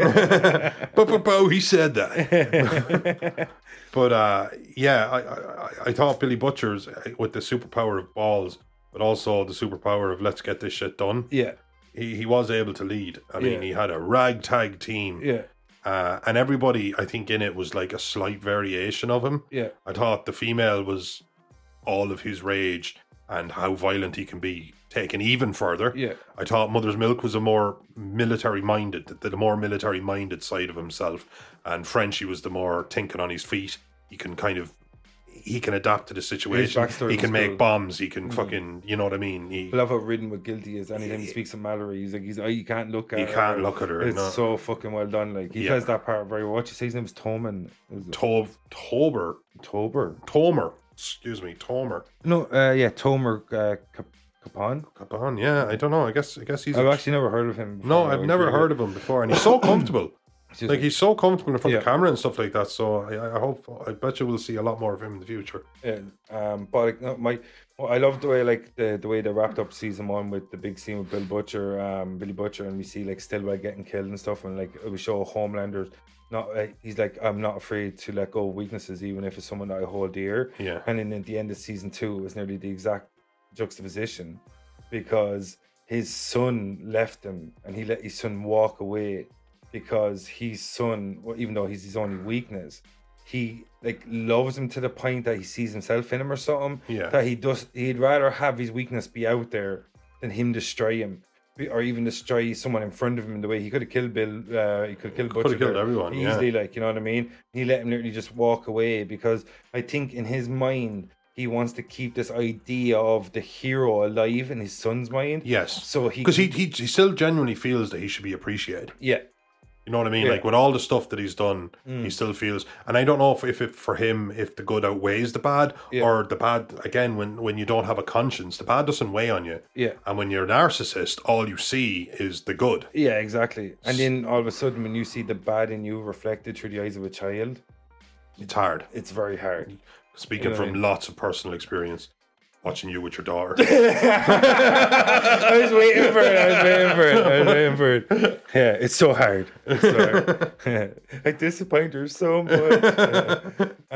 S3: But but but he said that. but uh, yeah, I, I I- I thought Billy Butcher's uh, with the superpower of balls, but also the superpower of let's get this shit done.
S2: yeah,
S3: he, he was able to lead. I mean,
S2: Yeah.
S3: he had a ragtag team,
S2: yeah,
S3: uh, and everybody I think in it was like a slight variation of him.
S2: yeah.
S3: I thought the female was all of his rage and how violent he can be taken even further.
S2: Yeah.
S3: I thought Mother's Milk was a more military minded, the, the more military minded side of himself, and Frenchie was the more thinking on his feet. He can kind of. He can adapt to the situation.
S2: backstory
S3: He
S2: was
S3: can make
S2: cool.
S3: bombs. He
S2: Hmm.
S3: can fucking, you know what I mean. He,
S2: I love how ridden with guilty is. Anytime he speaks to Mallory, he's like, he's, oh, you can't look at
S3: he
S2: her.
S3: can't look at her.
S2: It's
S3: no.
S2: so fucking well done. Like he
S3: Yeah.
S2: plays that part very well. What you say his name is Toman? Is it
S3: Tov Tober
S2: Tober?
S3: Tomer. Excuse me, Tomer.
S2: No, uh, yeah, Tomer uh, Cap- Capon.
S3: Caban, yeah, I don't know. I guess I guess he's a-
S2: I've actually never heard of him.
S3: No, I've never heard of him before and he's so comfortable.
S2: Excuse
S3: like
S2: me.
S3: he's so comfortable in front of
S2: Yeah.
S3: camera and stuff like that. So I, I hope I bet you we'll see a lot more of him in the future.
S2: Yeah, um, but like, no, my, well, I love the way like the, the way they wrapped up season one with the big scene with Bill Butcher, um, Billy Butcher, and we see like Stillwell getting killed and stuff, and like we show Homelander. Not uh, he's like I'm not afraid to let go of weaknesses, even if it's someone that I hold dear.
S3: Yeah.
S2: And then at the end of season two, it was nearly the exact juxtaposition because his son left him and he let his son walk away because his son, well, even though he's his only weakness, he like loves him to the point that he sees himself in him or something.
S3: Yeah.
S2: That he does, he'd rather have his weakness be out there than him destroy him. be- Or even destroy someone in front of him in the way he could have killed Bill. Uh, he could have killed.
S3: Could have
S2: Butcher
S3: killed
S2: there
S3: everyone. Yeah.
S2: easily, like you know what I mean. He let him literally just walk away because I think in his mind he wants to keep this idea of the hero alive in his son's mind.
S3: Yes.
S2: So he,
S3: Because he, he he still genuinely feels that he should be appreciated.
S2: yeah,
S3: You know what I mean?
S2: Yeah. Mm.
S3: Like with all the stuff that he's done, he still feels. And I don't know if, if it, for him, if the good outweighs the bad,
S2: Yeah.
S3: or the bad again when when you don't have a conscience, the bad doesn't weigh on you.
S2: yeah,
S3: And when you're a narcissist, all you see is the good.
S2: yeah, exactly. And then all of a sudden, when you see the bad in you reflected through the eyes of a child,
S3: It's hard.
S2: it's very hard.
S3: Speaking
S2: Yeah.
S3: from lots of personal experience, watching you with your daughter.
S2: I was waiting for it. I was waiting for it. I was waiting for it. Yeah, it's so hard. It's so hard. I disappoint her so much.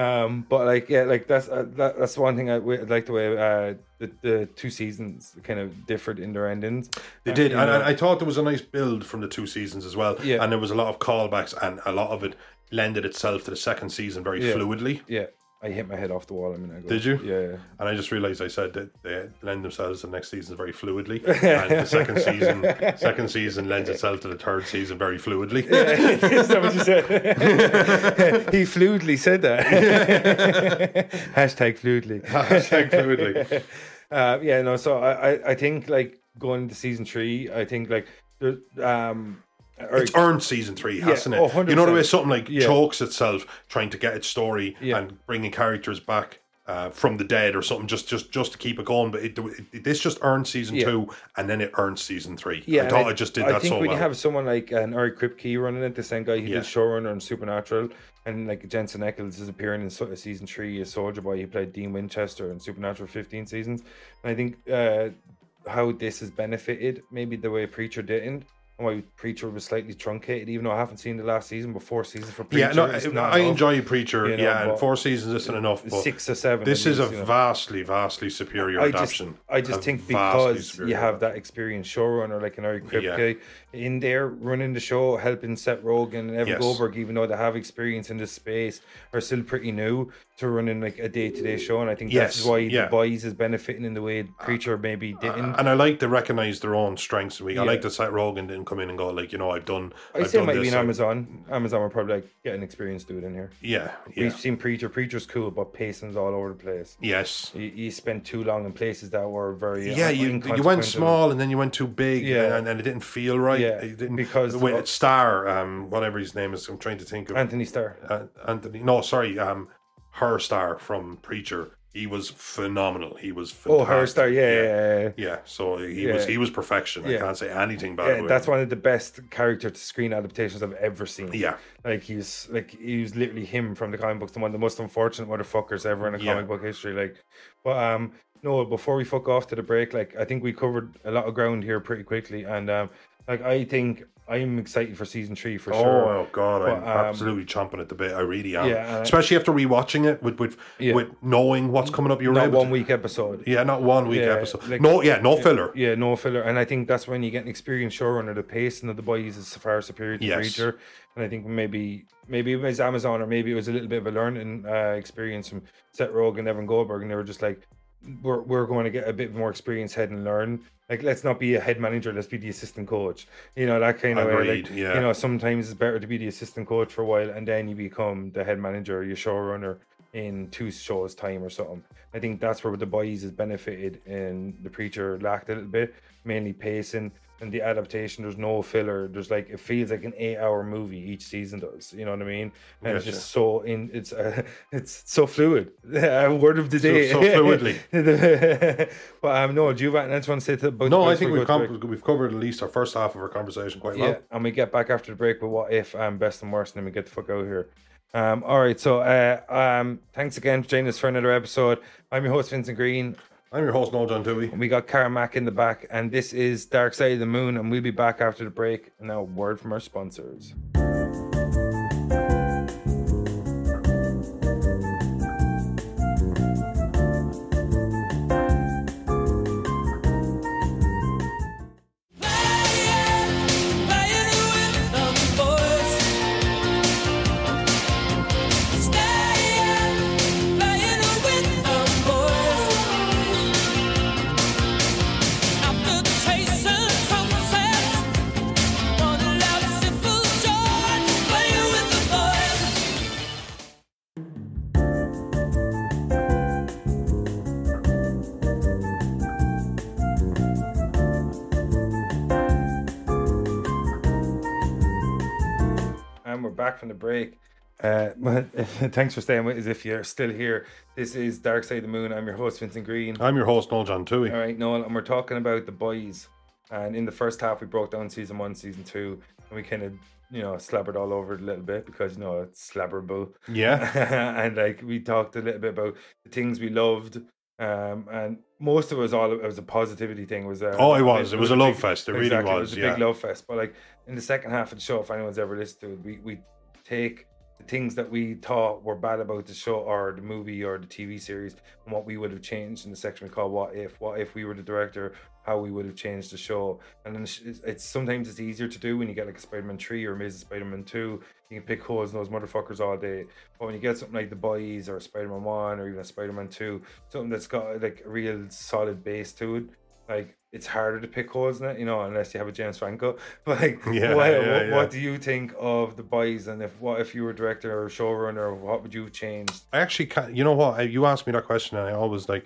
S2: um, but like, yeah, like that's uh, that, that's one thing I w- like the way uh, the, the two seasons kind of differed in their endings.
S3: They
S2: Uh,
S3: did,
S2: you
S3: and,
S2: know,
S3: and I thought there was a nice build from the two seasons as well.
S2: Yeah.
S3: And there was a lot of callbacks, and a lot of it lended itself to the second season very
S2: Yeah.
S3: fluidly.
S2: yeah, I hit my head off the wall a minute ago.
S3: Did you?
S2: Yeah.
S3: And I just realised I said that they lend themselves to the next season very fluidly, and the second season, second season lends itself to the third season very fluidly.
S2: Is that what you said? he fluidly said that. Hashtag fluidly.
S3: Hashtag fluidly.
S2: uh, yeah, no. So I, I, I think like going into season three, I think like there's um, or-
S3: It's earned season three, hasn't
S2: oh,
S3: it? You know the way
S2: 100%.
S3: something like
S2: Yeah.
S3: chokes itself trying to get its story
S2: Yeah.
S3: and bringing characters back uh, from the dead or something just just just to keep it going. But it, it, this just earned season
S2: Yeah.
S3: two and then it earned season three.
S2: yeah,
S3: I
S2: and
S3: thought I, just did
S2: I
S3: that
S2: think
S3: so
S2: when
S3: well.
S2: you have someone like an Eric Kripke running it, the same guy who
S3: Yeah.
S2: did showrunner and Supernatural, and like Jensen Eccles is appearing in so- season three as Soldier Boy. He played Dean Winchester in Supernatural 15 seasons, and I think uh, how this has benefited maybe the way Preacher didn't. why Preacher was slightly truncated, even though I haven't seen the last season, but four seasons for Preacher.
S3: Yeah, no,
S2: is
S3: I,
S2: not
S3: I
S2: enough.
S3: enjoy Preacher.
S2: you know,
S3: yeah, and
S2: but
S3: four seasons isn't enough. But
S2: six or seven.
S3: this
S2: at
S3: is a
S2: least, you know.
S3: vastly, vastly superior
S2: I just,
S3: adaptation.
S2: I just
S3: A
S2: think
S3: vastly
S2: because you
S3: superior
S2: have that experienced showrunner like an Eric Kripke in there running the show, helping Seth Rogen and Evan
S3: Yes.
S2: Goldberg, even though they have experience in this space, are still pretty new to running like a day to day show. And I think
S3: Yes,
S2: that's why
S3: yeah.
S2: the boys is benefiting in the way Preacher maybe didn't.
S3: and I like to recognize their own strengths. and weak. I
S2: Yeah.
S3: like that Seth Rogen didn't come in and go like, you know, I've done.
S2: I
S3: I've
S2: say it
S3: done
S2: might be
S3: this,
S2: in
S3: I-
S2: Amazon. Amazon will probably like, get an experienced dude in here.
S3: Yeah, yeah,
S2: We've seen Preacher. Preacher's cool, but pacing's all over the place.
S3: yes.
S2: You, you spent too long in places that were very
S3: Yeah,
S2: uh,
S3: you you
S2: inconsequential.
S3: went small and then you went too big,
S2: Yeah.
S3: and, and it didn't feel right.
S2: Yeah,
S3: it didn't,
S2: because-
S3: wait, Star, um, whatever his name is, I'm trying to think of
S2: Anthony Starr.
S3: uh, Anthony. No, sorry, um, her star from Preacher. He was phenomenal. He was
S2: Oh,
S3: fantastic.
S2: her star, yeah, yeah, yeah, yeah.
S3: yeah. So he
S2: Yeah.
S3: was he was perfection. I
S2: Yeah.
S3: can't say anything bad.
S2: Yeah,
S3: about
S2: that's
S3: him.
S2: one of the best character to screen adaptations I've ever seen.
S3: Yeah,
S2: Like he's like he was literally him from the comic books, the one of the most unfortunate motherfuckers ever in a
S3: Yeah.
S2: comic book history. Like but um no, before we fuck off to the break, like I think we covered a lot of ground here pretty quickly. And um like I think I'm excited for season three for sure.
S3: Oh god, I'm
S2: But, um,
S3: absolutely chomping at the bit. I really am.
S2: Yeah, and-
S3: Especially after rewatching it with with
S2: Yeah.
S3: with knowing what's coming up. You're
S2: Not
S3: able
S2: one
S3: to-
S2: week episode.
S3: Yeah, not one week
S2: Yeah,
S3: episode.
S2: like-
S3: no, yeah, no filler.
S2: Yeah, no filler. And I think that's when you get an experienced showrunner. The pacing of the boys is far superior to
S3: Yes.
S2: Preacher. And I think maybe maybe it was Amazon or maybe it was a little bit of a learning uh, experience from Seth Rogen, Evan Goldberg, and they were just like, we're, we're going to get a bit more experience head and learn. Like, let's not be a head manager, let's be the assistant coach. You know, that kind of way.
S3: Agreed,
S2: Like,
S3: yeah.
S2: You know, sometimes it's better to be the assistant coach for a while and then you become the head manager or your showrunner in two shows' time or something. I think that's where the boys has benefited and the preacher lacked a little bit, mainly pacing and the adaptation. There's no filler. There's like it feels like an eight-hour movie each season does. You know what I mean? And it's
S3: Gotcha.
S2: just so in it's uh, it's so fluid. A Word of the day.
S3: so fluidly.
S2: but um, no, do you have anything else to say to- about? the
S3: No, I
S2: boys before
S3: think
S2: we
S3: we've
S2: go to
S3: com-
S2: break?
S3: we've covered at least our first half of our conversation quite
S2: Yeah,
S3: well.
S2: and we get back after the break with what if um best and worst, and then we get the fuck out of here. Um, all right, so uh, um, thanks again for joining us for another episode. I'm your host Vincent Green.
S3: I'm your host, Noel John Dewey.
S2: We got Carmack in the back, and this is Dark Side of the Moon, and we'll be back after the break. And now, a word from our sponsors. And we're back from the break. Uh, well, thanks for staying with us. If you're still here, this is Dark Side of the Moon. I'm your host Vincent Green.
S3: I'm your host, Noel John Dewey.
S2: All right, Noel, and we're talking about the boys. And in the first half, we broke down season one, season two, and we kind of, you know, slabbered all over it a little bit because, you know, it's slabberable.
S3: Yeah,
S2: and like we talked a little bit about the things we loved. Um, and most of us all it was a positivity thing. Was uh,
S3: Oh, it was. It was a love
S2: big-
S3: fest. It really
S2: exactly,
S3: was,
S2: It was a
S3: yeah.
S2: big love fest. But like in the second half of the show, if anyone's ever listened to it, we we take the things that we thought were bad about the show or the movie or the TV series and what we would have changed in the section we call "What If." What if we were the director? How we would have changed the show? And then it's, it's sometimes it's easier to do when you get like a Spider-Man three or Amazing Spider-Man two. You can pick holes in those motherfuckers all day. But when you get something like the boys or Spider-Man one or even a Spider-Man two, something that's got like a real solid base to it, like it's harder to pick holes in it, you know, unless you have a James Franco. But like,
S3: Yeah,
S2: what,
S3: yeah,
S2: what,
S3: yeah.
S2: what do you think of the boys? And if what if you were director or showrunner, what would you have changed?
S3: I actually can't. You know what? I, you asked me that question, and I always like,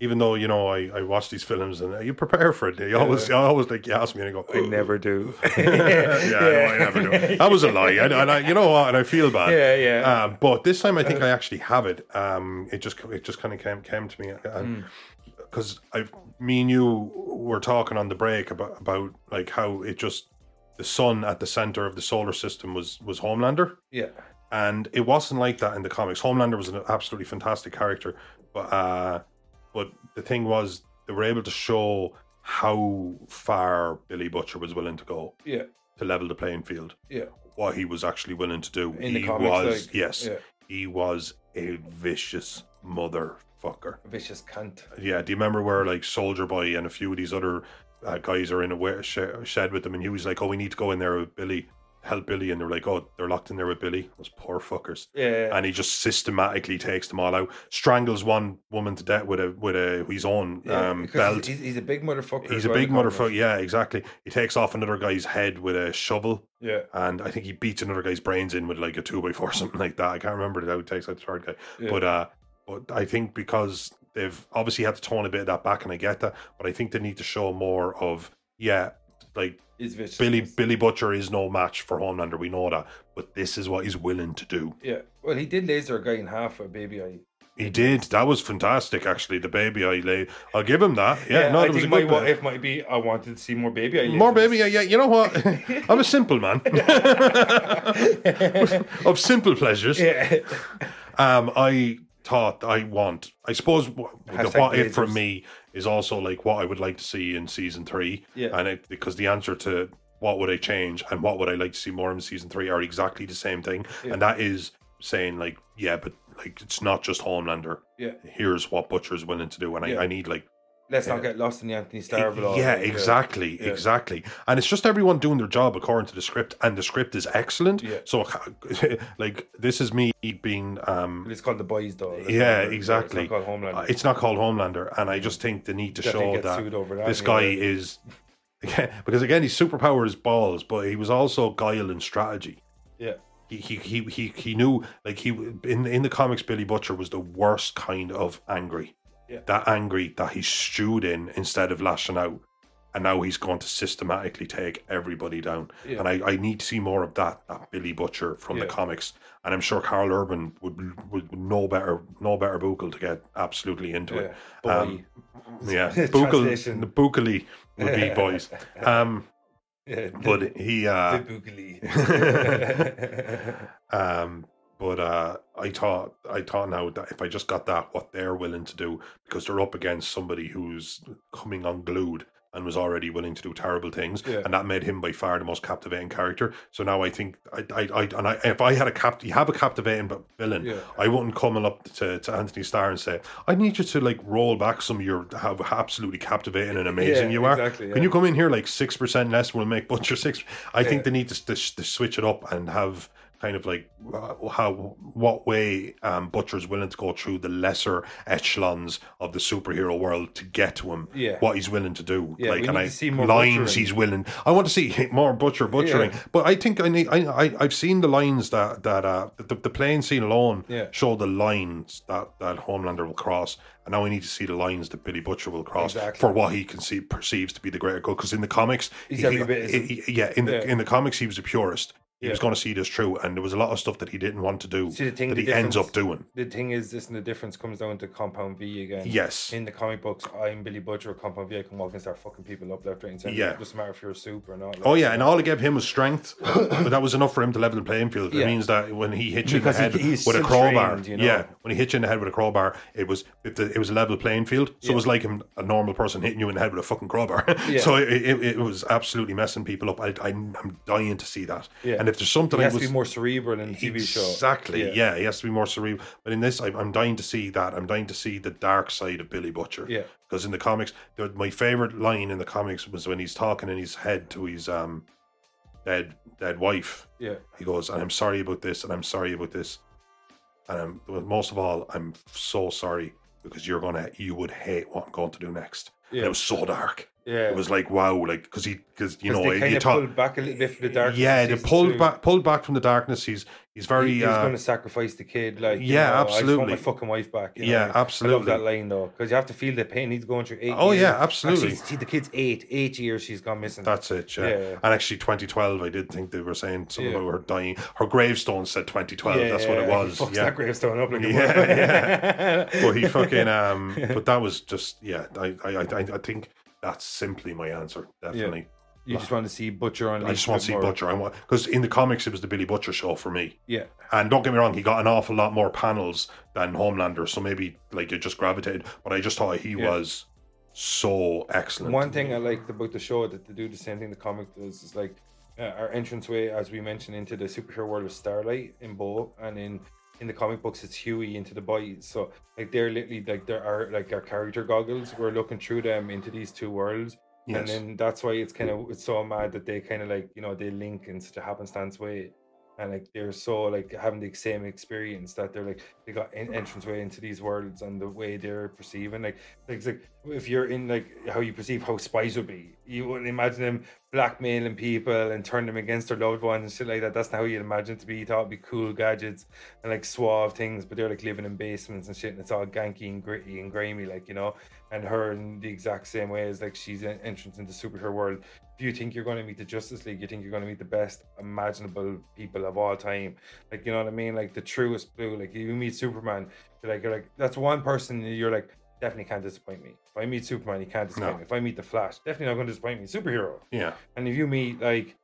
S3: even though you know I, I watch these films and uh, you prepare for it. You always, I always like you ask me and I go, "Oh,
S2: I never do.
S3: yeah, No, I never do. That was a lie. And, and I, you know what? And I feel bad.
S2: Yeah, yeah.
S3: Um, but this time, I think I actually have it. Um, it just it just kind of came came to me because I, me and you were talking on the break about about like how it just the sun at the center of the solar system was was Homelander,
S2: yeah.
S3: and it wasn't like that in the comics. Homelander was an absolutely fantastic character, but uh, but the thing was they were able to show how far Billy Butcher was willing to go
S2: yeah,
S3: to level the playing field.
S2: yeah.
S3: What he was actually willing to do.
S2: In
S3: he
S2: the comics,
S3: was
S2: like,
S3: yes,
S2: yeah.
S3: he was a vicious motherfucker.
S2: Vicious cunt.
S3: Yeah, do you remember where like Soldier Boy and a few of these other uh, guys are in a wa- sh- shed with them, and he was like, "Oh, we need to go in there with Billy, help Billy," and they're like, "Oh, they're locked in there with Billy." Those poor fuckers.
S2: Yeah,
S3: And he just systematically takes them all out, strangles one woman to death with a with a his own
S2: yeah,
S3: um,
S2: 'cause
S3: belt.
S2: He's, he's a big motherfucker.
S3: He's
S2: as
S3: a
S2: well,
S3: big
S2: the Convict.
S3: motherfucker. Yeah, exactly. He takes off another guy's head with a shovel,
S2: Yeah,
S3: and I think he beats another guy's brains in with like a two by four, something like that. I can't remember how he takes out the third guy.
S2: yeah.
S3: But uh, but I think because they've obviously had to tone a bit of that back, and I get that. But I think they need to show more of yeah, like
S2: he's vicious.
S3: Billy Billy Butcher is no match for Homelander. We know that, but this is what he's willing to do.
S2: Yeah, well, he did laser a guy in half a baby eye.
S3: He did. That was fantastic, actually. The baby I lay, I'll give him that. Yeah, no,
S2: I
S3: it was a
S2: think
S3: good.
S2: my
S3: bit.
S2: what if might be I wanted to see more baby eye.
S3: More
S2: lasers.
S3: baby, yeah, yeah. You know what? I'm a simple man of simple pleasures.
S2: Yeah,
S3: Um, I thought I want. I suppose w- the
S2: Hashtag
S3: what if for
S2: lasers.
S3: me is also like what I would like to see in season three,
S2: Yeah.
S3: and it because the answer to what would I change and what would I like to see more in season three are exactly the same thing,
S2: Yeah.
S3: and that is saying like, yeah, but like it's not just Homelander.
S2: Yeah.
S3: here's what Butcher's willing to do, and
S2: Yeah.
S3: I, I need like
S2: let's
S3: Yeah.
S2: not get lost in the Anthony
S3: Y-
S2: Starr. vlog. uh,
S3: Yeah, exactly,
S2: Yeah.
S3: exactly. And it's just everyone doing their job according to the script, and the script is excellent.
S2: Yeah.
S3: So, like, this is me being.
S2: But
S3: um
S2: It's called the boys, though. Let's
S3: Yeah,
S2: remember,
S3: exactly.
S2: It's not called Homelander.
S3: Uh, It's not called Homelander, and I just think they need to
S2: Definitely
S3: show
S2: get
S3: that
S2: sued over that
S3: this
S2: anyway.
S3: guy is. Yeah, because again, his superpower is balls, but he was also guile and strategy.
S2: Yeah,
S3: He, he, he, he, he knew like he in in the comics Billy Butcher was the worst kind of angry.
S2: Yeah.
S3: That angry that he stewed in instead of lashing out. And now he's going to systematically take everybody down.
S2: Yeah.
S3: And I, I need to see more of that, that Billy Butcher from the
S2: Yeah.
S3: comics. And I'm sure Carl Urban would would know better know better Buchel to get absolutely into
S2: yeah.
S3: it.
S2: Boy.
S3: Um, Yeah. Buchel
S2: Translation.
S3: the Buchely would be boys. Um
S2: yeah.
S3: but he uh
S2: Typically.
S3: um, but uh, I thought I thought now that if I just got that, what they're willing to do because they're up against somebody who's coming unglued and was already willing to do terrible things,
S2: Yeah.
S3: and that made him by far the most captivating character. So now I think I I, I and I if I had a cap, you have a captivating bu- villain.
S2: Yeah.
S3: I wouldn't come up to, to Anthony Starr and say, "I need you to like roll back some of your how absolutely captivating and amazing
S2: Yeah,
S3: you are."
S2: Exactly, yeah.
S3: Can you come in here like six percent less? We'll make Butcher six. I think
S2: Yeah.
S3: they need to, to, to switch it up and have kind of like uh, how what way um, Butcher's willing to go through the lesser echelons of the superhero world to get to him.
S2: Yeah.
S3: what he's willing to do.
S2: Yeah,
S3: like
S2: we
S3: and
S2: need
S3: I
S2: to see more
S3: lines
S2: butchering.
S3: he's willing. I want to see more Butcher butchering. But I think I need. I, I I've seen the lines that that uh the, the plane scene alone
S2: Yeah.
S3: show the lines that that Homelander will cross, and now we need to see the lines that Billy Butcher will cross
S2: Exactly.
S3: for what he conceive, perceives to be the greater good. Because in the comics,
S2: He's
S3: he-
S2: every bit as-
S3: he- he- yeah, in the
S2: Yeah.
S3: in the comics, he was a purist. He was
S2: Yeah.
S3: going to see this through, and there was a lot of stuff that he didn't want to do
S2: See, the thing,
S3: that
S2: the
S3: he ends
S2: difference-
S3: up doing.
S2: The thing is, this and the difference comes down to Compound V again.
S3: Yes,
S2: In the comic books, I'm Billy Butcher, Compound V. I can walk and start fucking people up left, right, and center.
S3: Yeah.
S2: It doesn't matter if you're a soup or not. like,
S3: Oh yeah, and all it gave him was strength, but that was enough for him to level the playing field. It
S2: Yeah.
S3: means that when he hit you
S2: Because he-
S3: in the head
S2: he's
S3: with a
S2: still
S3: crowbar,
S2: trained, you know?
S3: yeah, when he hit you in the head with a crowbar, it was it, it was a level playing field. So it
S2: Yeah.
S3: was like him, a normal person hitting you in the head with a fucking crowbar.
S2: Yeah.
S3: so it, it, it was absolutely messing people up. I, I I'm dying to see that.
S2: Yeah.
S3: And if there's something
S2: He
S3: I
S2: has
S3: was
S2: to be more cerebral in the TV show.
S3: exactly, yeah. he has to be more cerebral. But in this, I'm, I'm dying to see that. I'm dying to see the dark side of Billy Butcher.
S2: Yeah.
S3: Because in the comics, the, my favorite line in the comics was when he's talking in his head to his um dead dead wife.
S2: Yeah.
S3: He goes, "And I'm sorry about this, and I'm sorry about this, and I'm well, most of all, I'm so sorry because you're gonna you would hate what I'm going to do next." And
S2: Yeah.
S3: it was so dark.
S2: Yeah.
S3: It was like wow, like because he because you
S2: 'Cause
S3: know
S2: they
S3: he
S2: kind of
S3: talk-
S2: pulled back a little bit from the darkness.
S3: yeah,
S2: in
S3: they
S2: season
S3: pulled
S2: two.
S3: back pulled back from the darkness. He's he's very
S2: He, he was
S3: uh,
S2: going to sacrifice the kid, like you
S3: yeah,
S2: know, I just want
S3: absolutely.
S2: my fucking wife back. you know,
S3: Yeah,
S2: like, I
S3: absolutely.
S2: love that line though, because you have to feel the pain he's going through. Eight
S3: Oh,
S2: years.
S3: yeah,
S2: Like,
S3: absolutely.
S2: she's- see, the kid's eight, eight years she's gone missing.
S3: That's it, yeah.
S2: Yeah, yeah.
S3: And actually, 2012, I did think they were saying something
S2: Yeah.
S3: about her dying. Her gravestone said 2012. that's what it
S2: yeah,
S3: was.
S2: Fucks
S3: yeah.
S2: that gravestone up like a
S3: Yeah,
S2: mother-
S3: But he fucking um. But that was just yeah. I I I, I think that's simply my answer. Definitely.
S2: You just want to see Butcher on.
S3: I just want to see Butcher. I want because in the comics it was the Billy Butcher show for me.
S2: Yeah,
S3: And don't get me wrong, he got an awful lot more panels than Homelander, so maybe like it just gravitated. But I just thought he
S2: Yeah.
S3: was so excellent.
S2: One thing I liked about the show that they do the same thing the comic does is like uh, our entranceway, as we mentioned, into the superhero world of Starlight in Bo, and in in the comic books it's Huey into the bite. So like they're literally like there are like our character goggles. We're looking through them into these two worlds.
S3: Yes.
S2: And then that's why it's kind of it's so mad that they kind of like you know they link in such a happenstance way, and like they're so like having the same experience that they're like they got an entrance way into these worlds and the way they're perceiving like things like if you're in like how you perceive how spies would be, you wouldn't imagine them blackmailing people and turn them against their loved ones and shit like that. That's not how you'd imagine it to be. You thought it'd be cool gadgets and like suave things, but they're like living in basements and shit, and it's all ganky and gritty and grimy, like you know. And her in the exact same way as like she's an entrance into superhero world. If you think you're going to meet the Justice League, you think you're going to meet the best imaginable people of all time, like you know what I mean, like the truest blue. Like you meet Superman, you're like you're like that's one person. and You're like definitely can't disappoint me. If I meet Superman, he can't disappoint
S3: No.
S2: me. If I meet the Flash, definitely not going to disappoint me. Superhero.
S3: yeah.
S2: And if you meet like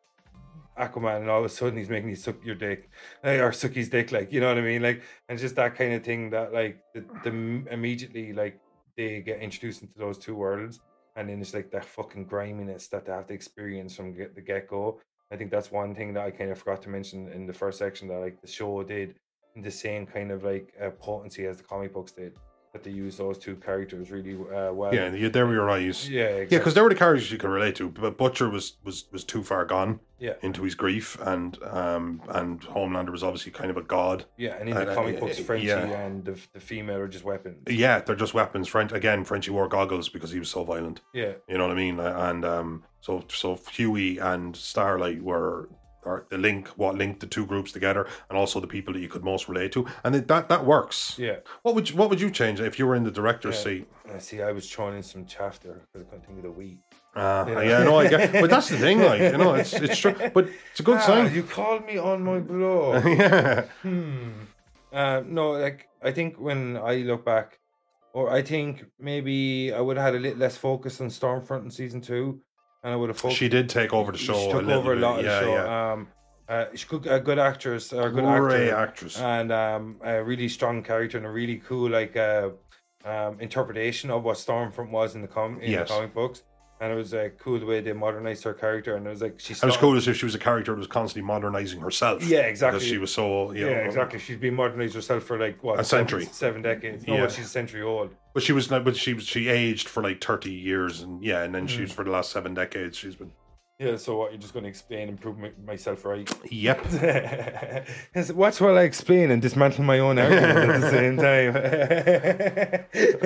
S2: Aquaman and all of a sudden he's making you suck your dick like, or suck his dick, like you know what I mean? Like, and just that kind of thing that like the, the m- immediately like they get introduced into those two worlds, and then it's like that fucking griminess that they have to experience from get, the get go. I think that's one thing that I kind of forgot to mention in the first section that like the show did in the same kind of like uh, potency as the comic books did. That they use those two characters really uh, well.
S3: Yeah, yeah, there were your eyes. Yeah,
S2: yeah,
S3: because
S2: exactly.
S3: there were the characters you could relate to, but Butcher was was was too far gone
S2: yeah,
S3: into his grief, and um and Homelander was obviously kind of a god.
S2: Yeah, and in
S3: And,
S2: the
S3: uh,
S2: comic books,
S3: yeah.
S2: Frenchie and the, the female are just weapons.
S3: Yeah, they're just weapons. French again, Frenchie wore goggles because he was so violent.
S2: Yeah,
S3: You know what I mean? And um, so so Huey and Starlight were are the link, what linked the two groups together, and also the people that you could most relate to, and it, that that works.
S2: yeah.
S3: What would you, what would you change if you were in the director's
S2: Yeah.
S3: seat?
S2: I see. I was throwing in some chaff there because I couldn't think of the wheat.
S3: Uh,
S2: Yeah.
S3: yeah. no, I get, but that's the thing, like you know, it's it's true, but it's a good
S2: Ah,
S3: sign.
S2: You called me on my blow.
S3: yeah,
S2: Hmm. Uh, no, like I think when I look back, or I think maybe I would have had a little less focus on Stormfront in season two, and I would have focused.
S3: she did take over the show.
S2: She took
S3: little
S2: over a
S3: bit,
S2: lot of the
S3: yeah,
S2: show.
S3: Yeah.
S2: Um, uh, she's good, a good actress, or a good
S3: Great
S2: actor.
S3: actress.
S2: and um, a really strong character and a really cool like uh, um, interpretation of what Stormfront was in the com- in
S3: Yes.
S2: the comic books. And it was uh, cool the way they modernized her character, and it was like she's
S3: and it's cool as if she was a character that was constantly modernizing herself.
S2: Yeah, exactly.
S3: Because she was so you
S2: Yeah,
S3: know,
S2: exactly. She's been modernized herself for like what
S3: A
S2: seven-
S3: century.
S2: seven decades. No,
S3: Yeah.
S2: she's a century old.
S3: But she was not. But she was. She aged for like thirty years, and yeah, and then
S2: Mm.
S3: she was for the last seven decades. She's been.
S2: Yeah. So what? You're just going to explain and prove my, myself right?
S3: Yep.
S2: Yes, Watch while I explain and dismantle my own argument at the same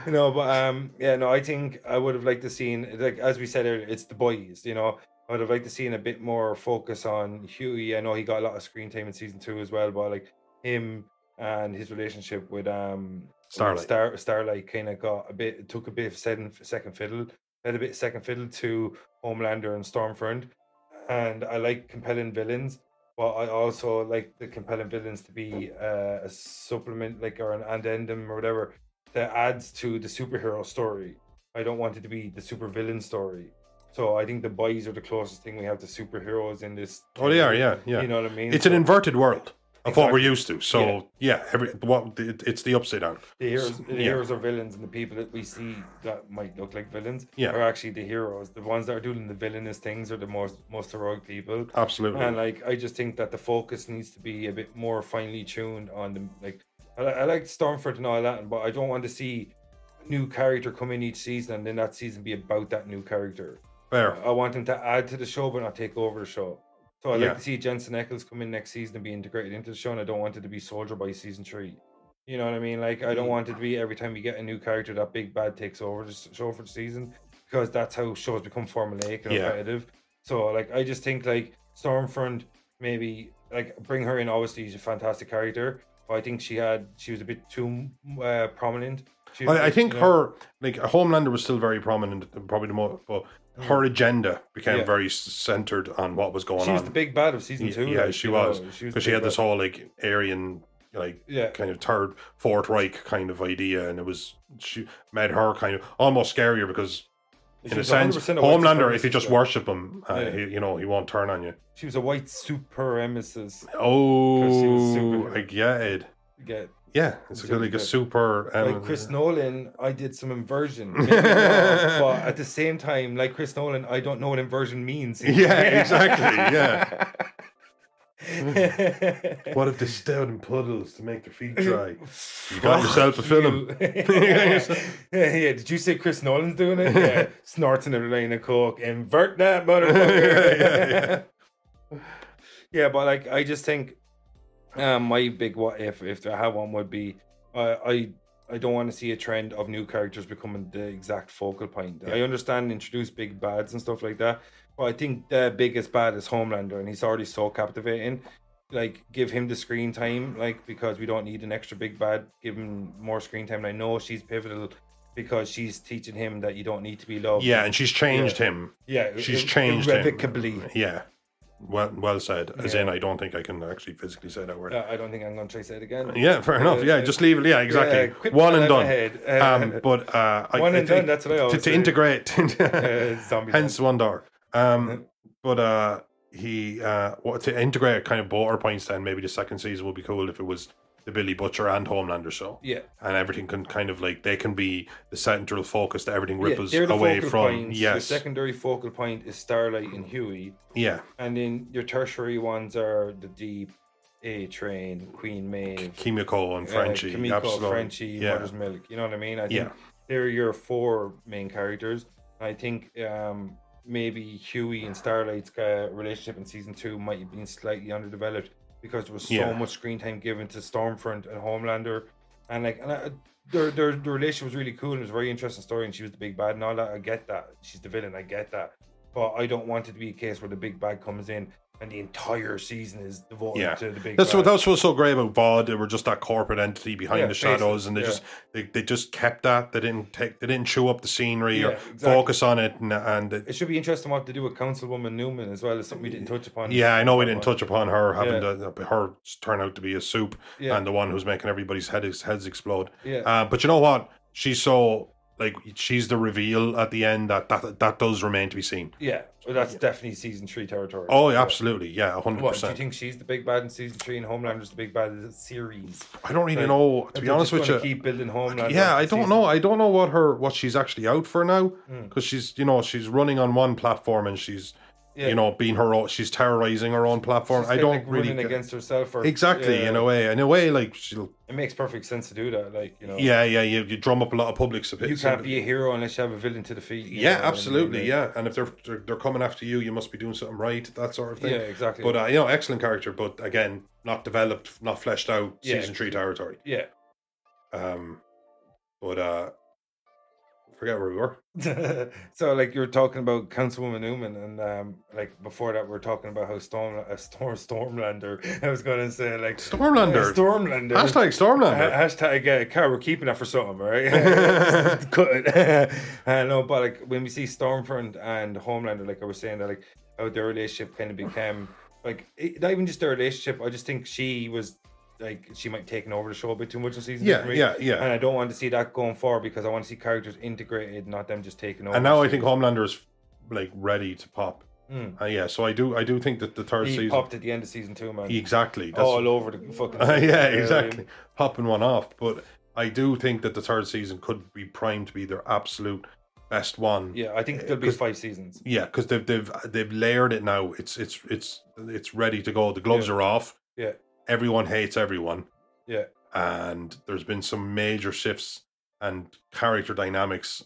S2: time. no, but um, yeah, no, I think I would have liked to seen like as we said earlier, it's the boys. You know, I would have liked to seen a bit more focus on Huey. I know he got a lot of screen time in season two as well, but like him and his relationship with um
S3: Starlight.
S2: Star Starlight kind of got a bit took a bit of second second fiddle, had a bit of second fiddle to Homelander and Stormfront. And I like compelling villains, but I also like the compelling villains to be uh, a supplement, like or an addendum or whatever that adds to the superhero story. I don't want it to be the supervillain story. So I think the boys are the closest thing we have to superheroes in this.
S3: Oh, they are. Yeah, yeah.
S2: You know what I mean?
S3: it's an
S2: So
S3: inverted world of what we're
S2: Exactly.
S3: used to. So yeah, every what it, it's the upside down.
S2: the heroes, the
S3: yeah.
S2: heroes are villains, and the people that we see that might look like villains
S3: Yeah.
S2: are actually the heroes. The ones that are doing the villainous things are the most most heroic people.
S3: Absolutely.
S2: And uh, like, I just think that the focus needs to be a bit more finely tuned on them. Like, I, li- I like Stormford and all that, but I don't want to see a new character come in each season and then that season be about that new character.
S3: Fair.
S2: I want them to add to the show but not take over the show. So I would
S3: Yeah.
S2: like to see Jensen Eccles come in next season and be integrated into the show, and I don't want it to be Soldier Boy season three. You know what I mean? Like, I don't
S3: Mm.
S2: want it to be every time you get a new character that big bad takes over the s- show for the season because that's how shows become formulaic and
S3: Yeah.
S2: repetitive. So, like, I just think like Stormfront maybe like bring her in. Obviously, she's a fantastic character, but I think she had she was a bit too uh, prominent. She,
S3: I, I think
S2: you know,
S3: her like Homelander was still very prominent, probably the most, but her agenda became
S2: Mm. Yeah.
S3: very s- centered on what was going
S2: she was
S3: on.
S2: the big bad of season
S3: Y-
S2: two.
S3: yeah,
S2: like,
S3: she
S2: you know,
S3: was
S2: was
S3: because
S2: the
S3: she
S2: big
S3: had
S2: bad.
S3: this whole like Aryan like
S2: yeah.
S3: kind of third fourth Reich kind of idea, and it was she made her kind of almost scarier because in a
S2: She's
S3: sense,
S2: 100% a white
S3: Homelander, if you
S2: supremacist,
S3: just
S2: yeah.
S3: worship him, uh,
S2: Yeah.
S3: he, you know he won't turn on you.
S2: She was a white supremacist.
S3: Oh,
S2: super-
S3: I get it.
S2: Get
S3: Yeah, it's
S2: It's really
S3: like a
S2: good.
S3: super. Um,
S2: like Chris Nolan, I did some inversion, maybe I'm wrong, but at the same time, like Chris Nolan, I don't know what inversion means.
S3: Yeah, exactly, What if they stood in puddles to make their feet dry? You got yourself a film.
S2: yeah, did you say Chris Nolan's doing it? Yeah, snorting a line of coke, invert that motherfucker.
S3: Yeah, yeah,
S2: Yeah, but like I just think um, my big what if if I had one would be uh, I I don't want to see a trend of new characters becoming the exact focal point. I understand introduce big bads and stuff like that, but I think the biggest bad is Homelander, and he's already so captivating. Like give him the screen time, like because we don't need an extra big bad. Give him more screen time. And I know she's pivotal because she's teaching him that you don't need to be loved.
S3: yeah, and she's changed him.
S2: yeah,
S3: She's
S2: ir-
S3: changed him.
S2: irrevocably.
S3: Yeah, well, well said. As
S2: Yeah.
S3: in, I don't think I can actually physically say that word.
S2: Uh, I don't think I'm gonna try to say it again. Uh,
S3: Yeah, fair enough. Yeah, just leave it. Yeah, exactly.
S2: quit
S3: One and
S2: that out
S3: done.
S2: of my head.
S3: um,
S2: Uh,
S3: but uh, I-
S2: one
S3: I
S2: and done,
S3: think
S2: that's what I
S3: to,
S2: always
S3: to
S2: say.
S3: integrate.
S2: uh, zombie
S3: hence
S2: land.
S3: one door. Um, but uh, he uh, what to integrate kind of border points. Then maybe the second season would be cool if it was the Billy Butcher and Homelander show,
S2: Yeah,
S3: and everything can kind of like they can be the central focus that everything
S2: yeah
S3: ripples
S2: they're the
S3: away
S2: focal
S3: from.
S2: points. The
S3: yes,
S2: secondary focal point is Starlight and Huey,
S3: yeah,
S2: and then your tertiary ones are the Deep, A Train, Queen Maeve,
S3: Kimiko and Frenchie,
S2: uh, Kimiko,
S3: absolutely.
S2: Frenchie,
S3: yeah,
S2: Mother's Milk. You know what I mean? I think
S3: yeah,
S2: they're your four main characters. I think um, maybe Huey and Starlight's uh, relationship in season two might have been slightly underdeveloped because there was so
S3: Yeah.
S2: much screen time given to Stormfront and Homelander, and like and I, their their their relationship was really cool and it was a very interesting story. And she was the big bad and all that. I get that she's the villain. I get that, but I don't want it to be a case where the big bad comes in and the entire season is devoted
S3: Yeah.
S2: to the big.
S3: That's
S2: bad.
S3: what that's what's so great about VOD. They were just that corporate entity behind
S2: Yeah,
S3: the shadows,
S2: basically,
S3: and they
S2: yeah.
S3: just they, they just kept that. They didn't take they didn't chew up the scenery or
S2: Yeah, exactly.
S3: focus on it. And, and it,
S2: It should be interesting what to do with Councilwoman Newman as well. It's something we didn't touch upon.
S3: yeah, I know we didn't
S2: But-
S3: touch upon her having
S2: Yeah.
S3: to, her turn out to be a soup
S2: Yeah.
S3: and the one who's making everybody's head heads explode.
S2: Yeah.
S3: Uh, but you know what? She's so like she's the reveal at the end that that, that does remain to be seen.
S2: Yeah, well, that's definitely season three territory.
S3: Oh, yeah, absolutely, yeah, hundred
S2: What, do you
S3: percent.
S2: think she's the big bad in season three and Homelander's the big bad of the series?
S3: I don't really
S2: Like,
S3: know. To
S2: If
S3: be
S2: they're
S3: honest
S2: just
S3: with you,
S2: gonna keep building Homelander.
S3: yeah,
S2: for
S3: I don't
S2: season- Hmm.
S3: know. I don't know what her what she's actually out for now because she's you know she's running on one platform and she's
S2: Yeah.
S3: you know being her own, she's terrorizing her own platform.
S2: She's
S3: I
S2: kinda,
S3: don't
S2: like,
S3: really
S2: running
S3: get-
S2: against herself. Or,
S3: exactly
S2: yeah,
S3: in a way. In a way, like she'll
S2: it makes perfect sense to do that. Like you know,
S3: yeah yeah you, you drum up a lot of public
S2: Oh. you
S3: support.
S2: can't be a hero unless you have a villain to defeat. you know
S3: yeah,
S2: what I mean?
S3: absolutely
S2: Like,
S3: yeah, and if they're, they're they're coming after you, you must be doing something right. That sort of thing.
S2: yeah, exactly.
S3: But uh, you know, excellent character, but again, not developed, not fleshed out.
S2: Yeah.
S3: Season three territory.
S2: yeah,
S3: Um, but uh, forget where we were.
S2: so like you were talking about Councilwoman Newman, and um, like before that, we are talking about how Storm, uh, Storm, Stormlander. I was gonna say like
S3: Stormlander.
S2: Uh, Stormlander.
S3: Hashtag Stormlander.
S2: Ha- Hashtag uh, Carl, we're keeping that for something, right? Cut it. I know, but like when we see Stormfront and Homelander, like I was saying, that like how their relationship kind of became like it, not even just their relationship. I just think she was like she might have taken over the show a bit too much in season.
S3: yeah,
S2: three,
S3: yeah, yeah.
S2: And I don't want to see that going forward because I want to see characters integrated, not them just taking over.
S3: And now I think Homelander is like ready to pop.
S2: Mm.
S3: Uh, yeah, so I do I do think that the third
S2: he
S3: season
S2: popped at the end of season two, man.
S3: exactly that's,
S2: all over the fucking.
S3: yeah
S2: place, you know what I mean?
S3: exactly popping one off. But I do think that the third season could be primed to be their absolute best one.
S2: Yeah, I think there'll be
S3: Because-
S2: five seasons.
S3: Yeah, because they've they've they've layered it now. It's it's it's it's ready to go. The gloves
S2: Yeah.
S3: are off.
S2: Yeah.
S3: everyone hates everyone.
S2: Yeah.
S3: and there's been some major shifts and character dynamics,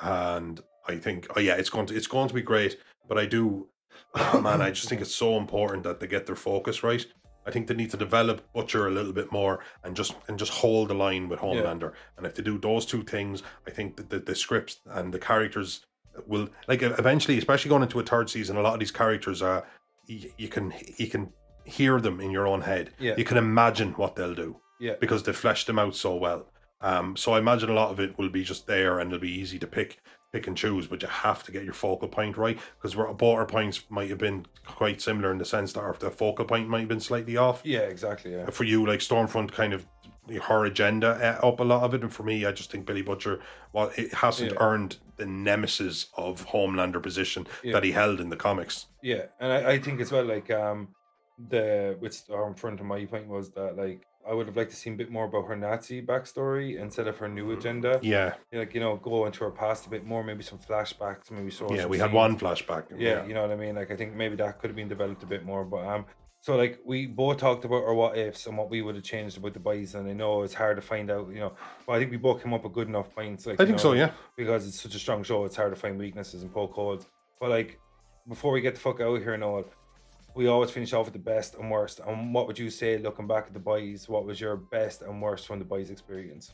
S3: and I think oh yeah, it's going to it's going to be great. But I do, oh man, I just think it's so important that they get their focus right. I think they need to develop Butcher a little bit more and just and just hold the line with Homelander. And if they do those two things, I think that the, the scripts and the characters will like e-, eventually, especially going into a third season, a lot of these characters are you, you can you can hear them in your own head.
S2: Yeah.
S3: You can imagine what they'll do.
S2: Yeah.
S3: Because they fleshed them out so well. Um, so I imagine a lot of it will be just there and it'll be easy to pick pick and choose, but you have to get your focal point right because where border points might have been quite similar in the sense that if the focal point might have been slightly off
S2: Yeah, exactly. Yeah.
S3: for you, like Stormfront kind of her agenda uh, up a lot of it, and for me, I just think Billy Butcher, well, it hasn't
S2: Yeah.
S3: earned the nemesis of Homelander position
S2: Yeah.
S3: that he held in the comics.
S2: oh, Yeah, and I, I think as well, like um, the which um, front of my point was that like I would have liked to see a bit more about her Nazi backstory instead of her new agenda.
S3: Mm-hmm. Yeah,
S2: Like you know, go into her past a bit more, maybe some flashbacks, maybe so.
S3: yeah. We had one flashback.
S2: yeah, you know what I mean. Like I think maybe that could have been developed a bit more, but um, so like we both talked about our what ifs and what we would have changed about the buys, and I know it's hard to find out, you know. But I think we both came up with good enough points. Like
S3: I
S2: you
S3: think
S2: know,
S3: so. Yeah,
S2: because it's such a strong show, it's hard to find weaknesses and poke holes. But like, before we get the fuck out of here and all, we always finish off with the best and worst. And what would you say, looking back at the buys, what was your best and worst from the buys experience?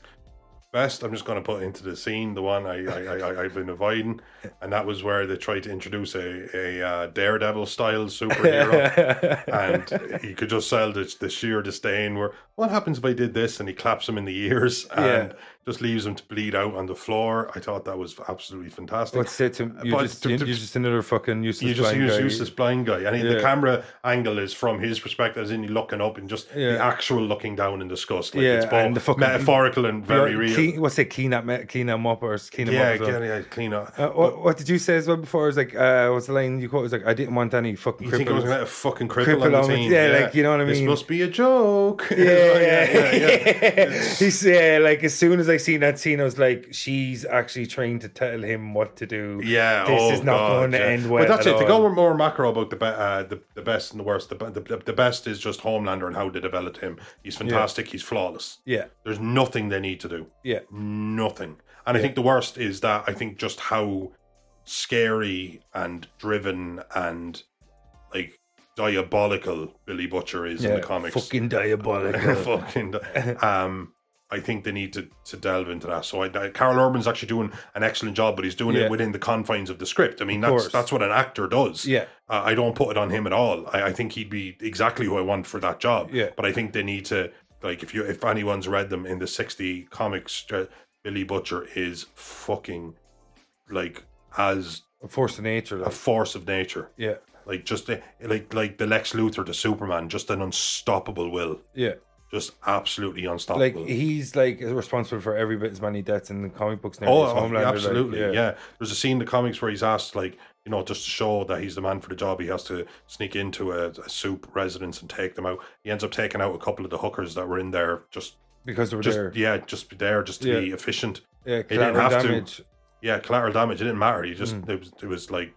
S3: best. I'm just going to put into the scene the one I, I, I, I I've been avoiding, and that was where they tried to introduce a a uh, daredevil style superhero. and you could just sell the, the sheer disdain where what happens if I did this and he claps him in the ears and
S2: Yeah.
S3: just leaves him to bleed out on the floor. I thought that was absolutely fantastic.
S2: What's it to you?
S3: But
S2: Just,
S3: to-
S2: you-
S3: to-
S2: you're just another fucking useless.
S3: you just
S2: blind
S3: use
S2: guy.
S3: useless blind guy, and he-
S2: Yeah.
S3: the camera angle is from his perspective, as in he looking up and just
S2: Yeah.
S3: the actual looking down in disgust. Like
S2: Yeah,
S3: it's both
S2: and the fucking-
S3: metaphorical and very
S2: You're-
S3: real.
S2: Clean, what's it? Clean up, ma- clean them up, or s- clean them
S3: yeah,
S2: up. as well.
S3: yeah, yeah, clean up.
S2: Uh, what, what did you say as well before? It was like, uh, what's the line you quote? It was like, I didn't want any fucking
S3: You think I was
S2: cripples.
S3: going to fucking cripple,
S2: cripple
S3: on
S2: on
S3: the
S2: it.
S3: team?
S2: Yeah, like, you know what I
S3: This
S2: mean?
S3: must be a joke. Yeah,
S2: He's yeah, like as soon as I seen that scene, I was like, she's actually trying to tell him what to do.
S3: Yeah,
S2: this
S3: oh
S2: is not
S3: God,
S2: going to
S3: yeah.
S2: end well.
S3: But that's
S2: at
S3: it. To go
S2: all.
S3: more macro about the be- uh, the, the best and the worst, the, be- the the- the best is just Homelander and how they developed him. He's fantastic. He's flawless.
S2: Yeah,
S3: There's nothing they need to do.
S2: yeah,
S3: Nothing. And I think the worst is that I think just how scary and driven and like diabolical Billy Butcher is in
S2: yeah.
S3: the comics.
S2: Fucking diabolical.
S3: Fucking di- um I think they need to, to delve into that. So I, I, Carl Urban's actually doing an excellent job, but he's doing
S2: Yeah.
S3: it within the confines of the script. I mean,
S2: Of
S3: that's
S2: course.
S3: that's what an actor does. Uh,
S2: yeah,
S3: I I don't put it on him at all. I, I think he'd be exactly who I want for that job.
S2: Yeah.
S3: But I think they need to like if you if anyone's read them in the sixty comics, uh, Billy Butcher is fucking like as
S2: a force of nature.
S3: a
S2: Like.
S3: force of nature.
S2: Yeah,
S3: Like just the, like like the Lex Luthor to Superman, just an unstoppable will,
S2: yeah.
S3: just absolutely
S2: Like
S3: unstoppable.
S2: he's like responsible for every bit as many deaths in the comic books now.
S3: Oh,
S2: as Homelander, like,
S3: absolutely, yeah. There's a scene in the comics where he's asked, like, you know, just to show that he's the man for the job, he has to sneak into a, a soup residence and take them out. He ends up taking out a couple of the hookers that were in there, just,
S2: because they were
S3: just,
S2: there.
S3: yeah, just be there, just to
S2: Yeah.
S3: be efficient.
S2: Yeah,
S3: didn't
S2: collateral
S3: have to.
S2: damage.
S3: Yeah, collateral damage. It didn't matter. He
S2: Mm.
S3: just it, was, it was like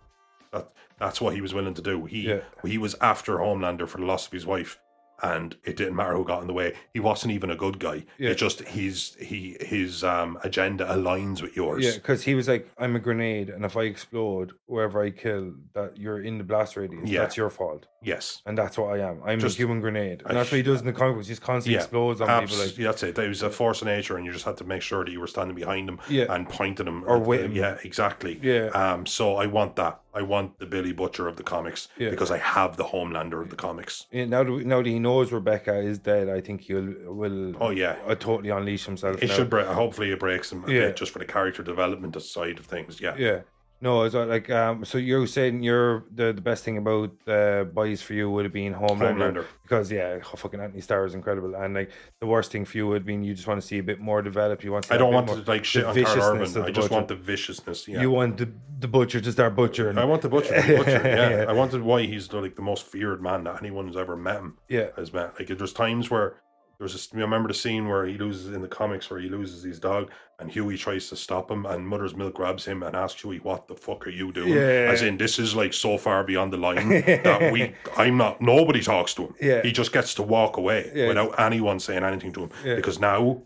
S3: that. That's what he was willing to do. He
S2: Yeah.
S3: he was after Homelander for the loss of his wife, and it didn't matter who got in the way. He wasn't even a good guy.
S2: Yeah.
S3: It just his he his um agenda aligns with yours.
S2: Yeah, because he was like, "I'm a grenade, and if I explode, whoever I kill, that you're in the blast radius.
S3: Yeah.
S2: That's your fault,
S3: Yes.
S2: and that's what I am. I'm
S3: Just-
S2: a human grenade, and
S3: I
S2: that's what he does in the comic books. He just constantly
S3: Yeah,
S2: explodes on
S3: Abs-
S2: people, like
S3: that's it. It was a force of nature, and you just had to make sure that you were standing behind them
S2: Yeah.
S3: and pointing them
S2: Or
S3: at the-
S2: with him.
S3: Yeah, exactly.
S2: Yeah.
S3: Um. So I want that. I want the Billy Butcher of the comics
S2: Yeah.
S3: because I have the Homelander of the comics.
S2: Yeah, now that we- now that he knows Rebecca is dead, I think he'll will
S3: Oh yeah.
S2: uh, totally unleash himself.
S3: It
S2: now.
S3: should break. Hopefully, it breaks him a
S2: Yeah.
S3: bit just for the character development side of things. Yeah.
S2: yeah. No, it's not like um. So you're saying you're the, the best thing about uh, boys for you would have been Homelander,
S3: Homelander.
S2: because yeah, oh, fucking Anthony Starr is incredible, and like the worst thing for you would have been you just want to see a bit more developed. You want to see
S3: I
S2: that
S3: don't
S2: bit
S3: want
S2: more-
S3: to like
S2: the
S3: shit on Carl
S2: viciousness
S3: Urban.
S2: of the
S3: I just
S2: butcher.
S3: want the viciousness. Yeah.
S2: You want the, the butcher to start butchering.
S3: I want the butcher. to be butcher. Yeah.
S2: Yeah.
S3: I wanted why he's the, like the most feared man that anyone has ever met him.
S2: yeah,
S3: has met. Like there's times where there's this. You remember the scene where he loses in the comics where he loses his dog and Huey tries to stop him and Mother's Milk grabs him and asks Huey, "What the fuck are you doing?"
S2: Yeah.
S3: As in, this is like so far beyond the line that we, I'm not. Nobody talks to him.
S2: Yeah.
S3: he just gets to walk away
S2: Yeah.
S3: without anyone saying anything to him
S2: Yeah.
S3: because now.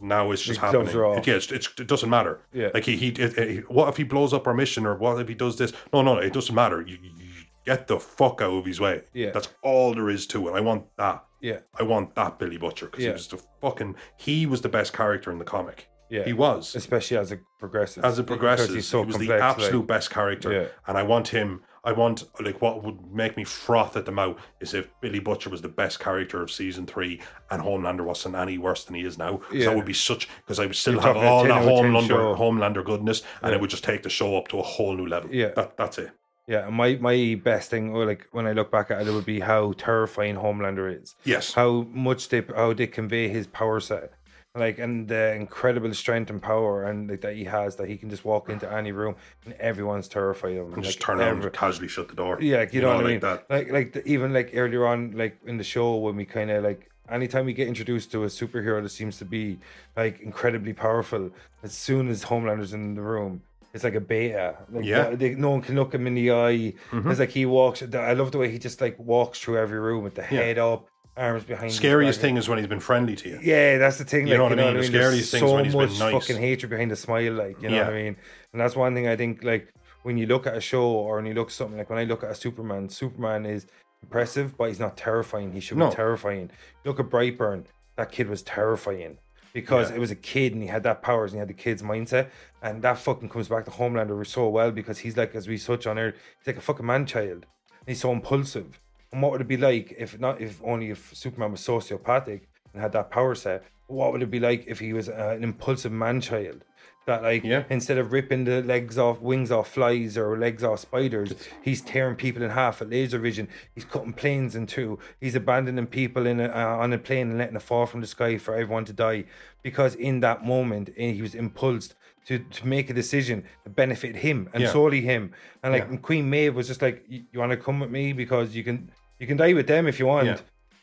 S3: Now it's just
S2: The gloves
S3: happening.
S2: are off.
S3: It, yeah, it's, it's, it doesn't matter.
S2: Yeah.
S3: like he, he, it, it- what if he blows up our mission, or what if he does this? No, no, it doesn't matter. You, you you get the fuck out of his way.
S2: Yeah.
S3: that's all there is to it. I want that.
S2: yeah,
S3: I want that Billy Butcher because
S2: Yeah.
S3: he was the fucking. He was the best character in the comic.
S2: yeah.
S3: He was
S2: Especially as it progresses.
S3: as it progresses.
S2: because he's so
S3: he was
S2: complex,
S3: the
S2: like-
S3: absolute best character,
S2: Yeah.
S3: and I want him. I want like what would make me froth at the mouth is if Billy Butcher was the best character of season three and Homelander wasn't any worse than he is now. 'Cause
S2: Yeah.
S3: That would be such because I would still
S2: You're
S3: have
S2: talking a
S3: all
S2: 10
S3: that
S2: out of 10 show.
S3: Homelander Homelander goodness, and
S2: Yeah.
S3: it would just take the show up to a whole new level.
S2: Yeah.
S3: that, that's it.
S2: Yeah, and my my best thing, or like when I look back at it, it would be how terrifying Homelander is.
S3: Yes,
S2: How much they how they convey his power set, like and the incredible strength and power and like that he has that he can just walk into any room and everyone's terrified of him.
S3: and just
S2: like,
S3: turn around
S2: every-
S3: and casually shut the door.
S2: Yeah, like, you, know, what I mean.
S3: like that.
S2: Like like the, even like earlier on, like in the show when we kind of like anytime we get introduced to a superhero that seems to be like incredibly powerful, as soon as Homelander's in the room, it's like a beta. Like,
S3: Yeah. Mm-hmm.
S2: they- no one can look him in the eye. It's like he walks. I love the way he just like walks through every room with the head up, arms behind. his
S3: Scariest
S2: back.
S3: thing is when he's been friendly to you.
S2: Yeah, that's the thing. like,
S3: You know what I mean? The
S2: There's
S3: scariest thing's
S2: so
S3: when he's been
S2: much
S3: nice.
S2: fucking hatred behind the smile, like you know what I
S3: Yeah.
S2: mean. And that's one thing I think. Like when you look at a show or when you look something like when I look at a Superman, Superman is impressive, but he's not terrifying. He should
S3: No.
S2: be terrifying. Look at Brightburn. That kid was terrifying because
S3: Yeah.
S2: it was a kid and he had that powers and he had the kid's mindset. And that fucking comes back to Homelander so well because he's like, as we touch on earlier, he's like a fucking man child. He's so impulsive. And what would it be like if not if only if Superman was sociopathic and had that power set? What would it be like if he was uh, an impulsive man child? That like
S3: Yeah.
S2: instead of ripping the legs off wings off flies or legs off spiders, he's tearing people in half at laser vision. He's cutting planes in two. He's abandoning people in a, uh, on a plane and letting it fall from the sky for everyone to die because in that moment eh, he was impulsed to, to make a decision that benefited him and
S3: Yeah.
S2: solely him. And like
S3: Yeah.
S2: and Queen Maeve was just like, "You want to come with me because you can you can die with them if you want."
S3: Yeah.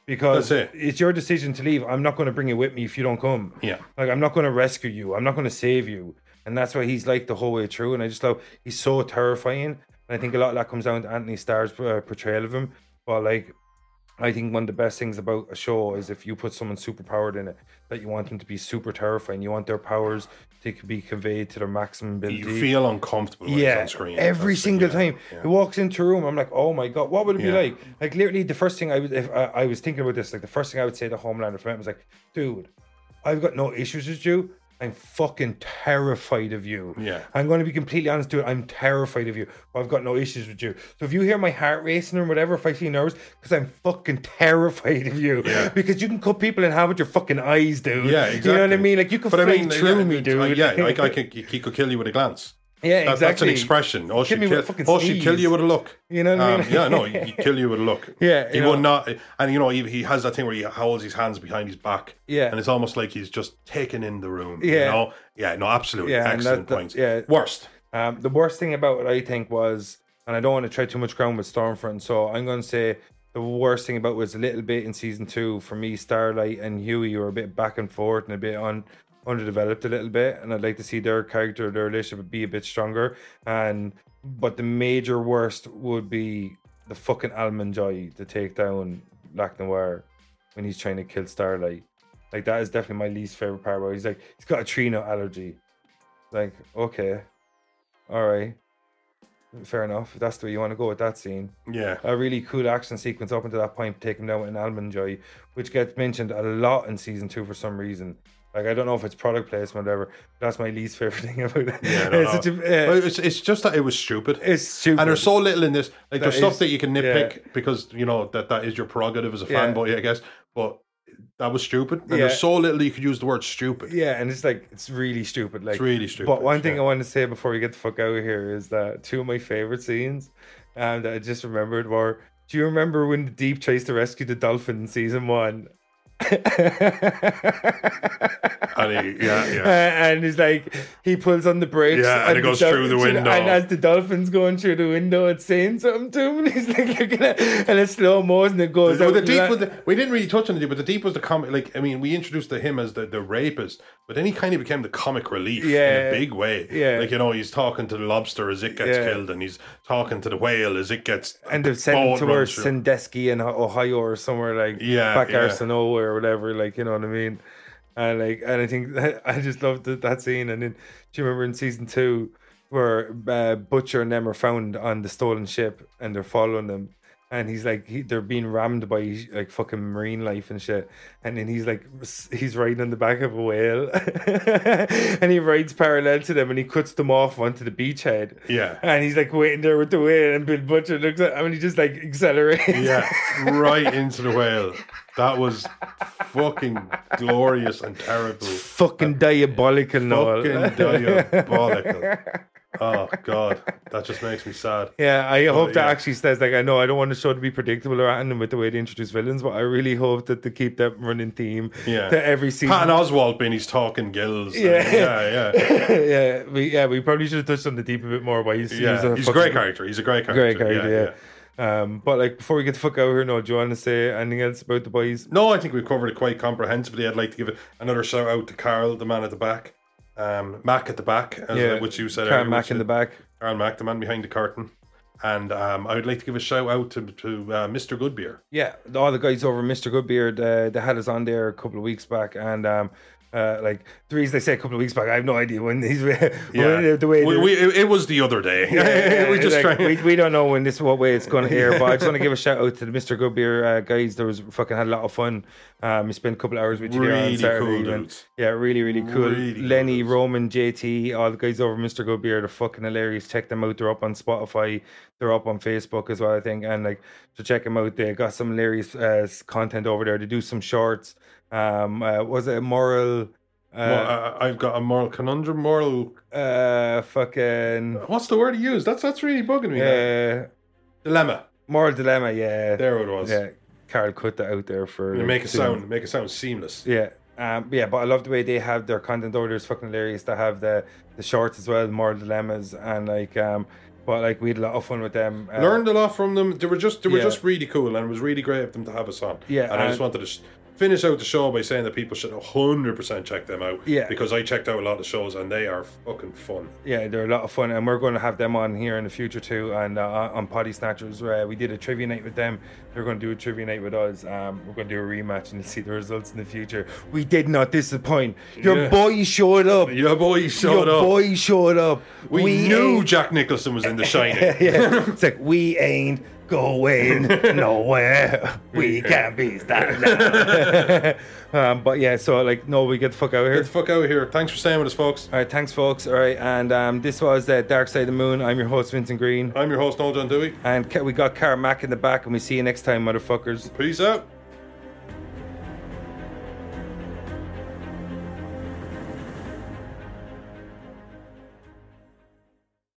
S2: Because
S3: That's it.
S2: it's your decision to leave. I'm not going to bring you with me if you don't come.
S3: Yeah.
S2: Like I'm not going to rescue you. I'm not going to save you. And that's why he's like the whole way through. And I just love he's so terrifying. And I think a lot of that comes down to Anthony Starr's uh, portrayal of him. But like, I think one of the best things about a show is if you put someone super powered in it, that you want them to be super terrifying. You want their powers to be conveyed to their maximum ability
S3: You feel uncomfortable when he's
S2: yeah,
S3: on screen.
S2: every
S3: That's the-
S2: single
S3: yeah,
S2: time
S3: yeah.
S2: he walks into a room, I'm like, oh my god, what would it be
S3: Yeah.
S2: like? Like literally, the first thing I would, if I, I was thinking about this, like the first thing I would say to Homelander for him was like, dude, I've got no issues with you. I'm fucking terrified of you.
S3: Yeah.
S2: I'm going to be completely honest, dude. I'm terrified of you. But I've got no issues with you. So if you hear my heart racing or whatever, if I feel nervous, because I'm fucking terrified of you.
S3: Yeah.
S2: Because you can cut people in half with your fucking eyes, dude.
S3: Yeah,
S2: You know what I
S3: exactly.
S2: mean? Like you can
S3: But I
S2: fly
S3: mean,
S2: through
S3: yeah,
S2: me, dude.
S3: I- yeah, I, I could, he could kill you with a glance.
S2: yeah,
S3: That-
S2: exactly.
S3: That's an expression. Or she'd
S2: me with a
S3: kill,
S2: fucking
S3: or she'd kill
S2: sneeze.
S3: you with a look. Um,
S2: You know what I mean?
S3: yeah, no, he'd kill you with a look.
S2: Yeah,
S3: he
S2: you
S3: would not. And you know, he, he has that thing where he holds his hands behind his back.
S2: Yeah.
S3: and it's almost like he's just taking in the room.
S2: Yeah.
S3: you know? yeah, no, absolutely,
S2: Yeah, and that-
S3: excellent
S2: that-
S3: points.
S2: yeah.
S3: worst.
S2: Um, the worst thing about it, I think, was, and I don't want to try too much ground with Stormfront, so I'm going to say the worst thing about it was a little bit in season two for me. Starlight and Huey were a bit back and forth and a bit un underdeveloped a little bit, and I'd like to see their character, their relationship, be a bit stronger. And but the major worst would be the fucking Almond Joy to take down Lac Noir when he's trying to kill Starlight. Like that is definitely my least favorite part. Where he's like, he's got a tree nut allergy. Like, okay, all right, fair enough. If that's the way you want to go with that scene.
S3: Yeah,
S2: A really cool action sequence up until that point, taking down with an almond joy, which gets mentioned a lot in season two for some reason. Like I don't know if it's product placement or whatever. But that's my least favorite thing about it.
S3: Yeah, no,
S2: it's,
S3: no.
S2: such a,
S3: Well,
S2: uh,
S3: it's it's just that it was stupid.
S2: it's stupid.
S3: and there's so little in this. Like there's
S2: That
S3: stuff
S2: is-
S3: that you can nitpick because you know that that is your prerogative as a
S2: Yeah.
S3: fanboy, I guess. But that was stupid. And
S2: Yeah.
S3: there's so little you could use the word stupid.
S2: Yeah, and it's like it's really stupid. Like
S3: really stupid,
S2: But one thing
S3: yeah.
S2: I want to say before we get the fuck out of here is that two of my favorite scenes, um, that I just remembered were. Do you remember when the deep tries to rescue the dolphin in season one?
S3: And he- yeah, yeah.
S2: Uh, and he's like, he pulls on the brakes.
S3: Yeah, and it
S2: the
S3: goes through the
S2: dolphin-
S3: window.
S2: And as the dolphin's going through the window, it's saying something to him. And he's like looking at and it's slow mo and it goes.
S3: Well,
S2: out
S3: the
S2: the
S3: deep
S2: la-
S3: was the, we didn't really touch on the deep, but the deep was the comic. Like, I mean, we introduced to him as the, the rapist, but then he kind of became the comic relief in
S2: Yeah.
S3: a big way.
S2: Yeah.
S3: like you know, he's talking to the lobster as it gets
S2: Yeah.
S3: killed, and he's talking to the whale as it gets
S2: and they've sent
S3: ball
S2: him
S3: run
S2: towards
S3: through.
S2: Sandusky in Ho- Ohio or somewhere like
S3: Yeah,
S2: back
S3: yeah.
S2: arse of nowhere or whatever, like you know what I mean. And like, and I think I just loved that, that scene. And then do you remember in season two where uh, Butcher and them are found on the stolen ship and they're following them? And he's like, he, they're being rammed by like fucking marine life and shit. And then he's like, s- he's riding on the back of a whale, and he rides parallel to them, and he cuts them off onto the beachhead.
S3: Yeah.
S2: And he's like waiting there with the whale, and Bill Butcher looks at him and he just like accelerates.
S3: Yeah, right into the whale. That was fucking glorious and terrible.
S2: Fucking diabolical, Noel.
S3: Fucking diabolical. Oh god, that just makes me sad.
S2: Yeah, I hope that
S3: yeah.
S2: actually says like I know I don't want the show to be predictable or random with the way they introduce villains, but I really hope that they keep that running theme
S3: Yeah.
S2: to every season.
S3: Patton Oswald being he's talking gills. and-
S2: Yeah.
S3: yeah, yeah.
S2: yeah, we yeah we probably should have touched on the deep a bit more, but he's
S3: Yeah,
S2: he's a,
S3: he's a
S2: fucking
S3: great character. He's a great character.
S2: great character, yeah. Um, but like before we get the fuck out of here, no, do you want to say anything else about the boys?
S3: No, I think we've covered it quite comprehensively. I'd like to give it another shout out to Carl, the man at the back, um, Mac at the back, as
S2: Yeah,
S3: uh, which you said.
S2: Karen
S3: earlier,
S2: Mack
S3: which
S2: in the
S3: is-
S2: back.
S3: Carl Mac, the man behind the curtain, and um, I would like to give a shout out to to uh, Mr. Goodbeer.
S2: Yeah, all the guys over Mr. Goodbeard, uh, they had us on there a couple of weeks back, and um, uh, like the reason they say a couple of weeks back, I have no idea when these. Yeah, the way
S3: we,
S2: they-
S3: we- it, it was the other day. we just
S2: like,
S3: trying.
S2: we, we don't know when this what way it's going to air, but I just want to give a shout out to the Mr. Goodbeer uh, guys. There was fucking had a lot of fun. Um, we spent a couple of hours with you there on
S3: Really
S2: Saturday
S3: cool
S2: evening.
S3: dudes.
S2: Yeah, really, really cool.
S3: Really cool
S2: Lenny,
S3: dudes.
S2: Roman, JT, all the guys over Mr. Goodbeer, they're fucking hilarious. Check them out. They're up on Spotify. They're up on Facebook as well, I think. And like, to check them out. They got some hilarious uh, s- content over there. They do some shorts. Um, uh, was it moral?
S3: Well,
S2: Uh,
S3: I- I've got a moral conundrum. Moral.
S2: uh, fucking.
S3: What's the word to use? That's that's really bugging me. now.
S2: Uh,
S3: Dilemma.
S2: moral dilemma. Yeah.
S3: There it was.
S2: Yeah, Carl cut that out there for
S3: And make it
S2: soon.
S3: sound, make it sound seamless.
S2: Yeah, um, yeah, but I love the way they have their content over there. It's fucking hilarious. They have the the shorts as well, moral dilemmas, and like, um, but like we had a lot of fun with them. Uh,
S3: Learned a lot from them. They were just, they were
S2: Yeah.
S3: just really cool, and it was really great of them to have us on.
S2: Yeah,
S3: and I just
S2: and-
S3: wanted to sh- finish out the show by saying that people should hundred percent check them out.
S2: Yeah.
S3: because I checked out a lot of shows, and they are fucking fun.
S2: yeah, they're a lot of fun, and we're going to have them on here in the future too. And uh, on Potty Snatchers, uh, we did a trivia night with them. They're going to do a trivia night with us. Um, we're going to do a rematch, and you'll see the results in the future. We did not disappoint. Your
S3: Yeah.
S2: boy showed up.
S3: Your boy showed
S2: Your
S3: up.
S2: boy showed up.
S3: we, knew
S2: ain't-
S3: Jack Nicholson was in The Shining.
S2: yeah. It's like we ain't going nowhere. We can't be standing. um, but yeah, so like, no, we get the fuck out of here.
S3: Get the fuck out of here. Thanks for staying with us, folks.
S2: All right, thanks, folks. All right, and um, this was uh, Dark Side of the Moon. I'm your host, Vincent Green,
S3: I'm your host, Noel John Dewey.
S2: and Ca- we got Cara Mack in the back, and we see you next time, motherfuckers.
S3: Peace out.